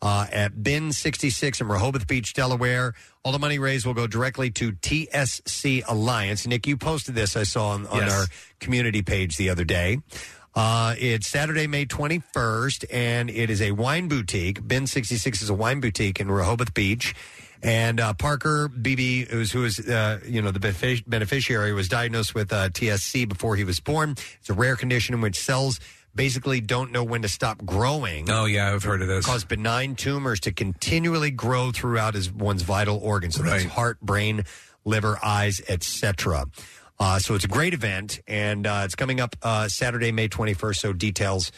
S4: uh, at Bin 66 in Rehoboth Beach, Delaware. All the money raised will go directly to TSC Alliance. Nick, you posted this, I saw on, on
S14: Yes.
S4: our community page the other day. Uh, it's Saturday, May 21st, and it is a wine boutique. Bin 66 is a wine boutique in Rehoboth Beach. And uh, Parker BB, who's, who is uh, you know the benefic- beneficiary, was diagnosed with uh, TSC before he was born. It's a rare condition in which cells basically don't know when to stop growing.
S3: Oh, yeah, I've heard of this.
S4: Cause benign tumors to continually grow throughout his one's vital organs, so that's heart, brain, liver, eyes, etc. Uh, so it's a great event, and uh, it's coming up uh, Saturday, May 21st. So details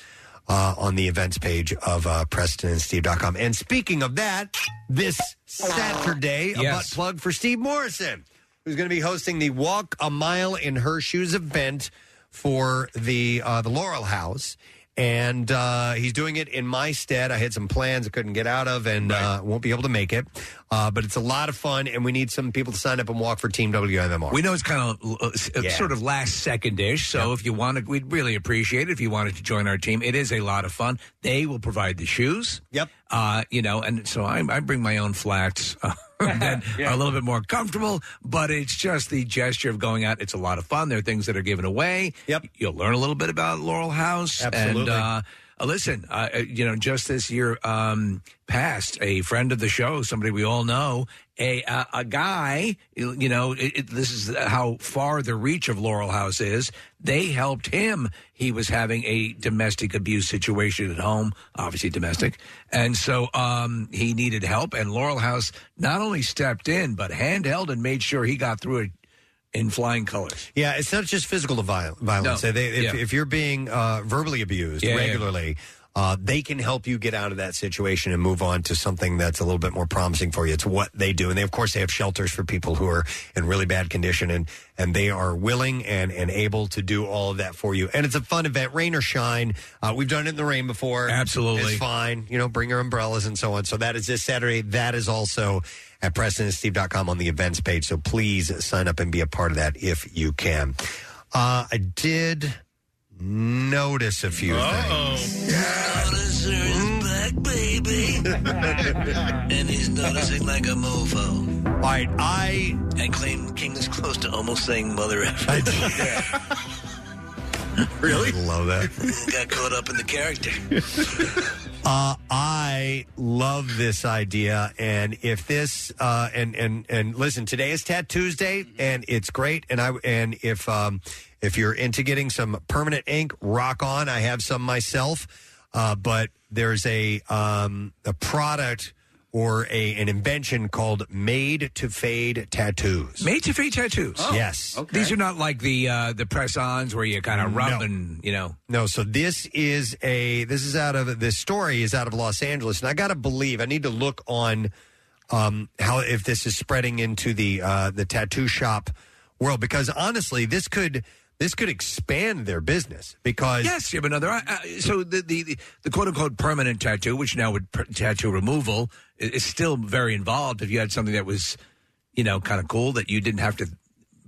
S4: uh, on the events page of uh, PrestonandSteve.com. And speaking of that, this Saturday, a butt plug for Steve Morrison, who's going to be hosting the Walk a Mile in Her Shoes event for the uh, the Laurel House. And uh, he's doing it in my stead. I had some plans I couldn't get out of and uh, won't be able to make it. Uh, but it's a lot of fun, and we need some people to sign up and walk for Team WMMR.
S3: We know it's kind of uh, s-
S4: Yeah.
S3: sort of last second ish. So if you want to, we'd really appreciate it if you wanted to join our team. It is a lot of fun. They will provide the shoes.
S4: Yep.
S3: Uh, you know, and so I, I bring my own flats. Uh, that are a little bit more comfortable, but it's just the gesture of going out. It's a lot of fun. There are things that are given away. Yep. You'll learn a little bit about Laurel House. And,
S4: Absolutely.
S3: uh, uh, listen, uh, uh, you know, just this year um, past, a friend of the show, somebody we all know, a uh, a guy, you you know, it, it, this is how far the reach of Laurel House is. They helped him. He was having a domestic abuse situation at home, obviously domestic, and so um, he needed help. And Laurel House not only stepped in, but handheld and made sure he got through it in flying colors.
S4: Yeah, it's not just physical viol- violence.
S3: No.
S4: They- if,
S3: Yeah.
S4: if you're being uh, verbally abused
S3: Yeah, yeah.
S4: regularly, Uh, they can help you get out of that situation and move on to something that's a little bit more promising for you. It's what they do, and they of course they have shelters for people who are in really bad condition, and and they are willing and and able to do all of that for you. And it's a fun event, rain or shine. Uh, we've done it in the rain before.
S3: Absolutely.
S4: it's fine. You know, bring your umbrellas and so on. So that is this Saturday. That is also at PrestonandSteve.com on the events page. So please sign up and be a part of that if you can. Uh, I did notice a few
S10: Oh,
S4: things.
S11: Noticer is back, baby.
S6: Mm-hmm.
S11: and he's noticing like a mofo.
S4: All right, I.
S11: And claim King is close to almost saying mother effer.
S4: Really? love that.
S11: Got caught up in the character.
S4: Uh, I love this idea, and if this uh, and and and listen, today is Tattoo Day, and it's great. And I and if um, if you're into getting some permanent ink, rock on. I have some myself, uh, but there's a um, a product or a, an invention called made to fade tattoos.
S3: Made to fade tattoos.
S6: Oh,
S4: yes.
S3: These are not like the uh, the press ons where you kind of rub
S4: No.
S3: and you know.
S4: No, so this is a this is out of this story is out of Los Angeles, and I gotta believe I need to look on um, how if this is spreading into the uh, the tattoo shop world because honestly, this could this could expand their business because
S3: Yes, you have another. Uh, uh, so the, the the- the quote unquote permanent tattoo, which now with per- tattoo removal, i- is still very involved. If you had something that was, you know, kind of cool that you didn't have to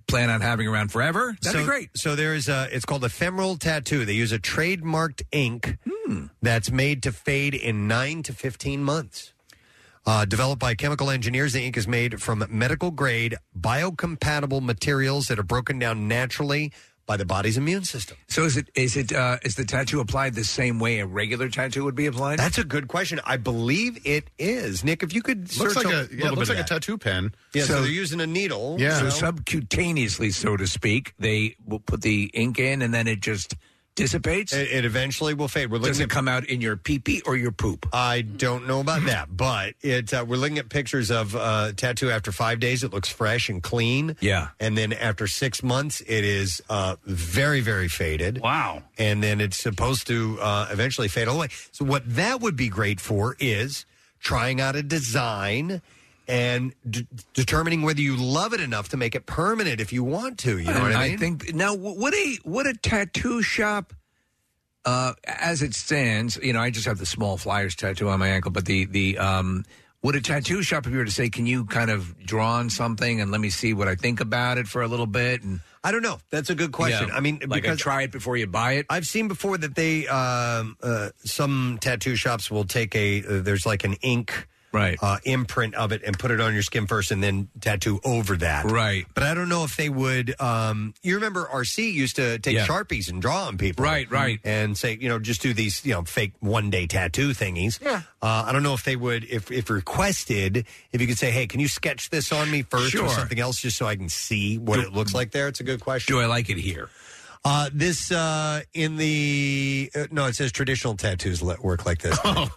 S3: plan on having around forever, that'd
S4: so,
S3: be great.
S4: So there is a it's called ephemeral tattoo. They use a trademarked ink
S3: Hmm.
S4: that's made to fade in nine to fifteen months. Uh, developed by chemical engineers, the ink is made from medical grade biocompatible materials that are broken down naturally by the body's immune system.
S3: So is it is it uh, is the tattoo applied the same way a regular tattoo would be applied?
S4: That's a good question. I believe it is. Nick, if you could
S6: Looks
S4: search
S6: like
S4: a
S6: a, yeah,
S4: little
S6: looks like
S4: bit of
S6: a
S4: that.
S6: tattoo pen.
S4: Yeah, so, they're using a needle.
S3: So
S4: you know?
S3: subcutaneously, so to speak, they will put the ink in and then it just dissipates.
S4: It, it eventually will fade. We're looking
S3: Does it come out in your pee pee or your poop?
S4: I don't know about that, but it uh, we're looking at pictures of uh, tattoo after five days. It looks fresh and clean.
S3: Yeah.
S4: and then after six months, it is uh, very very faded.
S8: Wow,
S4: and then it's supposed to uh, eventually fade away. So what that would be great for is trying out a design. And d- determining whether you love it enough to make it permanent if you want to. You know
S3: And
S4: what I mean?
S3: think now w- would a would a tattoo shop, uh, as it stands, you know, I just have the small flyers tattoo on my ankle, but the the um, would a tattoo shop if you were to say, can you kind of draw on something and let me see what I think about it for a little bit? And
S4: I don't know. That's a good question. I mean,
S3: like
S4: because-
S3: I try it before you buy it.
S4: I've seen before that they um, uh, some tattoo shops will take a uh, there's like an ink
S3: right
S4: uh, imprint of it and put it on your skin first and then tattoo over that
S3: Right.
S4: But I don't know if they would. Um, you remember RC used to take
S3: Yeah.
S4: sharpies and draw on people
S3: Right, right.
S4: and say you know just do these you know fake one day tattoo thingies. Yeah. Uh, I don't know if they would if if requested if you could say hey can you sketch this on me first
S3: Sure.
S4: or something else just so I can see what it looks like there. It's a good question.
S3: Do I like it here?
S4: Uh, this uh, in the uh, no, it says traditional tattoos let work like this. Oh.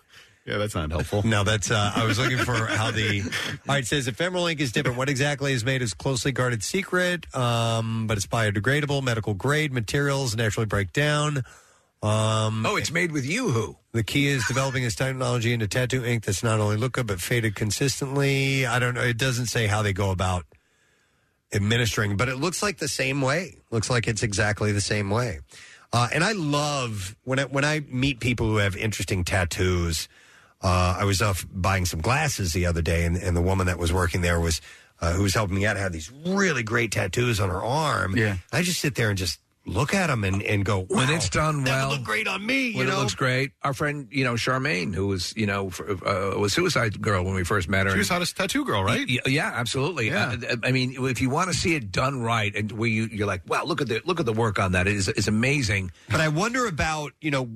S6: Yeah, that's not helpful.
S4: No, that's uh, I was looking for how the all right it says ephemeral ink is different. What exactly is made is closely guarded secret, um, but it's biodegradable, medical grade materials naturally break down. Um,
S3: oh, it's made with YooHoo.
S4: The key is developing this technology into tattoo ink that's not only look good but faded consistently. I don't know. It doesn't say how they go about administering, but it looks like the same way. Looks like it's exactly the same way. Uh, and I love when I, when I meet people who have interesting tattoos. Uh, I was off buying some glasses the other day, and, and the woman that was working there was uh, who was helping me out had these really great tattoos on her arm. Yeah, I just sit there and just look at them and, and go,
S3: When
S4: "Wow,
S3: it's done
S4: that would
S3: well,
S4: look great on me. You
S3: when
S4: know,
S3: it looks great. Our friend, you know, Charmaine, who was, you know, f- uh, was Suicide Girl when we first met her.
S6: She was hottest tattoo girl, right?
S3: Y- y- Yeah, absolutely.
S6: Yeah.
S3: Uh, I mean, if you want to see it done right, and where you, you're like, wow, look at the look at the work on that. It is it's amazing.
S4: But I wonder about you know,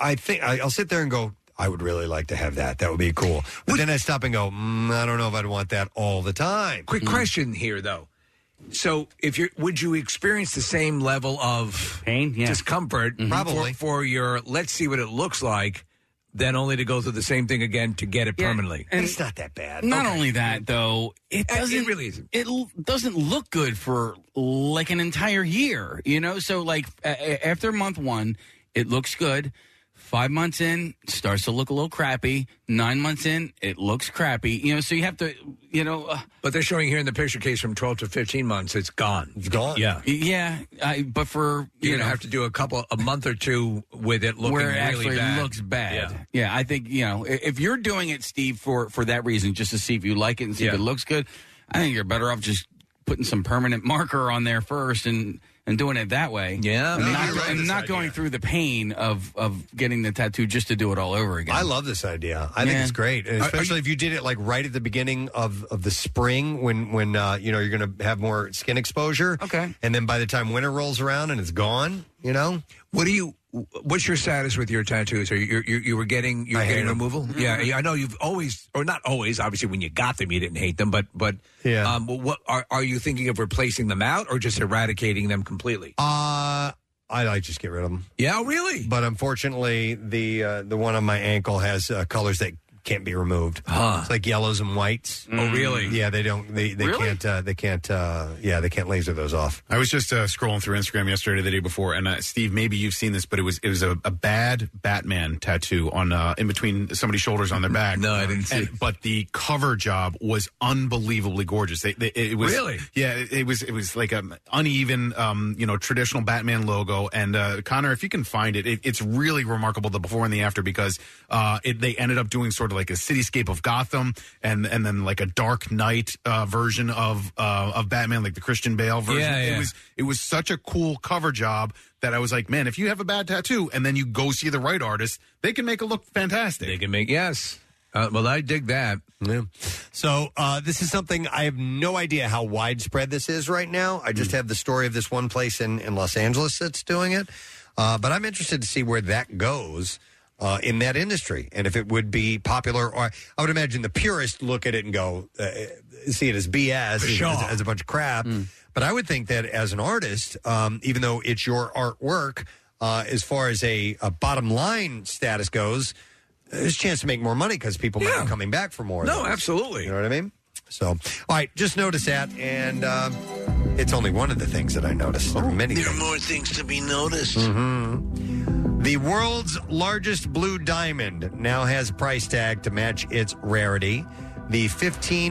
S4: I think I- I'll sit there and go. I would really like to have that. That would be cool. But then I stop and go. Mm, I don't know if I'd want that all the time.
S3: Quick
S8: Hmm.
S3: question here, though. So, if you are would you experience the same level of
S8: pain, Mm-hmm.
S3: discomfort,
S4: Mhm. Probably.
S3: for, for your let's see what it looks like, then only to go through the same thing again to get it permanently?
S8: and-
S4: it's not that bad.
S8: Not only that, though, it
S3: Uh, it
S8: doesn't
S3: really
S8: It l- doesn't look good for like an entire year, you know. So, like a- a- after month one, it looks good. Five months in, starts to look a little crappy. Nine months in, it looks crappy, you know. So you have to, you know. Uh,
S3: but they're showing here in the picture case from twelve to fifteen months, it's gone. It's
S4: gone.
S3: Yeah.
S8: Yeah, I, but for
S3: You're
S8: you
S3: gonna
S8: know,
S3: have to do a couple, a month or two with it looking
S8: where it
S3: really
S8: actually
S3: bad.
S8: looks bad.
S3: Yeah.
S8: Yeah. I think you know i- if you're doing it, Steve, for for that reason, just to see if you like it and see if
S3: Yeah.
S8: it looks good. I think you're better off just putting some permanent marker on there first and and doing it that way.
S3: Yeah,
S8: and
S3: maybe
S8: not,
S3: I like
S8: and
S3: this
S8: not going through the pain of of getting the tattoo just to do it all over again.
S4: I love this idea. I think
S8: Yeah.
S4: it's great, and
S8: Are- are
S4: especially if you did it like right at the beginning of, of the spring when when uh, you know you're going to have more skin exposure. Okay, and then by the time winter rolls around and it's gone, you know.
S3: What do you? What's your status with your tattoos? Are you you, you were getting you were
S4: I hate
S3: getting
S4: them. Mm-hmm.
S3: removal? Yeah, yeah, I know you've always or not always. Obviously, when you got them, you didn't hate them, but but
S4: Yeah.
S3: Um, what are are you thinking of replacing them out or just eradicating them completely?
S4: Uh I like just get rid of them.
S3: Yeah, really.
S4: But unfortunately, the uh, the one on my ankle has uh, colors that can't be removed.
S3: Huh.
S4: It's like yellows and whites.
S6: Oh, really?
S4: Yeah, they don't. They they
S6: Really?
S4: can't. Uh, they can't. Uh, yeah, they can't laser those off.
S6: I was just uh, scrolling through Instagram yesterday, the day before, and uh, Steve, maybe you've seen this, but it was it was a, a bad Batman tattoo on uh, in between somebody's shoulders on their back. No, I didn't see. And, but the cover job was unbelievably gorgeous. They, they, it was
S3: Really?
S6: yeah. It, it was it was like an uneven, um, you know, traditional Batman logo. And uh, Connor, if you can find it, it, it's really remarkable the before and the after because uh, it, they ended up doing sort of like a cityscape of Gotham, and and then like a Dark Knight uh, version of uh, of Batman, like the Christian Bale version.
S3: Yeah, yeah.
S6: It was it was such a cool cover job that I was like, man, if you have a bad tattoo and then you go see the right artist, they can make it look fantastic. They
S3: can make yes. Uh, well, I dig that.
S4: Yeah. So uh, this is something I have no idea how widespread this is right now. I
S3: Hmm.
S4: just have the story of this one place in, in Los Angeles that's doing it, uh, but I'm interested to see where that goes uh, in that industry and if it would be popular. Or I would imagine the purists look at it and go, uh, see it as BS,
S3: For
S4: as-
S3: sure. Hmm.
S4: as, as a bunch of crap. But I would think that as an artist, um, even though it's your artwork, uh, as far as a, a bottom line status goes, there's a chance to make more money because people might be coming back for more. of
S3: No,
S4: those.
S3: absolutely.
S4: You know what I mean? So, all right, just notice that, and um, it's only one of the things that I noticed.
S3: Oh.
S4: There are many.
S11: There are
S4: things.
S11: more things to be noticed.
S4: Mhm. The world's largest blue diamond now has a price tag to match its rarity. The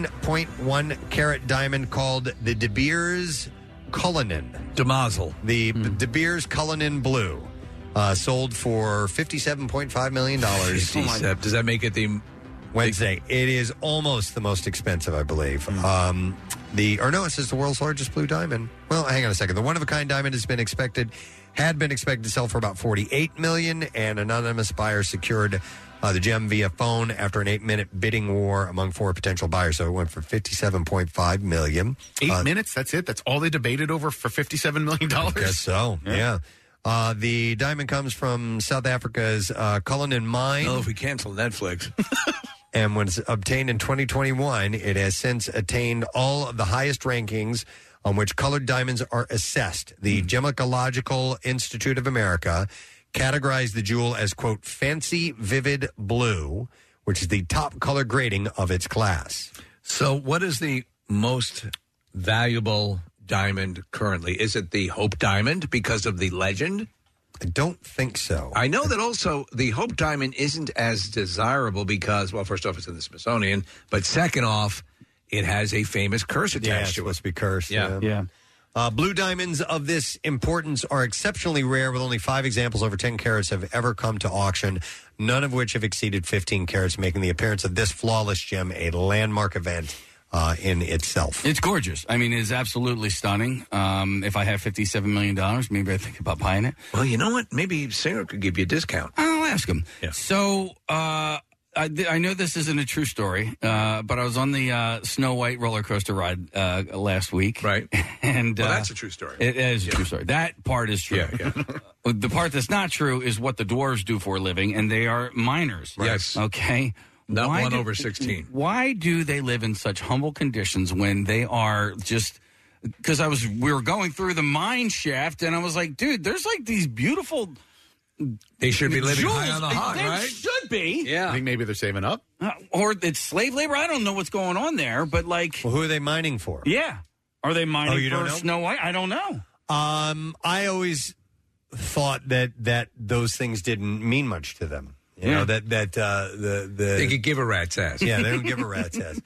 S4: 15.1 carat diamond called the De Beers Cullinan.
S3: Damazel.
S4: The B-
S3: Hmm.
S4: De Beers Cullinan Blue. Uh, sold for $57.5 million.
S3: Step. Does that make it the
S4: Wednesday. It is almost the most expensive, I believe.
S3: Hmm.
S4: Um, the or no, it says the world's largest blue diamond. Well, hang on a second. The one of a kind diamond has been expected, had been expected to sell for about forty eight million, and anonymous buyer secured uh, the gem via phone after an eight minute bidding war among four potential buyers. So it went for fifty seven point five million. Uh,
S6: Eight minutes. That's it. That's all they debated over for fifty-seven million dollars.
S4: I guess so. Yeah. Uh, the diamond comes from South Africa's uh, Cullinan mine.
S3: Oh, if we cancel Netflix.
S4: and was obtained in 2021. It has since attained all of the highest rankings on which colored diamonds are assessed. The
S3: Hmm.
S4: Gemological Institute of America categorized the jewel as, quote, fancy vivid blue, which is the top color grading of its class.
S3: So, what is the most valuable diamond currently? Is it the Hope Diamond because of the legend?
S4: I don't think so.
S3: I know that also the Hope Diamond isn't as desirable because, well, first off, it's in the Smithsonian, but second off, it has a famous curse attached
S4: Yeah, it's
S3: to it.
S4: supposed to be cursed.
S3: Yeah.
S4: yeah. Uh, blue diamonds of this importance are exceptionally rare, with only five examples over 10 carats have ever come to auction, none of which have exceeded 15 carats, making the appearance of this flawless gem a landmark event uh, in itself.
S8: It's gorgeous. I mean, it's absolutely stunning. Um, if I had fifty-seven million dollars, maybe I think about buying it.
S3: Well, you know what? Maybe Singer could give you a discount.
S8: I'll ask him. So uh, I, th- I know this isn't a true story, uh, but I was on the uh, Snow White roller coaster ride uh, last week. Right, and
S3: well,
S8: uh,
S3: that's a true story.
S8: It is a true story. That part is true. Uh, the part that's not true is what the dwarves do for a living, and they are miners.
S3: Yes.
S8: Okay.
S3: Not
S8: Why
S3: one
S8: do-
S3: over 16.
S8: Why do they live in such humble conditions when they are just? Because I was, we were going through the mine shaft, and I was like, dude, there's like these beautiful.
S3: They should be living
S8: jewels.
S3: high on the hog,
S8: They
S3: right?
S8: Should be.
S3: Yeah.
S6: I think maybe they're saving up.
S8: Uh, or it's slave labor. I don't know what's going on there, but like,
S4: who are they mining for?
S8: Yeah, are they mining
S4: Oh, you
S8: for
S4: don't know?
S8: Snow White? I don't know.
S4: Um, I always thought that that those things didn't mean much to them. You
S3: Yeah.
S4: know that that uh, the the
S3: They could give a rat's ass.
S4: Yeah, they don't give a rat's ass.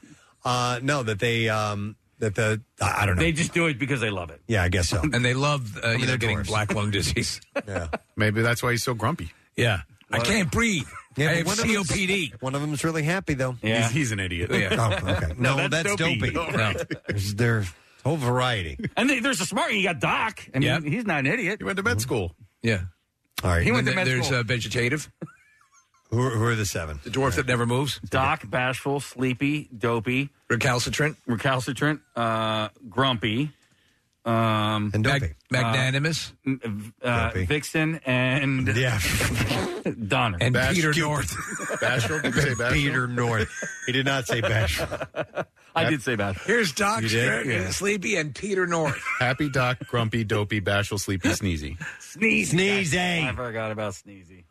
S4: Uh, no, that they um, that the I I don't know.
S8: They just do it because they love it.
S4: yeah, I guess so.
S3: And they love uh, you know,
S4: they're
S3: getting
S4: dwarfs.
S3: black lung disease.
S4: yeah.
S6: Maybe that's why he's so grumpy.
S3: Yeah. I can't breathe. I
S4: but
S3: have
S4: one of them's-
S3: COPD.
S4: One of them's really happy though.
S6: Yeah. He's- he's an idiot.
S4: Yeah. Oh, okay. No, that's, dopey. There's their whole variety.
S8: And they, there's a smart. You got Doc. I mean, he's not an idiot. He
S6: went to med school.
S3: Yeah.
S4: All right.
S8: He went to
S3: And
S8: med
S3: then there's
S8: school.
S3: uh, vegetative.
S4: Who are, who are the seven?
S3: The dwarf that never moves.
S8: Doc, bashful, sleepy, dopey,
S3: recalcitrant,
S8: recalcitrant, uh, grumpy, um,
S4: and
S3: dopey. Magnanimous,
S8: uh, Vixen, and
S4: yeah,
S8: Donner
S3: And Bash- Peter Cute. North.
S6: Bashful? Did you say Bashful?
S4: Peter North. He did not say Bashful.
S8: I did say Bashful.
S3: Here's Doc
S6: You did?
S3: Stern,
S6: Yeah.
S3: Sleepy, and Peter North.
S6: Happy Doc, grumpy, dopey, bashful, sleepy, sneezy.
S8: Sneezy.
S4: Sneezy.
S8: I forgot about Sneezy.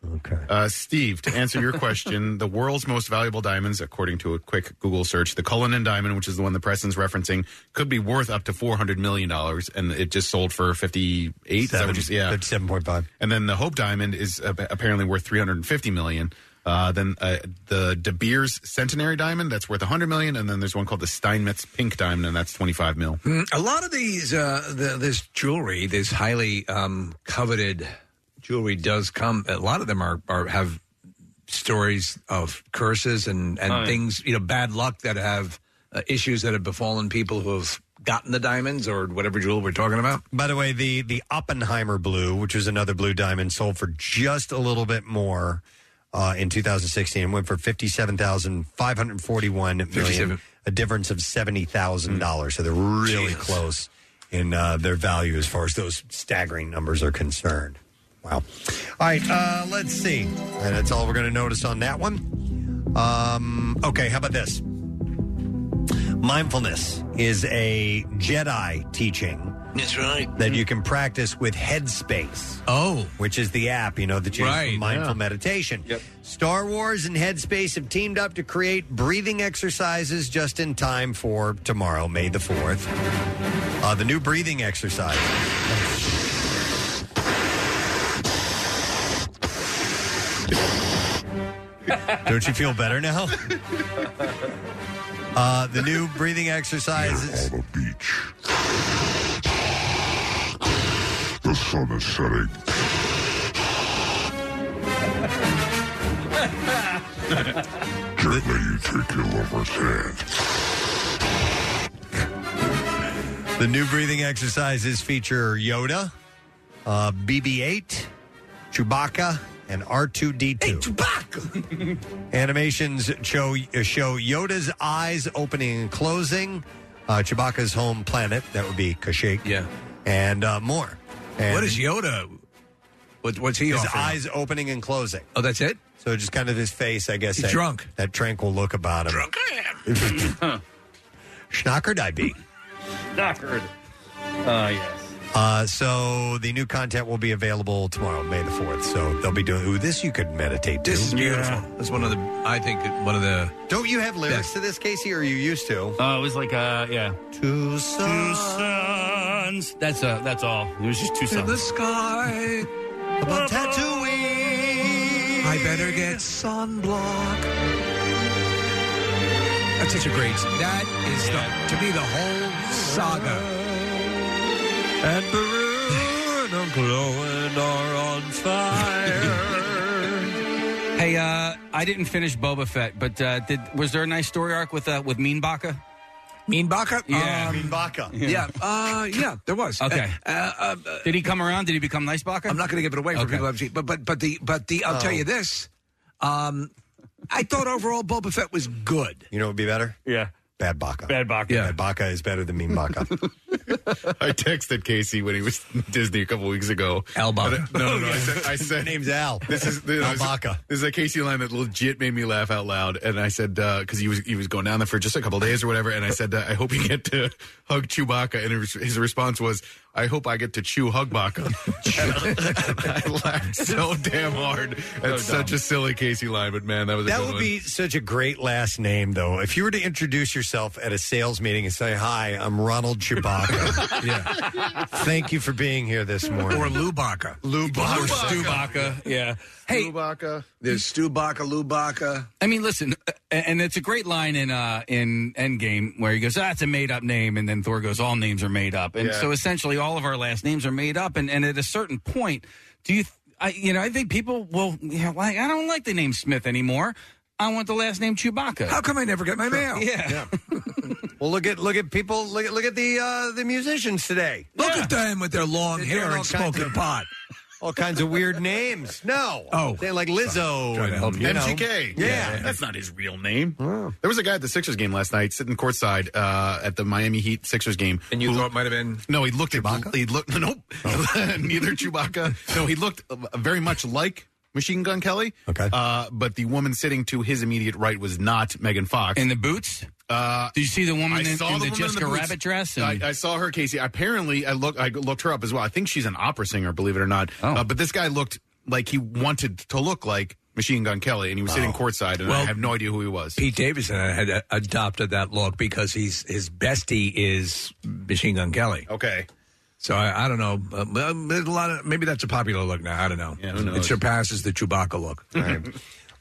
S6: Uh, Steve, to answer your question, the world's most valuable diamonds, according to a quick Google search, the Cullinan diamond, which is the one the Preston's referencing, could be worth up to four hundred million dollars, and it just sold for fifty-eight.
S4: Seven.
S6: yeah,
S4: fifty-seven point five.
S6: And then the Hope diamond is ap- apparently worth three hundred and fifty million. Uh, then uh, the De Beers Centenary diamond, that's worth hundred million, and then there's one called the Steinmetz Pink diamond, and that's twenty-five mil.
S3: Mm, A lot of these, uh, the, this jewelry, this highly um, coveted jewelry, does come. A lot of them are, are have stories of curses and and
S8: Oh, yeah.
S3: things, you know, bad luck that have uh, issues that have befallen people who have gotten the diamonds or whatever jewel we're talking about.
S4: By the way, the the Oppenheimer blue, which was another blue diamond, sold for just a little bit more uh, in 2016 and went for fifty-seven thousand five hundred forty-one million,
S3: 57.
S4: a difference of seventy thousand dollars. So they're really close in uh, their value as far as those staggering numbers are concerned. Wow. All right, uh, let's see. And that's all we're going to notice on that one. Um, okay, how about this? Mindfulness is a Jedi teaching.
S11: That's right.
S4: That you can practice with Headspace.
S3: Oh.
S4: Which is the app, you know, that you use
S11: Right,
S4: for mindful
S11: yeah.
S4: meditation. Star Wars and Headspace have teamed up to create breathing exercises just in time for tomorrow, May the 4th. Uh, the new breathing exercise. Don't you feel better now? Uh, the new breathing exercises.
S14: The sun is setting. Gently, you take your lover's hand.
S4: The new breathing exercises feature Yoda, uh, BB 8, Chewbacca, and R2D2. Chewbacca! Animations show, uh, show Yoda's eyes opening and closing, uh, Chewbacca's home planet, that would be Kashyyyk. Yeah. And uh, more. And
S3: what is Yoda? What, what's he?
S4: His
S3: offering?
S4: eyes opening and closing.
S3: Oh, that's it?
S4: So just kind of his face, I guess.
S3: He's
S4: that,
S3: drunk.
S4: That tranquil look about him. Drunk I am. Schnockered I be.
S8: Knockered. Oh, yes.
S4: Uh, so the new content will be available tomorrow, May the fourth. So they'll be doing. Ooh, this you could meditate to.
S3: This is beautiful. That's one of the. I think one of the.
S4: Don't you have lyrics to this, Casey? Or are you used to?
S8: Oh, it was like, uh, yeah.
S4: Two suns.
S8: That's uh, that's all. It was just two
S11: In the
S8: suns.
S3: sky
S4: above Tatooine.
S3: I better get sunblock. That's such a great. That is the, to me the whole saga.
S4: And Peru and Uncle Owen are on fire.
S8: Hey, uh, I didn't finish Boba Fett, but uh, did was there a nice story arc with uh, with Mean Baka?
S3: Mean Baka?
S8: Yeah.
S3: Um, Mean
S4: Baka.
S3: Yeah, uh, yeah, there was.
S8: Okay.
S3: Uh, uh,
S8: Did he come around? Did he become nice Baka?
S3: I'm not going to give it away for
S8: Okay.
S3: people. who haven't seen- But but but the but the I'll tell
S8: Oh.
S3: you this. Um, I thought overall Boba Fett was good.
S4: You know what would be better?
S8: Yeah.
S4: Bad Baka.
S8: Bad Baka.
S4: Bad Baka is better than Mean Baka.
S6: I texted Casey when he was in Disney a couple weeks ago.
S3: Al Baca.
S6: No, no, no. I said, I said
S4: name's Al.
S6: This is
S4: Al
S6: I was-
S4: Baca.
S6: This is a Casey line that legit made me laugh out loud. And I said because he was he was going down there for just a couple days or whatever. And I said, uh, I hope you get to hug Chewbacca. And his, his response was, I hope I get to chew hug Baca. I laughed so damn hard. That's
S4: So dumb.
S6: such a silly Casey line, but man, that was a
S4: That
S6: good
S4: would
S6: one.
S4: be such a great last name, though. If you were to introduce yourself at a sales meeting and say, "Hi, I'm Ronald Chewbacca. Thank you for being here this morning."
S3: Or Lou Baka.
S4: Lou
S8: Or Stu Baka. Yeah. Hey,
S6: Chewbacca.
S3: There's Stu Baka, Lou Baka.
S8: I mean, listen, uh, and it's a great line in uh, in Endgame where he goes, "That's a made up name," and then Thor goes, "All names are made up," and
S2: Yeah.
S8: so essentially all of our last names are made up. And, and at a certain point, do you, th- I, you know, I think people will, you know, like, I don't like the name Smith anymore. I want the last name Chewbacca.
S3: How come I never get my mail?
S8: Yeah.
S4: Well, look at look at people. Look at look at the uh, the musicians today.
S3: Look at them with their long
S4: They're
S3: hair
S4: doing all
S3: and
S4: kinds
S3: smoking
S4: of-
S3: pot.
S4: all kinds of weird names. No.
S6: Oh.
S4: They're like Lizzo.
S6: Trying to help you.
S4: and, know.
S6: MGK.
S4: Yeah.
S6: That's not his real name. There was a guy at the Sixers game last night sitting courtside uh, at the Miami Heat Sixers game. And you thought it
S3: might have been.
S6: No, he looked at. He looked. Nope. Neither Chewbacca. No, he looked uh, very much like. Machine Gun Kelly. Okay. Uh, but the woman sitting to his immediate right was not Megan Fox. In
S8: the boots?
S6: Uh,
S8: Did you see the
S6: I
S8: woman in, in
S6: saw
S8: the,
S6: the woman in
S8: Jessica
S6: boots.
S8: Rabbit dress?
S6: I, I saw her, Casey. Apparently, I look I looked her up as well. I think she's an opera singer, believe it or not. Uh, but this guy looked like he wanted to look like Machine Gun Kelly, and he was sitting courtside, and I
S3: Well,
S6: have no idea who he was.
S3: Pete Davidson had uh, adopted that look because he's his bestie is Machine Gun Kelly.
S6: Okay.
S3: So I, I don't know. Uh, well, there's a lot of maybe that's a popular look now. I don't know.
S4: who knows?
S3: It surpasses the Chewbacca look.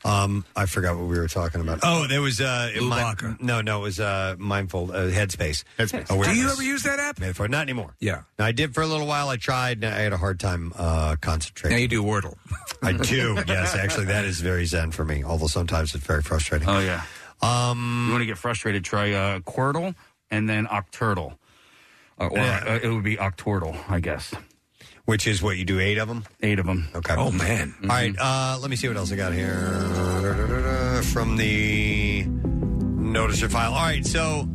S4: Um, I forgot what we were talking about. Oh, there was uh, mind, no, no, it was uh, mindful uh, headspace.
S6: Headspace.
S3: Do you ever use that app?
S4: Made for not anymore.
S3: Yeah.
S4: Now, I did for a little while. I tried. And I had a hard time uh, concentrating.
S3: Now you do Wordle.
S4: I do. yes, actually, that is very zen for me. Although sometimes it's very frustrating.
S8: Oh yeah.
S4: Um,
S8: you want to get frustrated? Try uh, Quirtle and then Octurtle, uh, or uh, it would be Octortle, I guess.
S4: Which is what you do? Eight of them.
S8: Eight of them.
S4: Okay.
S8: Oh man.
S4: All right.
S3: Mm-hmm.
S4: Uh, let me see what else I got here Da-da-da-da, from the noticer file. All right. So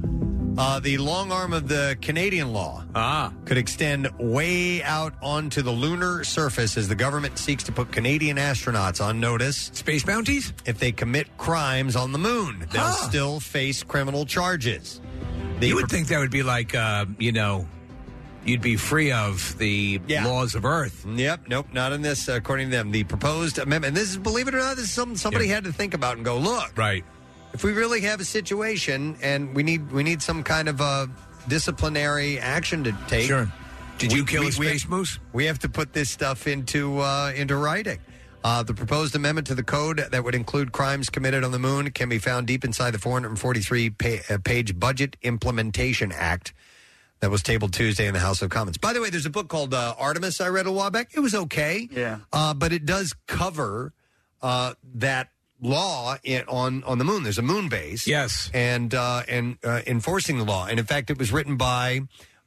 S4: uh, the long arm of the Canadian law
S3: Ah.
S4: could extend way out onto the lunar surface as the government seeks to put Canadian astronauts on notice.
S3: Space bounties?
S4: If they commit crimes on the moon, they'll still face criminal charges.
S3: you would think that would be like, uh, you know, you'd be free of the laws of Earth.
S4: Yep, nope, not in this. uh, According to them, the proposed amendment, and this is, believe it or not, this is something somebody had to think about and go, look,
S3: right.
S4: If we really have a situation and we need we need some kind of uh, disciplinary action to take,
S3: Sure. Did you kill a space
S4: moose? We have to put this stuff into uh, into writing. Uh, the proposed amendment to the code that would include crimes committed on the moon can be found deep inside the 443 pa- uh, page Budget Implementation Act that was tabled Tuesday in the House of Commons. By the way, there's a book called uh, Artemis I read a while back. It was okay. Yeah. Uh, but it does cover uh, that law in, on, on the moon. There's a moon base.
S3: Yes.
S4: And, uh, and uh, enforcing the law. And in fact, it was written by.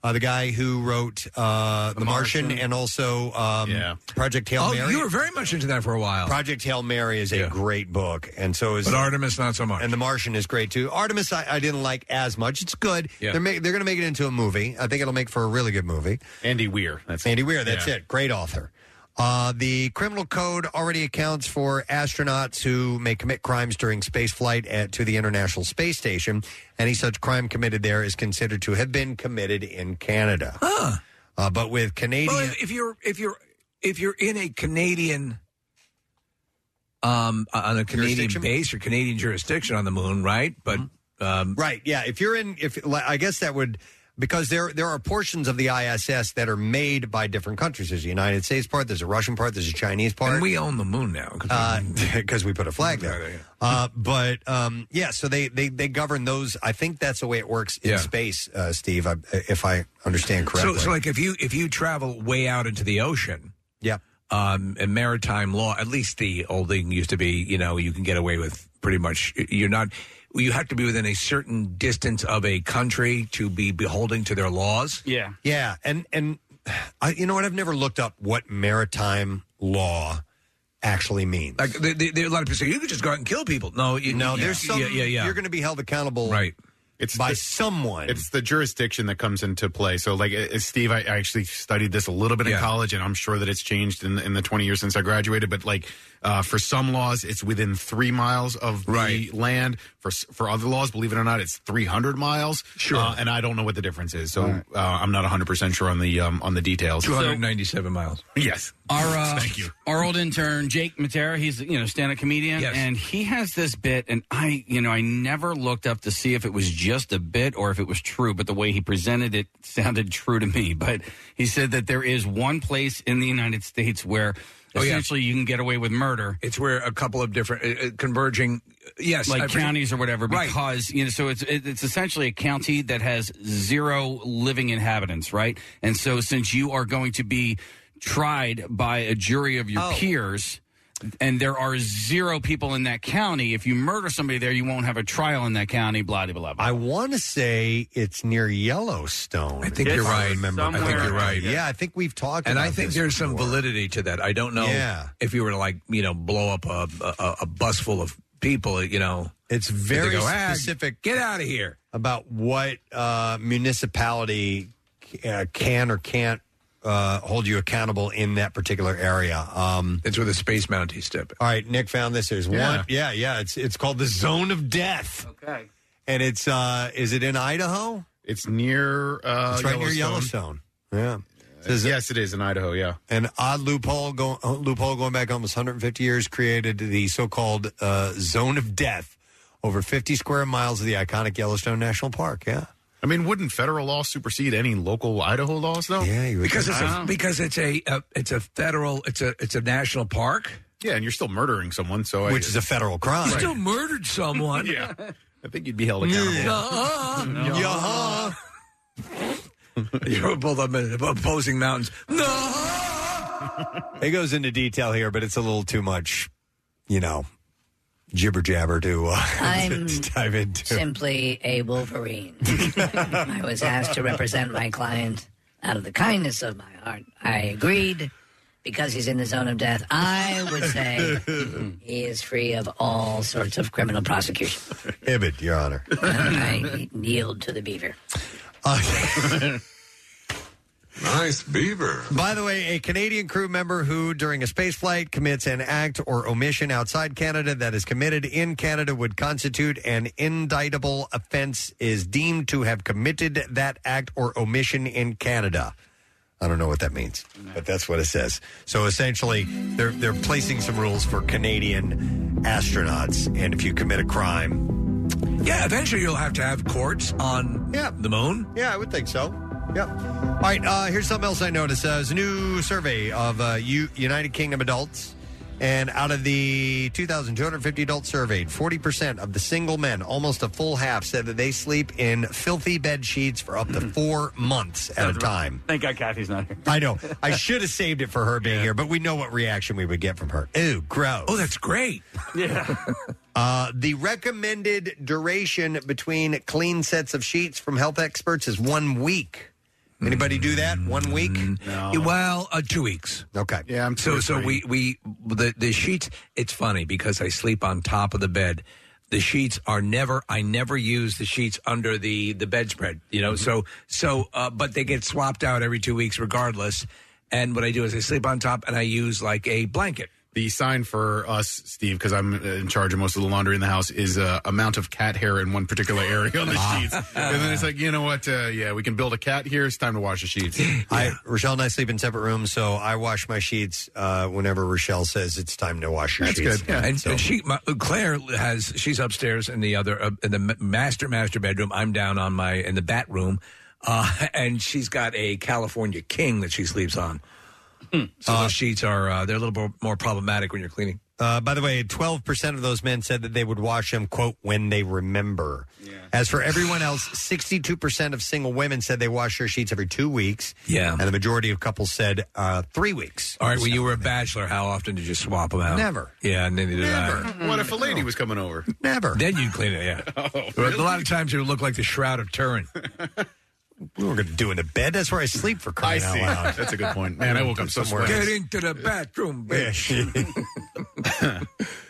S4: Uh, the guy who wrote uh, The Martian, and also um, Project Hail
S3: oh,
S4: Mary.
S3: you were very much into that for a while.
S4: Project Hail Mary is a great book, and so is
S3: But Artemis not so much.
S4: And The Martian is great too. Artemis I, I didn't like as much. It's good.
S3: Yeah.
S4: They're ma- they're going to make it into a movie. I think it'll make for a really good movie.
S6: Andy Weir. That's
S4: Andy Weir. That's
S6: Yeah.
S4: it. Great author. Uh, the criminal code already accounts for astronauts who may commit crimes during space flight at, to the International Space Station. Any such crime committed there is considered to have been committed in Canada. Uh, but with Canadian,
S3: Well, if, if you're if you're if you're in a Canadian um on a Canadian
S4: Jurisdiction? Mm-hmm.
S3: base or Canadian jurisdiction on the moon, right? But um,
S4: right, yeah. If you're in, if like, I guess that would because there there are portions of the ISS that are made by different countries. There's a United States part. There's a Russian part. There's a Chinese part.
S3: and we own the moon now.
S4: because we put a flag there. Uh, but um, yeah, so they, they they govern those. I think that's the way it works in
S3: Yeah.
S4: space, uh, Steve. I, if I understand correctly.
S3: So, so like if you if you travel way out into the ocean,
S4: yeah,
S3: um, and maritime law, at least the old thing used to be, you know, you can get away with pretty much. You're not. You have to be within a certain distance of a country to be beholding to their laws.
S8: Yeah.
S4: Yeah, and and I, you know what? I've never looked up what maritime law actually means.
S3: Like there, there, there are a lot of people say you could just go out and kill people. No, you,
S4: no,
S3: yeah.
S4: there's some.
S3: Yeah, yeah, yeah.
S4: You're going to be held accountable,
S3: right?
S6: It's
S4: by someone.
S6: It's the jurisdiction that comes into play. So, like uh, Steve, I, I actually studied this a little bit in
S4: Yeah.
S6: college, and I'm sure that it's changed in, in the 20 years since I graduated. But like uh, for some laws, it's within three miles of the land. For s- for other laws, believe it or not, it's 300 miles. Sure. Uh, and I don't know what the difference is, so uh, I'm not 100 percent sure on the um, on the details.
S3: 297 miles.
S6: Yes.
S8: Our uh,
S6: Thank you.
S8: Our old intern Jake Matera, he's you know stand-up comedian,
S6: Yes.
S8: and he has this bit, and I you know I never looked up to see if it was just a bit or if it was true, but the way he presented it sounded true to me. But he said that there is one place in the United States where
S3: Oh, yeah.
S8: essentially you can get away with murder.
S3: It's where a couple of different uh, uh, converging, yes,
S8: like
S3: I forget-
S8: counties or whatever,
S3: Right.
S8: because you know, so it's it- it's essentially a county that has zero living inhabitants, right?
S3: Oh.
S8: And so since you are going to be tried by a jury of your peers. and there are zero people in that county. If you murder somebody there, you won't have a trial in that county. Blah blah blah. blah.
S4: I want to say it's near Yellowstone. I
S3: think you're right.
S4: I remember.
S3: I think you're right.
S4: Yeah, I think we've talked.
S3: And
S4: about
S3: I think
S4: this
S3: there's some
S4: before.
S3: validity to that. I don't know
S4: Yeah.
S3: if you were to like you know blow up a a, a bus full of people. You know,
S4: it's
S3: they
S4: very
S3: go, "Ah,
S4: specific.
S3: Get out of here
S4: about what uh, municipality uh, can or can't uh, hold you accountable in that particular area. Um,
S3: That's where the space mounties step.
S4: All right, Nick found this. There's
S3: Yeah.
S4: one. Yeah, yeah. It's it's called the Zone of Death.
S8: Okay.
S4: And it's uh, is it in Idaho?
S6: It's near. Uh,
S4: it's right near Yellowstone. Yeah.
S6: yes, it is in Idaho. Yeah.
S4: An odd loophole, go, uh, loophole going back almost 150 years created the so-called uh, Zone of Death over 50 square miles of the iconic Yellowstone National Park. Yeah.
S6: I mean, wouldn't federal law supersede any local Idaho laws though?
S4: Yeah, you
S3: because it's a, because it's a, a it's a federal it's a it's a national park.
S6: Yeah, and you're still murdering someone, so
S4: Which is a federal crime.
S3: You still murdered someone.
S6: yeah, I think you'd be held accountable.
S3: Nuh-uh.
S6: No.
S3: Yuh-huh. You're both up in opposing mountains. No.
S4: It goes into detail here, but it's a little too much, you know, jibber jabber to, uh,
S18: I'm
S4: to dive into.
S18: simply a Wolverine. I was asked to represent my client out of the kindness of my heart. I agreed because he's in the zone of death. I would say he is free of all sorts of criminal prosecution.
S4: Ibid, Your Honor.
S18: I yield to the beaver.
S4: nice beaver. By the way, a Canadian crew member who, during a space flight, commits an act or omission outside Canada that is committed in Canada would constitute an indictable offense, is deemed to have committed that act or omission in Canada. I don't know what that means, but that's what it says. So essentially, they're they're placing some rules for Canadian astronauts, and if you commit a crime,
S3: Yeah, eventually you'll have to have courts on the moon.
S4: Yeah, I would think so. Yep. All right, uh, here's something else I noticed. Uh, there's a new survey of uh, U- United Kingdom adults. And out of the 2,250 adults surveyed, 40% of the single men, almost a full half, said that they sleep in filthy bed sheets for up to
S3: Hmm.
S4: four months at a time.
S8: Thank God Kathy's not here.
S4: I know. I should have saved it for her being here, but we know what reaction we would get from her. Ew, gross. Oh,
S3: that's great.
S8: Yeah.
S4: Uh, the recommended duration between clean sets of sheets from health experts is one week. Anybody do that?
S6: Mm.
S4: One week?
S3: Yeah, Well, uh, two weeks.
S4: Okay.
S6: Yeah, I'm
S3: so so we we the the sheets. It's funny because I sleep on top of the bed. The sheets are never. I never use the sheets under the the bedspread. You know. So so uh, but they get swapped out every two weeks regardless. And what I do is I sleep on top and I use like a blanket.
S6: The sign for us, Steve, because I'm uh, in charge of most of the laundry in the house, is uh, amount of cat hair in one particular area on the
S4: Ah.
S6: sheets. and then it's like, you know what? Uh, yeah, we can build a cat here. It's time to wash the sheets.
S4: I Rochelle and I sleep in separate rooms, so I wash my sheets uh, whenever Rochelle says it's time to wash your sheets.
S3: And,
S4: So-
S3: and she, my, uh, Claire has, she's upstairs in the other, uh, in the ma- master master bedroom. I'm down on my in the bat room, uh, and she's got a California King that she sleeps on. So those sheets are Hmm. uh, they're a little bit more problematic when you're cleaning.
S4: Uh, by the way, 12% of those men said that they would wash them, quote, when they remember. As for everyone else, 62% of single women said they wash their sheets every two weeks.
S3: Yeah.
S4: And the majority of couples said uh, three weeks.
S3: All right, when you were a bachelor, how often did you swap them out?
S4: Never.
S3: Yeah, and then did
S4: Never.
S3: I.
S6: What if
S4: Mm-hmm.
S6: a lady was coming over? Oh,
S4: Never.
S3: Then you'd clean it. Yeah. A lot of times it would look like the Shroud of Turin.
S4: we were going to do in the bed. That's where I sleep for crying
S3: I
S4: out
S3: see.
S4: loud.
S3: That's a
S6: good point. Man, I woke up so
S4: Somewhere
S6: sweaty.
S4: else.
S3: Get into the bathroom, bitch.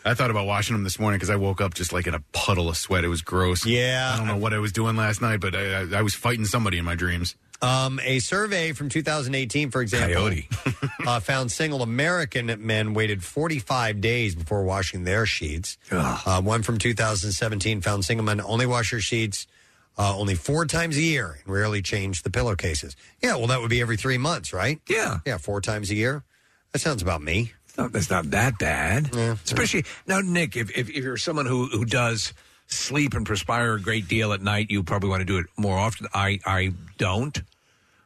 S6: I thought about washing them this morning because I woke up just like in a puddle of sweat. It was gross.
S4: Yeah.
S6: I don't know what I was doing last night, but I, I, I was fighting somebody in my dreams.
S4: Um, a survey from 2018, for example, uh, found single American men waited 45 days before washing their sheets. Uh, one from 2017 found single men only wash their sheets uh, only four times a year and rarely change the pillowcases. Yeah, well, that would be every three months, right?
S3: Yeah.
S4: Yeah, four times a year. That sounds about me.
S3: not, that's not that bad. Especially now, Nick, if, if, if you're someone who, who does sleep and perspire a great deal at night, you probably want to do it more often. I, I don't.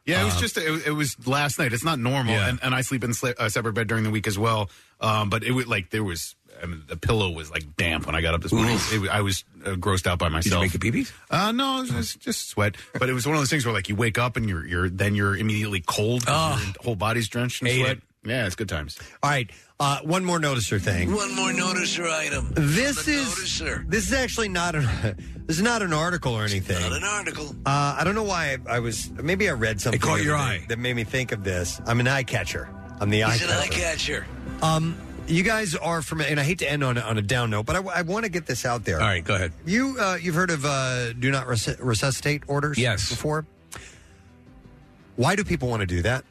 S6: Yeah, it was
S4: Uh-huh.
S3: Uh,
S6: just it, it was last night. It's not normal, and, and I sleep in sli- a separate bed during the week as well. Um, but it was like there was I mean, the pillow was like damp when I got up this morning. It, wa- I was uh, grossed out by myself.
S3: make a pee-pee?
S6: Uh, no, it was, just- just sweat. But it was one of those things where like you wake up and you're you're then you're immediately cold. 'cause your whole body's drenched in
S3: Hate
S6: sweat.
S3: it.
S6: Yeah, it's good times.
S4: All right, uh, one more noticer thing.
S11: One more noticer item.
S4: This
S11: The
S4: is
S11: noticer.
S4: this is actually not an this is not an article or anything.
S11: Not an article.
S4: Uh, I don't know why I, I was. Maybe I read something.
S11: caught
S4: the
S11: your
S4: other day that made me think of this. I'm an eye catcher. I'm the eye
S11: He's an
S4: catcher.
S11: eye catcher.
S4: Um, you guys are from, and I hate to end on on a down note, but I, want to get this out there.
S3: All right, go ahead.
S4: You uh, you've heard of uh, do not resu- resuscitate orders?
S3: Yes.
S4: Before. Why do people want to do that?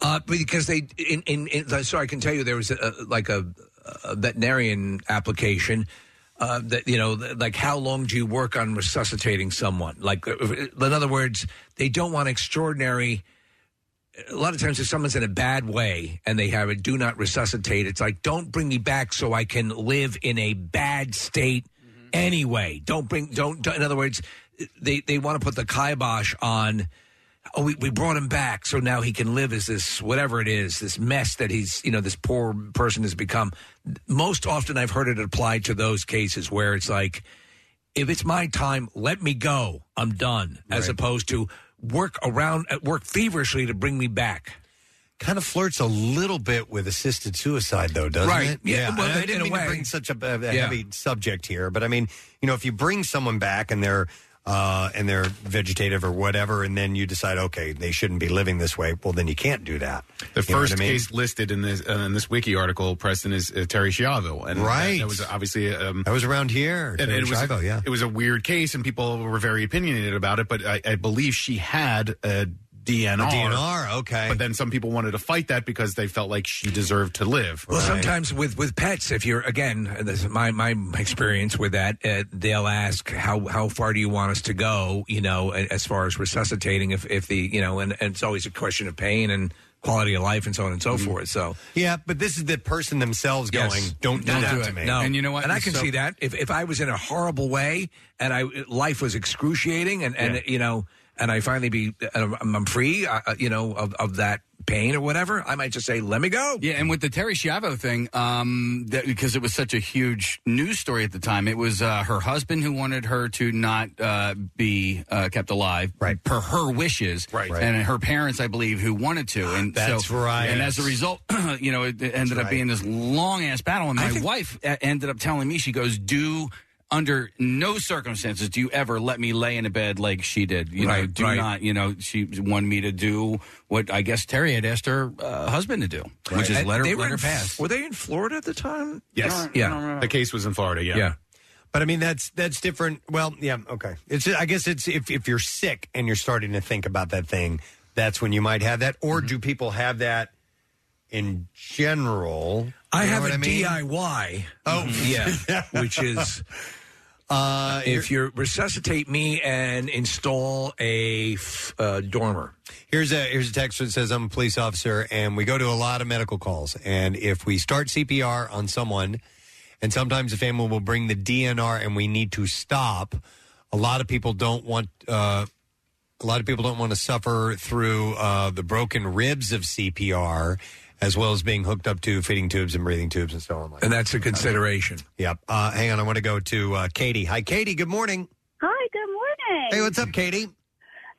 S3: Uh, because they, in, in, in so I can tell you there was a, a- like a, a veterinarian application uh, that you know, th- like how long do you work on resuscitating someone? Like, uh, in other words, they don't want extraordinary. A lot of times, if someone's in a bad way and they have a do not resuscitate, it's like don't bring me back so I can live in a bad state anyway. Don't bring don't. In other words, they they want to put the kibosh on oh, we, we brought him back, so now he can live as this whatever it is, this mess that he's, you know, this poor person has become. Most often, I've heard it applied to those cases where it's like, if it's my time, let me go. I'm done. As opposed to work around, uh, work feverishly to bring me back.
S4: Kind of flirts a little bit with assisted suicide, though, doesn't
S3: Right.
S4: it?
S3: Yeah, well,
S4: and I
S3: in
S4: didn't
S3: a
S4: mean
S3: way.
S4: to bring such a, a
S3: Yeah.
S4: heavy subject here, but I mean, you know, if you bring someone back and they're uh, and they're vegetative or whatever, and then you decide, okay, they shouldn't be living this way. Well, then you can't do that.
S6: The
S4: You know what
S6: first
S4: I mean?
S6: case listed in this uh, in this wiki article, Preston, is uh, Terry Schiavo, and
S4: Right.
S6: that, that was obviously um,
S4: that was around here.
S6: And,
S4: Terry
S6: it was
S4: Schiavo, yeah.
S6: it was a weird case, and people were very opinionated about it. But I, I believe she had a DNR.
S3: A DNR,
S4: okay.
S6: But then some people wanted to fight that because they felt like she deserved to live.
S3: Well, sometimes with with pets, if you're again, this is my my experience with that, uh, they'll ask how how far do you want us to go, you know, a- as far as resuscitating, if if the you know, and, and it's always a question of pain and quality of life and so on and so forth. So
S4: yeah, but this is the person themselves
S3: Yes.
S4: going, don't do that
S3: it.
S4: to me.
S3: No, and I can see that if if I was in a horrible way and I life was excruciating, and and
S4: Yeah.
S3: you know, and I finally be and I'm, I'm free, uh, uh, you know, of of that pain or whatever, I might just say, let me go.
S8: Yeah, and with the Terry Schiavo thing, um, that, because it was such a huge news story at the time, it was uh, her husband who wanted her to not uh, be uh, kept alive, right. per her wishes, right.
S4: Right.
S8: and her parents, I believe, who wanted to, and
S4: That's
S8: so,
S4: right.
S8: And as a result, you know, it, it ended up
S4: right.
S8: being this long ass battle. And my wife uh, ended up telling me, she goes, "Do." Under no circumstances do you ever let me lay in a bed like she did. You know,
S3: Right,
S8: do
S3: right.
S8: not. You know, she wanted me to do what I guess Terry had asked her uh, husband to do, which is
S3: And
S8: let her,
S3: they were
S8: let her
S3: in-
S8: pass.
S3: Were they in Florida at the time?
S6: Yes.
S3: Yeah.
S6: The case was in Florida. Yeah.
S3: Yeah.
S4: But I mean, that's that's different. Well, yeah, okay. It's I guess it's if if you're sick and you're starting to think about that thing, that's when you might have that. Or
S3: Mm-hmm.
S4: do people have that in general?
S3: I
S4: You know
S3: have
S4: what
S3: a
S4: mean?
S3: DIY.
S4: Oh.
S3: yeah, which is
S4: uh,
S3: if you resuscitate me and install a f- uh, dormer.
S4: Here's a here's a text that says I'm a police officer and we go to a lot of medical calls and if we start CPR on someone and sometimes the family will bring the DNR and we need to stop. A lot of people don't want uh, a lot of people don't want to suffer through uh, the broken ribs of CPR as well as being hooked up to feeding tubes and breathing tubes and so on. Like
S3: And that's a consideration.
S4: Yep. Uh, hang on, I want to go to uh, Katie. Hi, Katie. Good morning.
S2: Hi, good morning.
S4: Hey, what's up, Katie?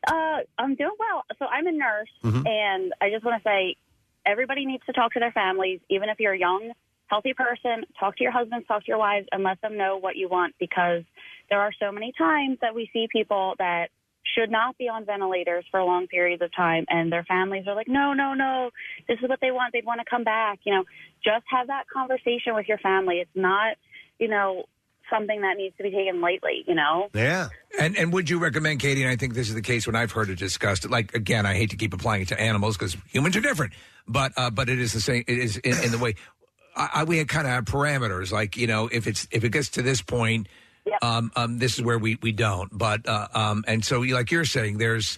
S2: Uh, I'm doing well. So I'm a nurse,
S4: Mhm.
S2: and I just want to say everybody needs to talk to their families, even if you're a young, healthy person. Talk to your husbands, talk to your wives, and let them know what you want because there are so many times that we see people that should not be on ventilators for long periods of time, and their families are like, no, no, no, this is what they want. They want to come back. You know, just have that conversation with your family. It's not, you know, something that needs to be taken lightly, you know?
S4: Yeah.
S3: And and would you recommend, Katie? And I think this is the case when I've heard it discussed. Like again, I hate to keep applying it to animals because humans are different, but uh, but it is the same. It is in, in the way I, I, we kind of have parameters. Like you know, if it's if it gets to this point, um, um, this is where we we don't. But uh, um, and so you- like you're saying, there's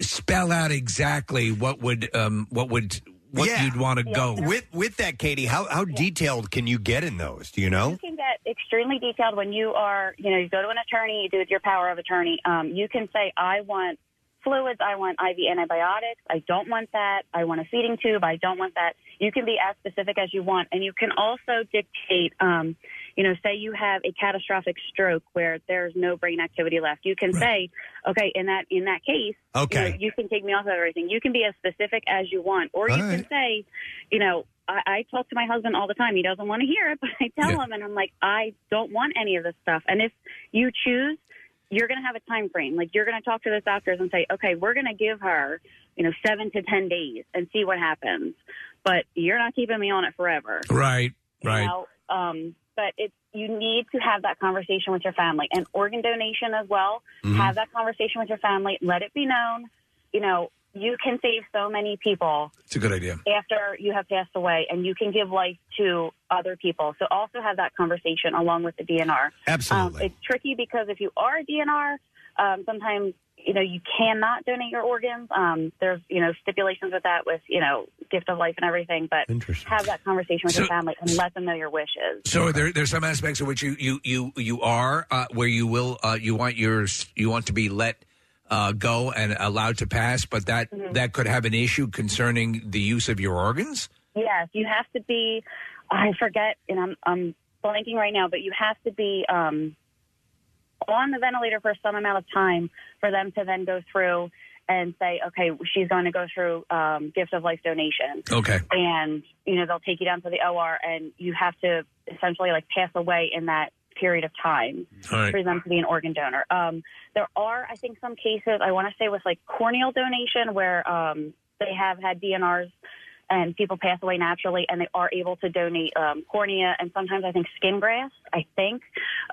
S3: spell out exactly what would um what would what
S4: Yeah.
S3: you'd want to go
S4: with with that, Katie. How how detailed can you get in those? Do you know?
S2: You can get extremely detailed when you are, you know, you go to an attorney, you do with your power of attorney. Um, you can say, I want
S19: fluids. I want IV antibiotics. I don't want that. I want a feeding tube. I don't want that. You can be as specific as you want. And you can also dictate, um, you know, say you have a catastrophic stroke where there's no brain activity left. You can say, okay, in that, in that case, you
S18: Okay.
S19: know, you can take me off of everything. You can be as specific as you want, or you
S18: All
S19: can
S18: right.
S19: say, you know, I, I talk to my husband all the time. He doesn't want to hear it, but I tell him, and I'm like, I don't want any of this stuff. And if you choose, you're going to have a time frame. Like you're going to talk to those doctors and say, okay, we're going to give her, you know, seven to ten days and see what happens. But you're not keeping me on it forever.
S3: Right,
S19: you know? Um, but it's you need to have that conversation with your family and organ donation as well.
S18: Mhm.
S19: Have that conversation with your family. Let it be known. You know, you can save so many people
S3: It's a good idea.
S19: after you have passed away, and you can give life to other people. So also have that conversation along with the DNR.
S4: Absolutely.
S19: Um, it's tricky because if you are a DNR, um, sometimes you know you cannot donate your organs. Um, there's you know stipulations with that, with you know gift of life and everything. But have that conversation with your family and let them know your wishes.
S3: So are there, there's some aspects of which you you you you are uh, where you will uh, you want yours you want to be let uh, go and allowed to pass, but that
S19: Mm-hmm.
S3: that could have an issue concerning the use of your organs.
S19: Yes, you have to be. I forget, and I'm I'm blanking right now, but you have to be um, on the ventilator for some amount of time for them to then go through and say, okay, she's going to go through um, gift of life donation.
S3: Okay.
S19: and you know they'll take you down to the OR, and you have to essentially like pass away in that period of time
S18: All right.
S19: for them to be an organ donor. Um, there are, I think, some cases I want to say with like corneal donation where um, they have had DNRs and people pass away naturally, and they are able to donate um, cornea and sometimes I think skin grafts. I think,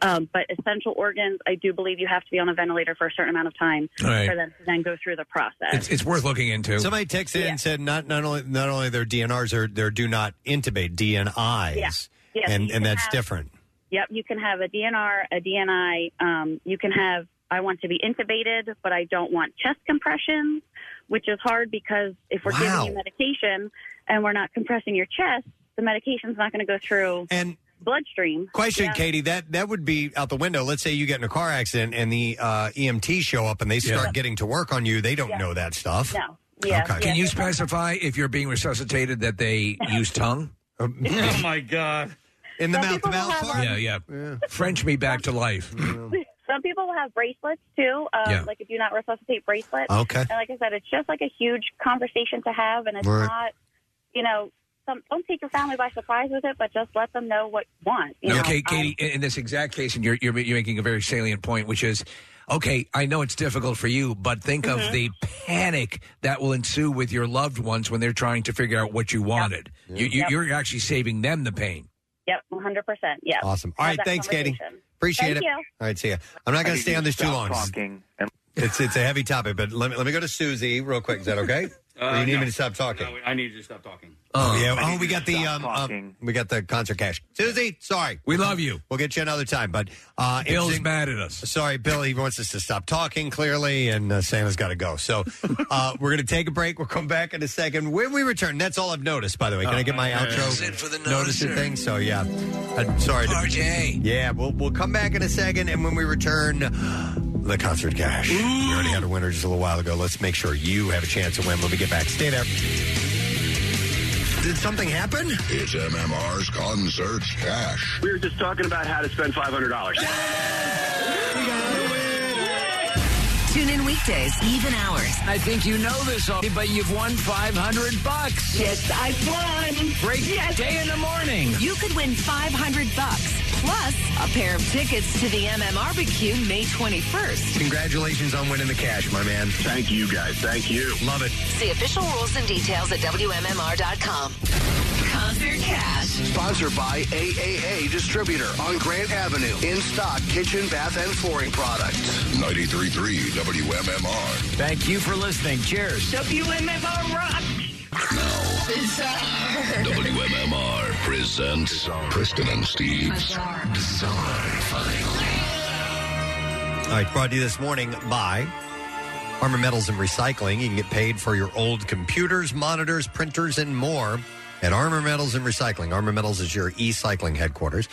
S19: um, but essential organs, I do believe you have to be on a ventilator for a certain amount of time
S4: All right.
S19: for them to then go through the process.
S3: It's, it's worth looking into.
S4: Somebody texted in and said not not only not only their DNRs are their do not intubate DNIs,
S19: Yeah. Yeah, so
S4: and
S19: you
S4: and
S19: can
S4: that's
S19: have-
S4: different.
S19: Yep, you can have a DNR, a DNI. Um, you can have I want to be intubated, but I don't want chest compressions, which is hard because if we're
S4: Wow.
S19: giving you medication and we're not compressing your chest, the medication's not going to go through
S4: and
S19: bloodstream.
S4: Question,
S19: Yeah.
S4: Katie, that that would be out the window. Let's say you get in a car accident and the uh, EMT show up and they start getting to work on you. They don't know that stuff.
S19: No. Yeah.
S4: Okay.
S3: Can you specify if you're being resuscitated that they use tongue?
S8: oh my god!
S4: In
S19: the Some mouth, people mouth have, part? um,
S3: Yeah, yeah, French me back to life.
S19: Some people will have bracelets too, um,
S3: Yeah.
S19: like if you not resuscitate bracelets.
S3: Okay.
S19: And like I said, it's just like a huge conversation to have, and it's
S4: Right.
S19: not, you know, some, don't take your family by surprise with it, but just let them know what you want. You know?
S3: okay, Katie,
S19: Um,
S3: in- in this exact case, and you're, you're you're making a very salient point, which is, okay, I know it's difficult for you, but think
S19: Mm-hmm.
S3: of the panic that will ensue with your loved ones when they're trying to figure out what you wanted. You, you,
S19: Yep.
S3: You're actually saving them the pain.
S19: Yep, 100%. Yeah.
S4: Awesome.
S19: Have
S4: All right,
S19: that
S4: thanks, Katie.
S19: conversation.
S4: Appreciate
S19: Thank
S4: it.
S19: you.
S4: All right, see ya. I'm not
S26: I
S4: going
S26: need
S4: to stay
S26: you
S4: on
S26: to
S4: this too
S26: stop
S4: long.
S26: talking.
S4: It's it's a heavy topic, but let me let me go to Susie real quick. Is that okay?
S8: Uh,
S4: Or you need me to stop talking?
S8: I need you to stop talking.
S4: Oh yeah.
S8: I need
S4: Oh,
S8: you
S4: we
S8: to
S4: got the
S8: stop
S4: um, um we got the concert cash. Susie, sorry, we love you. We'll get you another time, but uh,
S3: Bill's
S4: mad at us. Sorry, Bill. He wants us to stop talking clearly, and uh, Santa's got to go. So uh, we're going to take a break. We'll come back in a second. When we return, that's all I've noticed. By the way, can I get my
S3: Uh,
S4: outro?
S3: that's it for the
S4: noticer
S3: noticer.
S4: thing. So yeah, I'm sorry. to-
S3: RJ.
S4: Yeah, we'll we'll come back in a second, and when we return, the concert cash. We already had a winner just a little while ago. Let's make sure you have a chance to win when we get back. Stay there. Did something happen?
S14: It's MMR's concert cash.
S27: We were just talking about how to spend five hundred dollars.
S12: Tune in weekdays, even hours.
S10: I think you know this already, but you've won 500 bucks.
S12: Yes, I've won.
S10: Great day in the morning.
S12: You could win 500 bucks plus a pair of tickets to the MMRBQ May 21st.
S4: Congratulations on winning the cash, my man. Thank you, guys. Thank you. Love it.
S12: See official rules and details at WMMR.com. Concert Cash.
S5: Sponsored by AAA Distributor on Grant Avenue. In stock kitchen, bath, and flooring products.
S14: 93.3 WMMR.
S10: Thank you for listening. Cheers.
S12: WMMR Rock.
S14: WMMR presents Preston and Steve's Bizarre,
S4: All right, brought to you this morning by Armor Metals and Recycling. You can get paid for your old computers, monitors, printers, and more at Armor Metals and Recycling. Armor Metals is your e-cycling headquarters.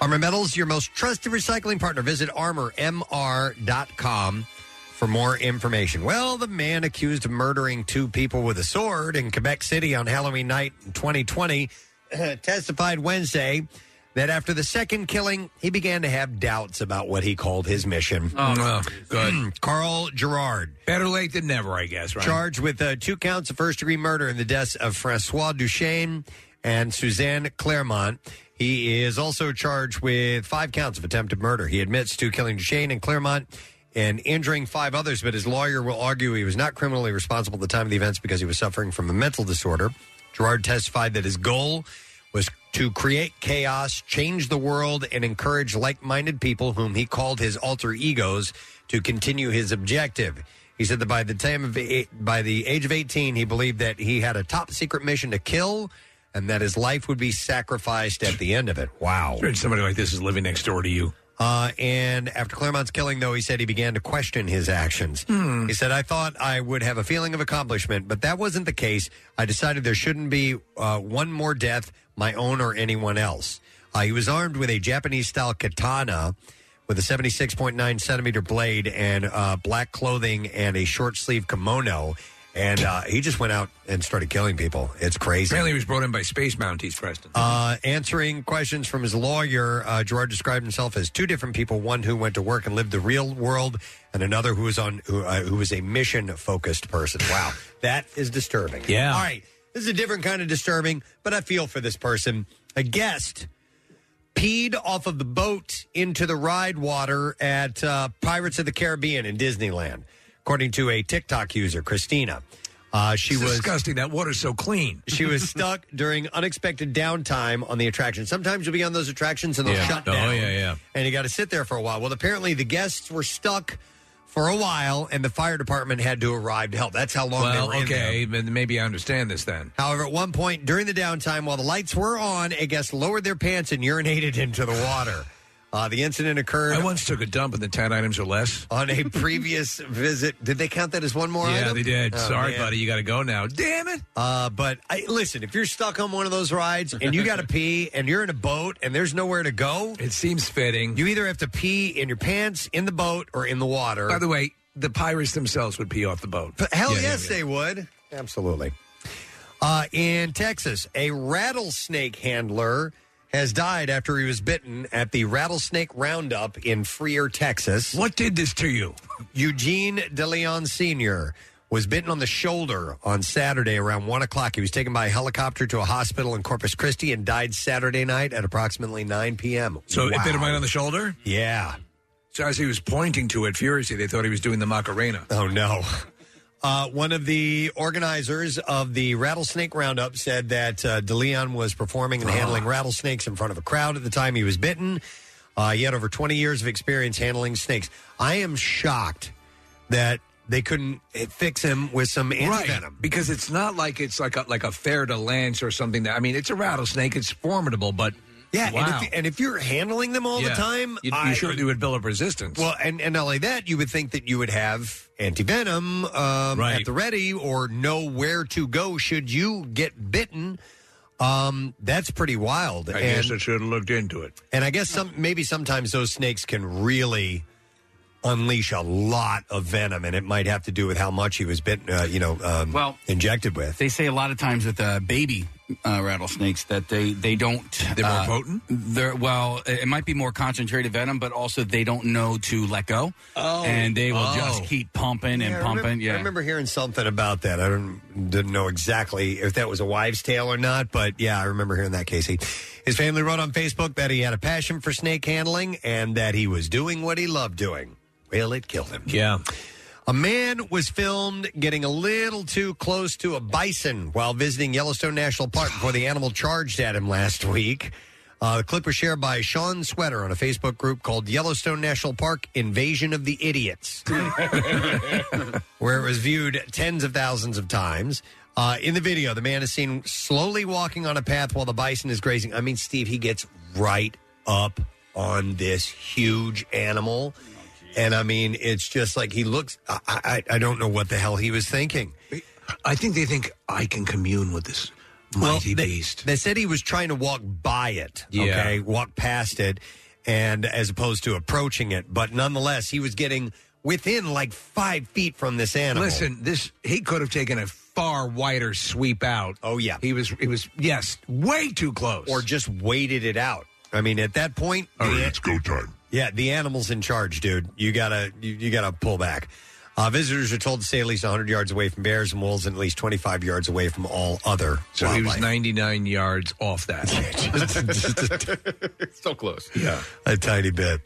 S4: Armor Metals, your most trusted recycling partner. Visit armormr.com for more information. Well, the man accused of murdering two people with a sword in Quebec City on Halloween night in 2020 testified Wednesday that after the second killing, he began to have doubts about what he called his mission.
S3: Oh, well,
S4: good. Mm-hmm. Carl Gerard.
S3: Better late than never, I guess, right?
S4: Charged with uh, two counts of first degree murder in the deaths of Francois Duchesne and Suzanne Claremont. He is also charged with five counts of attempted murder. He admits to killing Duchesne and Claremont and injuring five others, but his lawyer will argue he was not criminally responsible at the time of the events because he was suffering from a mental disorder. Gerard testified that his goal was to create chaos, change the world, and encourage like minded people, whom he called his alter egos, to continue his objective. He said that by the time of eight, by the age of 18, he believed that he had a top secret mission to kill and that his life would be sacrificed at the end of it. Wow.
S3: Somebody like this is living next door to you.
S4: Uh, and after Claremont's killing, though, he said he began to question his actions.
S3: Hmm.
S4: He said, I thought I would have a feeling of accomplishment, but that wasn't the case. I decided there shouldn't be uh, one more death, my own or anyone else. Uh, he was armed with a Japanese style katana with a 76.9 centimeter blade and uh, black clothing and a short sleeve kimono. And uh, he just went out and started killing people. It's crazy.
S3: Apparently, he was brought in by space Mounties, Preston.
S4: Uh, answering questions from his lawyer, uh, Gerard described himself as two different people: one who went to work and lived the real world, and another who was on who, uh, who was a mission-focused person. Wow, that is disturbing.
S3: Yeah.
S4: All right, this is a different kind of disturbing, but I feel for this person. A guest peed off of the boat into the ride water at uh, Pirates of the Caribbean in Disneyland, according to a TikTok user, Christina. Uh, she
S3: It's
S4: was
S3: disgusting. That water's so clean.
S4: she was stuck during unexpected downtime on the attraction. Sometimes you'll be on those attractions and they'll
S3: Yeah.
S4: shut
S3: Oh,
S4: down.
S3: yeah, yeah.
S4: And you got to sit there for a while. Well, apparently the guests were stuck for a while, and the fire department had to arrive to help. That's how long they
S3: Well,
S4: were in there.
S3: okay, but maybe I understand this then.
S4: However, at one point during the downtime, while the lights were on, a guest lowered their pants and urinated into the water. Uh, the incident occurred.
S3: I once took a dump in the 10 items or less.
S4: On a previous visit, did they count that as one more
S3: yeah,
S4: item?
S3: they did.
S4: Oh,
S3: Sorry,
S4: man.
S3: buddy. You got to go now. Damn it.
S4: Uh, but I, listen, if you're stuck on one of those rides and you got to pee and you're in a boat and there's nowhere to go,
S3: it seems fitting.
S4: Oh. You either have to pee in your pants, in the boat, or in the water.
S3: By the way, the pirates themselves would pee off the boat.
S4: But hell yes, they would. Absolutely. Uh, in Texas, a rattlesnake handler has died after he was bitten at the rattlesnake roundup in Freer, Texas.
S3: What did this to you?
S4: Eugene DeLeon Sr. was bitten on the shoulder on Saturday around 1 o'clock. He was taken by a helicopter to a hospital in Corpus Christi and died Saturday night at approximately 9 p.m.
S3: So it bit him
S4: Wow.
S3: right on the shoulder?
S4: Yeah.
S3: So as he was pointing to it furiously, they thought he was doing the Macarena.
S4: Oh, no. Uh, one of the organizers of the rattlesnake roundup said that uh, DeLeon was performing and
S3: Ah.
S4: handling rattlesnakes in front of a crowd at the time he was bitten. Uh, he had over 20 years of experience handling snakes. I am shocked that they couldn't eh, fix him with some
S3: Right,
S4: antivenom.
S3: because it's not like it's like a like a fair to lance or something. That I mean, it's a rattlesnake. It's formidable, but
S4: Yeah, and
S3: wow.
S4: if- and if you're handling them all the time,
S3: you, you
S4: I-
S3: surely would build up resistance.
S4: Well, and, and not only that, you would think that you would have antivenom um, at
S3: Right.
S4: the ready or know where to go should you get bitten. Um, that's pretty wild.
S3: I
S4: and,
S3: guess I should have looked into it.
S4: and I guess some maybe sometimes those snakes can really unleash a lot of venom, and it might have to do with how much he was bitten, uh, you know, um, well, injected with.
S8: They say a lot of times with uh, baby uh, rattlesnakes that they they don't
S3: They're more
S8: uh,
S3: potent?
S8: They're well, it it might be more concentrated venom, but also they don't know to let go.
S4: Oh.
S8: and they will just
S4: Oh.
S8: keep pumping and
S4: Yeah, I
S8: pumping.
S4: remember-
S8: yeah,
S4: I remember hearing something about that. I don't, didn't know exactly if that was a wives' tale or not, but yeah, I remember hearing that, Casey. His family wrote on Facebook that he had a passion for snake handling and that he was doing what he loved doing. Well, it killed him.
S3: Yeah.
S4: A man was filmed getting a little too close to a bison while visiting Yellowstone National Park before the animal charged at him last week. Uh, the clip was shared by Sean Sweater on a Facebook group called Yellowstone National Park Invasion of the Idiots. where it was viewed tens of thousands of times. Uh, in the video, the man is seen slowly walking on a path while the bison is grazing. I mean, Steve, he gets right up on this huge animal. And I mean, it's just like he looks. I, I, I don't know what the hell he was thinking.
S3: I think they think I can commune with this mighty beast.
S4: They said he was trying to walk by it,
S3: Yeah.
S4: okay, walk past it, and as opposed to approaching it. But nonetheless, he was getting within like five feet from this animal.
S3: Listen, this he could have taken a far wider sweep out.
S4: Oh yeah,
S3: he was. He was yes, way too close,
S4: or just waited it out. I mean, at that point, it's go time. Yeah, the animal's in charge, dude. You gotta you, you gotta pull back. Uh, visitors are told to stay at least 100 yards away from bears and wolves and at least 25 yards away from all other
S3: So he was 99 yards off that.
S6: so close.
S4: Yeah, a tiny bit.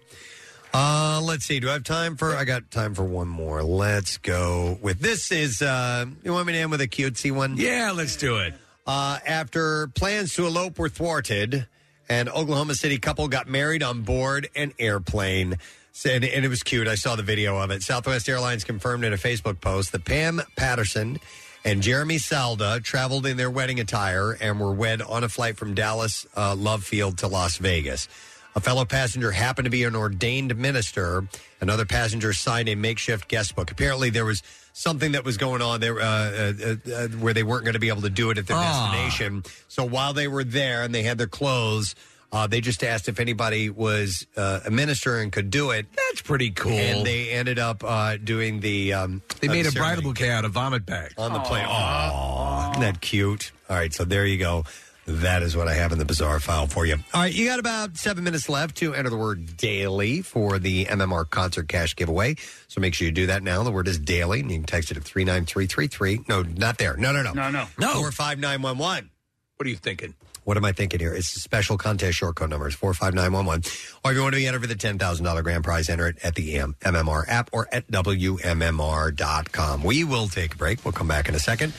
S4: Uh, let's see. Do I have time for? I got time for one more. Let's go with this. Is uh, you want me to end with a cutesy one?
S3: Yeah, let's do it.
S4: Uh, after plans to elope were thwarted, an Oklahoma City couple got married on board an airplane. And, and it was cute. I saw the video of it. Southwest Airlines confirmed in a Facebook post that Pam Patterson and Jeremy Salda traveled in their wedding attire and were wed on a flight from Dallas uh, Love Field to Las Vegas. A fellow passenger happened to be an ordained minister. Another passenger signed a makeshift guest book. Apparently, there was something that was going on there uh, uh, uh, uh, where they weren't going to be able to do it at their
S1: Ah.
S4: destination. So while they were there and they had their clothes, uh, they just asked if anybody was uh, a minister and could do it.
S3: That's pretty cool.
S4: And they ended up uh, doing the. Um,
S3: They
S4: uh,
S3: made
S4: the
S3: a
S4: ceremony.
S3: bridal bouquet out of vomit bags
S4: on the plane. Aww. Isn't that cute? All right, so there you go. That is what I have in the bizarre file for you. All right, you got about seven minutes left to enter the word daily for the MMR concert cash giveaway. So make sure you do that now. The word is daily, and you can text it at 39333. No, not there. No, no, no.
S8: No, no.
S4: No. 45911.
S3: What are you thinking?
S4: What am I thinking here? It's a special contest short code number. It's 45911. Or if you want to be entered for the $10,000 grand prize, enter it at the M- MMR app or at WMMR.com. We will take a break. We'll come back in a second.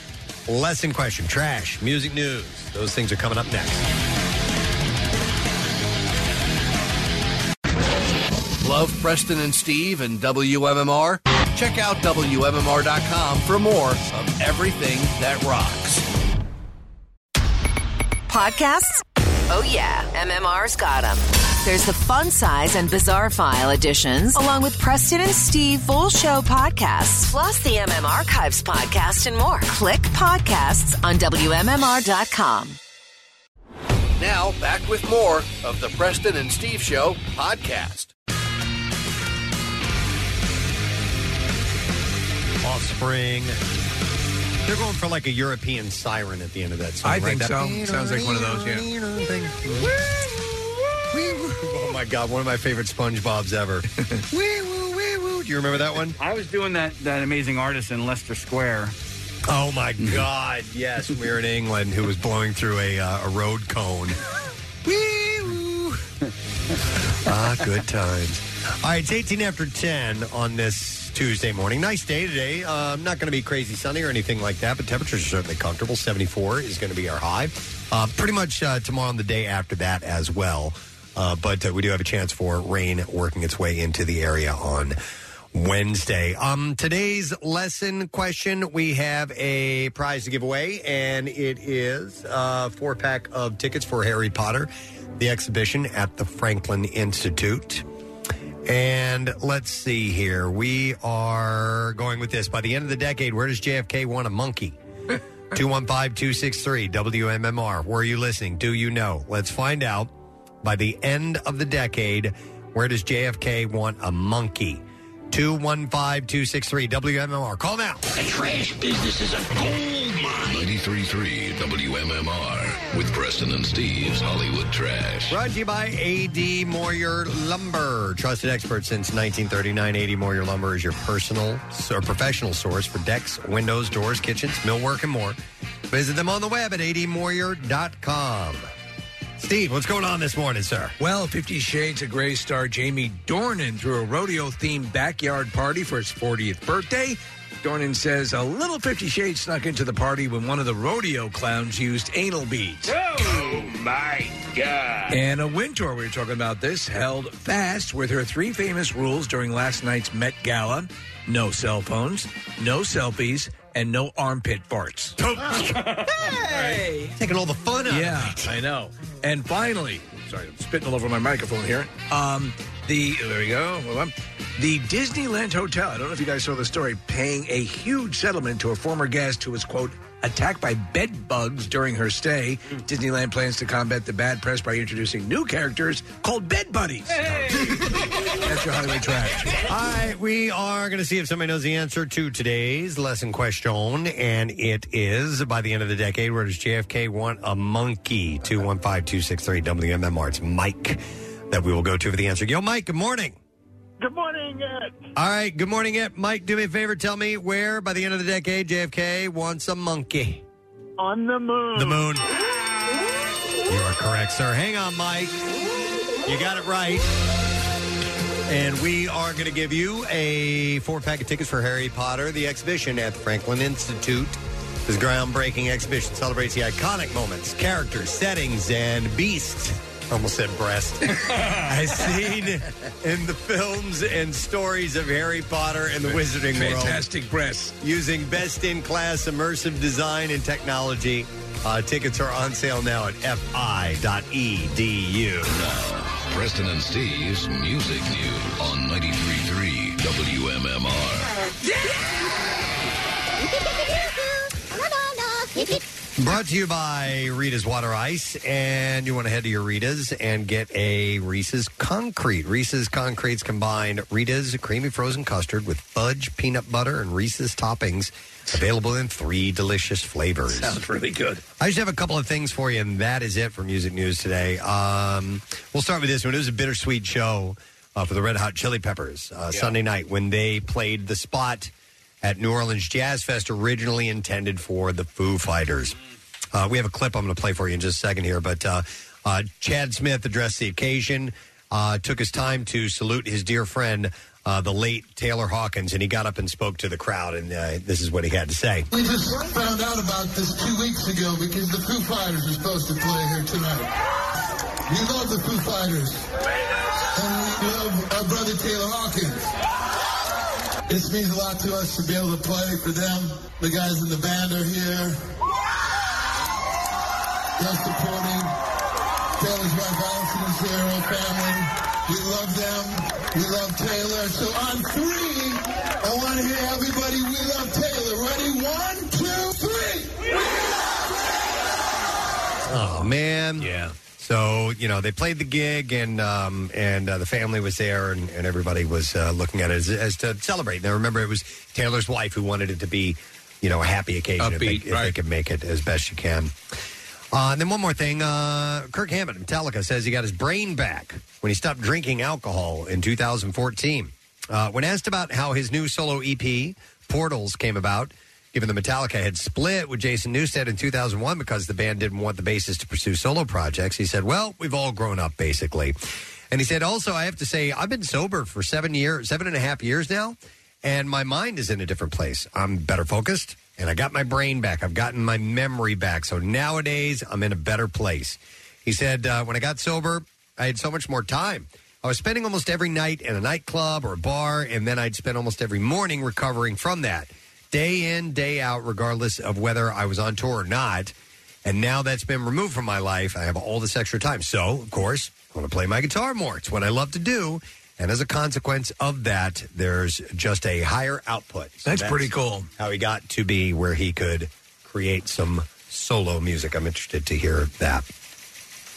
S4: Lesson question, trash, music news. Those things are coming up next.
S5: Love Preston and Steve and WMMR? Check out WMMR.com for more of everything that rocks.
S12: Podcasts? Oh, yeah. MMR's got them. There's the Fun Size and Bizarre File editions, along with Preston and Steve full show podcasts, plus the MM Archives podcast and more. Click podcasts on WMMR.com.
S5: Now, back with more of the Preston and Steve Show podcast.
S4: Offspring. They're going for like a European siren at the end of that song.
S3: I
S4: right?
S3: think
S4: That-
S3: so. Sounds like one of those, yeah.
S4: Oh my God, one of my favorite SpongeBob's ever. wee woo, wee woo. Do you remember that one?
S8: I was doing that that amazing artist in Leicester Square.
S4: Oh my God! Yes, we were in England. Who was blowing through a uh, a road cone? ah, good times. All right, it's eighteen after ten on this Tuesday morning. Nice day today. Uh, not going to be crazy sunny or anything like that, but temperatures are certainly comfortable. Seventy four is going to be our high. Uh, pretty much uh, tomorrow and the day after that as well. Uh, but uh, we do have a chance for rain working its way into the area on Wednesday. Um, today's lesson question we have a prize to give away, and it is a four pack of tickets for Harry Potter, the exhibition at the Franklin Institute. And let's see here. We are going with this. By the end of the decade, where does JFK want a monkey? 215 263 WMMR. Where are you listening? Do you know? Let's find out. By the end of the decade, where does JFK want a monkey? 215 263 WMMR. Call now.
S14: The trash business is a gold mine. 93.3 WMMR with Preston and Steve's Hollywood Trash.
S4: Brought to you by AD Moyer Lumber, trusted expert since 1939. AD Moyer Lumber is your personal or professional source for decks, windows, doors, kitchens, millwork, and more. Visit them on the web at admoyer.com. Steve, what's going on this morning, sir?
S3: Well, Fifty Shades of Grey star Jamie Dornan threw a rodeo themed backyard party for his 40th birthday. Dornan says a little Fifty Shades snuck into the party when one of the rodeo clowns used anal beads.
S14: Oh my God.
S3: Anna Wintour, we were talking about this, held fast with her three famous rules during last night's Met Gala no cell phones, no selfies, and no armpit farts.
S4: hey! Taking all the fun out
S3: yeah, I know. And finally, sorry, I'm spitting all over my microphone here. Um, the there we go. Hold on. The Disneyland Hotel. I don't know if you guys saw the story. Paying a huge settlement to a former guest who was quote attacked by bed bugs during her stay.
S4: Hmm.
S3: Disneyland plans to combat the bad press by introducing new characters called Bed Buddies. That's
S4: Berkshire Highway Trash. All right, we are going to see if somebody knows the answer to today's lesson question, and it is by the end of the decade. Where does JFK want a monkey? Two one five two six three WMMR. It's Mike that we will go to for the answer. Yo, Mike. Good morning.
S1: Good morning,
S16: uh,
S1: Ed.
S4: All right. Good morning, it. Mike. Do me a favor. Tell me where by the end of the decade JFK wants a monkey.
S1: On the moon.
S4: The moon. You are correct, sir. Hang on, Mike. You got it right. And we are going to give you a four pack of tickets for Harry Potter, the exhibition at the Franklin Institute. This groundbreaking exhibition celebrates the iconic moments, characters, settings, and beasts. Almost said breast. As seen in the films and stories of Harry Potter and the Wizarding World.
S3: Fantastic breasts.
S4: Using best in class immersive design and technology. Uh, tickets are on sale now at E fi.edu.
S14: Preston and Steve's Music News on 93.3 WMMR.
S4: Brought to you by Rita's Water Ice, and you want to head to your Rita's and get a Reese's Concrete. Reese's Concretes combine Rita's creamy frozen custard with fudge, peanut butter, and Reese's toppings, available in three delicious flavors.
S3: Sounds really good.
S4: I just have a couple of things for you, and that is it for music news today. Um, we'll start with this one. It was a bittersweet show uh, for the Red Hot Chili Peppers uh, Sunday night when they played the spot at New Orleans Jazz Fest, originally intended for the Foo Fighters. Uh, we have a clip I'm going to play for you in just a second here, but uh, uh, Chad Smith addressed the occasion, uh, took his time to salute his dear friend, uh, the late Taylor Hawkins, and he got up and spoke to the crowd, and uh, this is what he had to say.
S20: We just found out about this two weeks ago because the Foo Fighters are supposed to play here tonight. We love the Foo Fighters. And we love our brother Taylor Hawkins. This means a lot to us to be able to play for them. The guys in the band are here. They're supporting. Taylor's wife Allison is here, her family. We love them. We love Taylor. So on three, I want to hear everybody, we love Taylor. Ready? One, two, three.
S4: Oh man, yeah. So you know they played the gig and um, and uh, the family was there and, and everybody was uh, looking at it as, as to celebrate. Now remember, it was Taylor's wife who wanted it to be you know a happy occasion if, they,
S3: Upbeat,
S4: if they
S3: right.
S4: could make it as best you can. Uh, and then one more thing, uh, Kirk Hammett, Metallica says he got his brain back when he stopped drinking alcohol in 2014. Uh, when asked about how his new solo EP Portals came about, given the Metallica had split with Jason Newsted in 2001 because the band didn't want the bassist to pursue solo projects, he said, "Well, we've all grown up, basically." And he said, "Also, I have to say, I've been sober for seven years, seven and a half years now, and my mind is in a different place. I'm better focused, and I got my brain back. I've gotten my memory back. So nowadays, I'm in a better place." He said, uh, "When I got sober, I had so much more time." I was spending almost every night in a nightclub or a bar, and then I'd spend almost every morning recovering from that, day in, day out, regardless of whether I was on tour or not. And now that's been removed from my life. I have all this extra time. So, of course, I want to play my guitar more. It's what I love to do. And as a consequence of that, there's just a higher output. So
S3: That's pretty cool.
S4: How he got to be where he could create some solo music. I'm interested to hear that.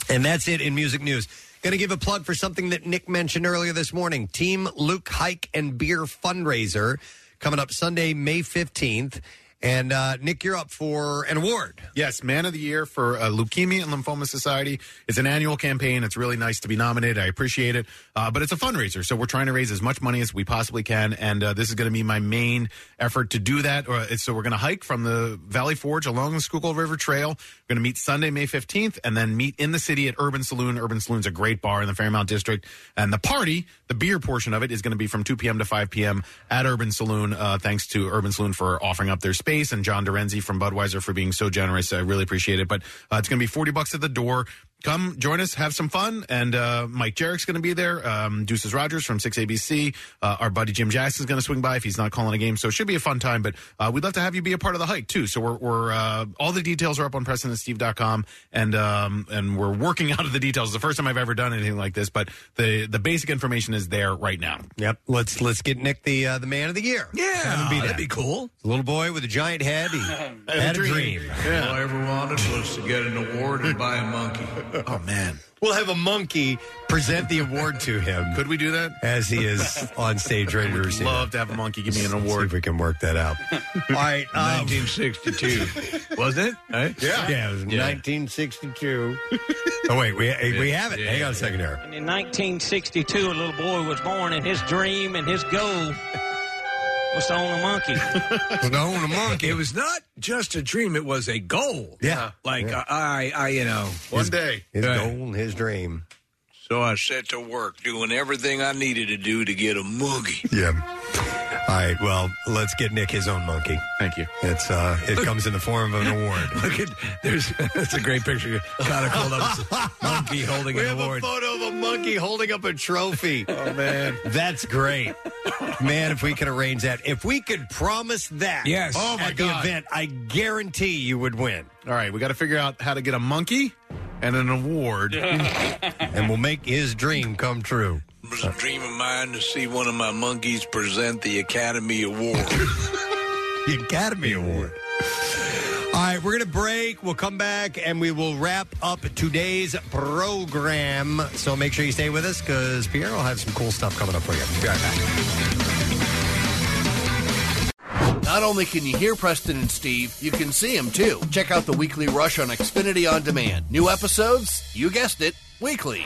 S4: And that's it in music news. Going to give a plug for something that Nick mentioned earlier this morning Team Luke Hike and Beer fundraiser coming up Sunday, May 15th. And uh, Nick, you're up for an award.
S6: Yes, Man of the Year for uh, Leukemia and Lymphoma Society. It's an annual campaign. It's really nice to be nominated. I appreciate it. Uh, but it's a fundraiser, so we're trying to raise as much money as we possibly can. And uh, this is going to be my main effort to do that. Or, it's- so we're going to hike from the Valley Forge along the Schuylkill River Trail. We're going to meet Sunday, May 15th, and then meet in the city at Urban Saloon. Urban Saloon's a great bar in the Fairmount District. And the party, the beer portion of it, is going to be from 2 p.m. to 5 p.m. at Urban Saloon. Uh, thanks to Urban Saloon for offering up their space and John Dorenzi from Budweiser for being so generous. I really appreciate it. But uh, it's going to be 40 bucks at the door. Come join us, have some fun, and uh, Mike Jarek's going to be there. Um, Deuces Rogers from 6ABC. Uh, our buddy Jim Jackson's going to swing by if he's not calling a game. So it should be a fun time, but uh, we'd love to have you be a part of the hike, too. So we're, we're uh, all the details are up on PresidentSteve.com, and um, and we're working out of the details. It's the first time I've ever done anything like this, but the, the basic information is there right now.
S4: Yep. Let's let's get Nick the uh, the man of the year.
S3: Yeah, that'd be cool.
S4: Little boy with a giant head. He had a dream.
S22: All I ever wanted was to get an award and buy a monkey.
S4: oh
S6: man.
S4: We'll have a monkey present the award to him.
S6: Could we do that?
S4: As he is on stage ready to receive.
S6: Love to have a monkey give me an award.
S4: See if we can work that out. All right. Um,
S3: 1962. was it? Right?
S4: Yeah. Yeah, it was 1962. oh, wait. We, we have it. Hang on a second here.
S13: And in 1962, a little boy was born, and his dream and his goal was to own a monkey.
S4: was to own a monkey.
S3: It was not just a dream; it was a goal.
S4: Yeah.
S3: Like uh, I, I, you know,
S6: One day.
S4: His goal and his dream.
S3: So I set to work doing everything I needed to do to get a monkey.
S4: Yeah. All right. Well, let's get Nick his own monkey.
S6: Thank you.
S4: It's uh, it comes in the form of an award.
S3: Look at there's that's a great picture. Kind of pulled up monkey holding
S4: we
S3: an
S4: have
S3: award.
S4: a photo of a monkey holding up a trophy. oh man, that's great, man! If we could arrange that, if we could promise that,
S6: Yes. Oh, my
S4: at
S6: God.
S4: the event, I guarantee you would win.
S6: All right, we got to figure out how to get a monkey and an award,
S4: and we'll make his dream come true.
S3: It was a dream of mine to see one of my monkeys present the Academy Award.
S4: the Academy Award. All right, we're going to break. We'll come back and we will wrap up today's program. So make sure you stay with us because Pierre will have some cool stuff coming up for you. Be right back.
S5: Not only can you hear Preston and Steve, you can see them too. Check out the weekly rush on Xfinity On Demand. New episodes, you guessed it, weekly.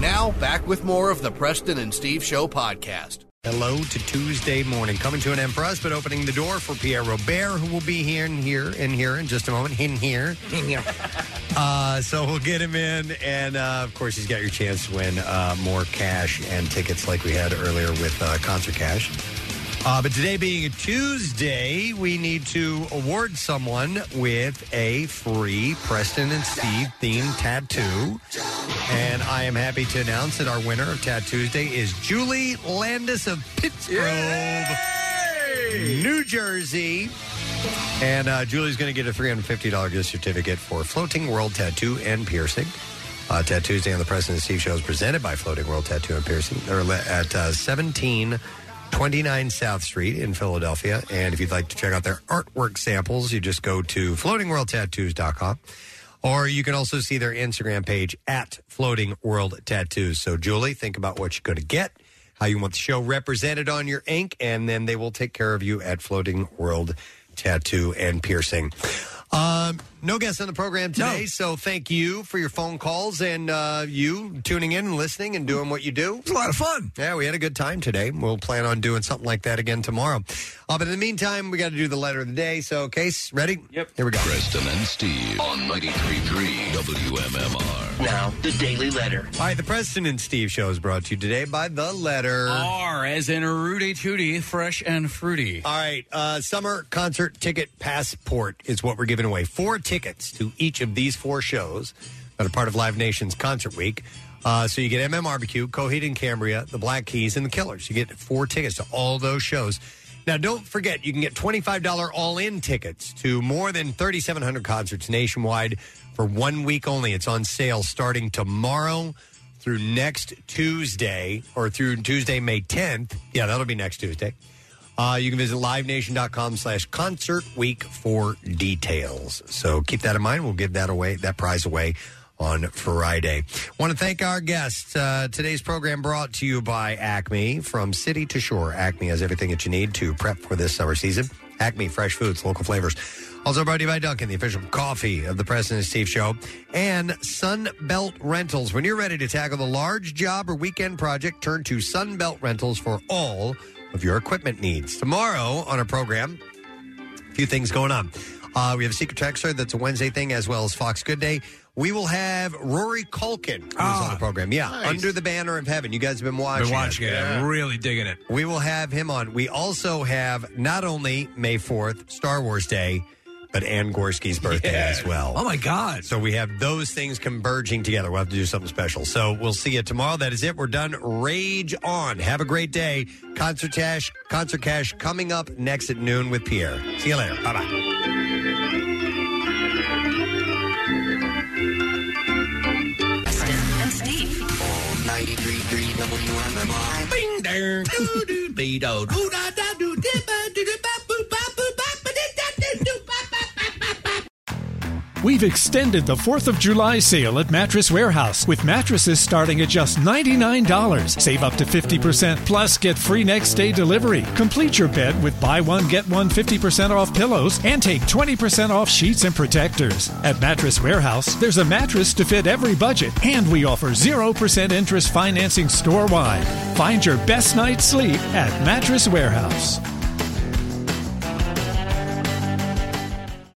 S5: Now, back with more of the Preston and Steve Show podcast.
S4: Hello to Tuesday morning. Coming to an end for us, but opening the door for Pierre Robert, who will be here and here and here in just a moment. In here. In here. Uh, so we'll get him in. And uh, of course, he's got your chance to win uh, more cash and tickets like we had earlier with uh, Concert Cash. Uh, but today being a Tuesday, we need to award someone with a free Preston and Steve themed tattoo. And I am happy to announce that our winner of Tattoo Tuesday is Julie Landis of Pittsgrove, New Jersey. And uh, Julie's going to get a $350 gift certificate for Floating World Tattoo and Piercing. Uh, Tattoos Day on the President and Steve Show is presented by Floating World Tattoo and Piercing. They're le- at uh, 1729 South Street in Philadelphia. And if you'd like to check out their artwork samples, you just go to floatingworldtattoos.com. Or you can also see their Instagram page at Floating World Tattoos. So, Julie, think about what you're going to get, how you want the show represented on your ink, and then they will take care of you at Floating World Tattoo and Piercing. Um, no guests on the program today, so thank you for your phone calls and uh, you tuning in and listening and doing what you do. It's a lot of fun. Yeah, we had a good time today. We'll plan on doing something like that again tomorrow. Uh, but in the meantime, we got to do the letter of the day. So, Case, ready? Yep. Here we go.
S14: Preston and Steve on 93.3 WMMR.
S4: Now,
S14: the Daily Letter.
S4: All right, the Preston and Steve show is brought to you today by the letter
S8: R, as in Rudy Tooty, fresh and fruity.
S4: All right, uh, summer concert ticket passport is what we're giving away. Four tickets to each of these four shows that are part of Live Nation's Concert Week. Uh, so you get MMRBQ, Coheed and Cambria, the Black Keys, and the Killers. You get four tickets to all those shows. Now, don't forget, you can get $25 all in tickets to more than 3,700 concerts nationwide for one week only. It's on sale starting tomorrow through next Tuesday or through Tuesday, May 10th. Yeah, that'll be next Tuesday. Uh, you can visit livenation.com slash concert week for details. So keep that in mind. We'll give that away, that prize away on Friday. Want to thank our guests. Uh, today's program brought to you by Acme. From city to shore, Acme has everything that you need to prep for this summer season. Acme, fresh foods, local flavors. Also brought to you by Duncan, the official coffee of the President and Steve Show, and Sunbelt Rentals. When you're ready to tackle the large job or weekend project, turn to Sunbelt Rentals for all of your equipment needs. Tomorrow on our program, a few things going on. Uh, we have a secret trackster that's a Wednesday thing, as well as Fox Good Day. We will have Rory Culkin who's on the program. Yeah, under the banner of heaven. You guys have been watching.
S3: Ah, Been watching it. I'm really digging it.
S4: We will have him on. We also have not only May 4th, Star Wars Day, but Ann Gorski's birthday as well.
S28: Oh my God!
S4: So we have those things converging together. We'll have to do something special. So we'll see you tomorrow. That is it. We're done. Rage on. Have a great day. Concert Cash, Concert Cash coming up next at noon with Pierre. See you later. Bye bye.
S10: Preston and Steve. 93.3 WMMR. Bing there. Doo doo be do. Doo da da doo dip a doo doo ba boo ba boo ba ba dee da dee doo ba ba.
S29: We've extended the 4th of July sale at Mattress Warehouse with mattresses starting at just $99. Save up to 50% plus get free next day delivery. Complete your bed with buy one get one 50% off pillows and take 20% off sheets and protectors. At Mattress Warehouse, there's a mattress to fit every budget and we offer 0% interest financing store wide. Find your best night's sleep at Mattress Warehouse.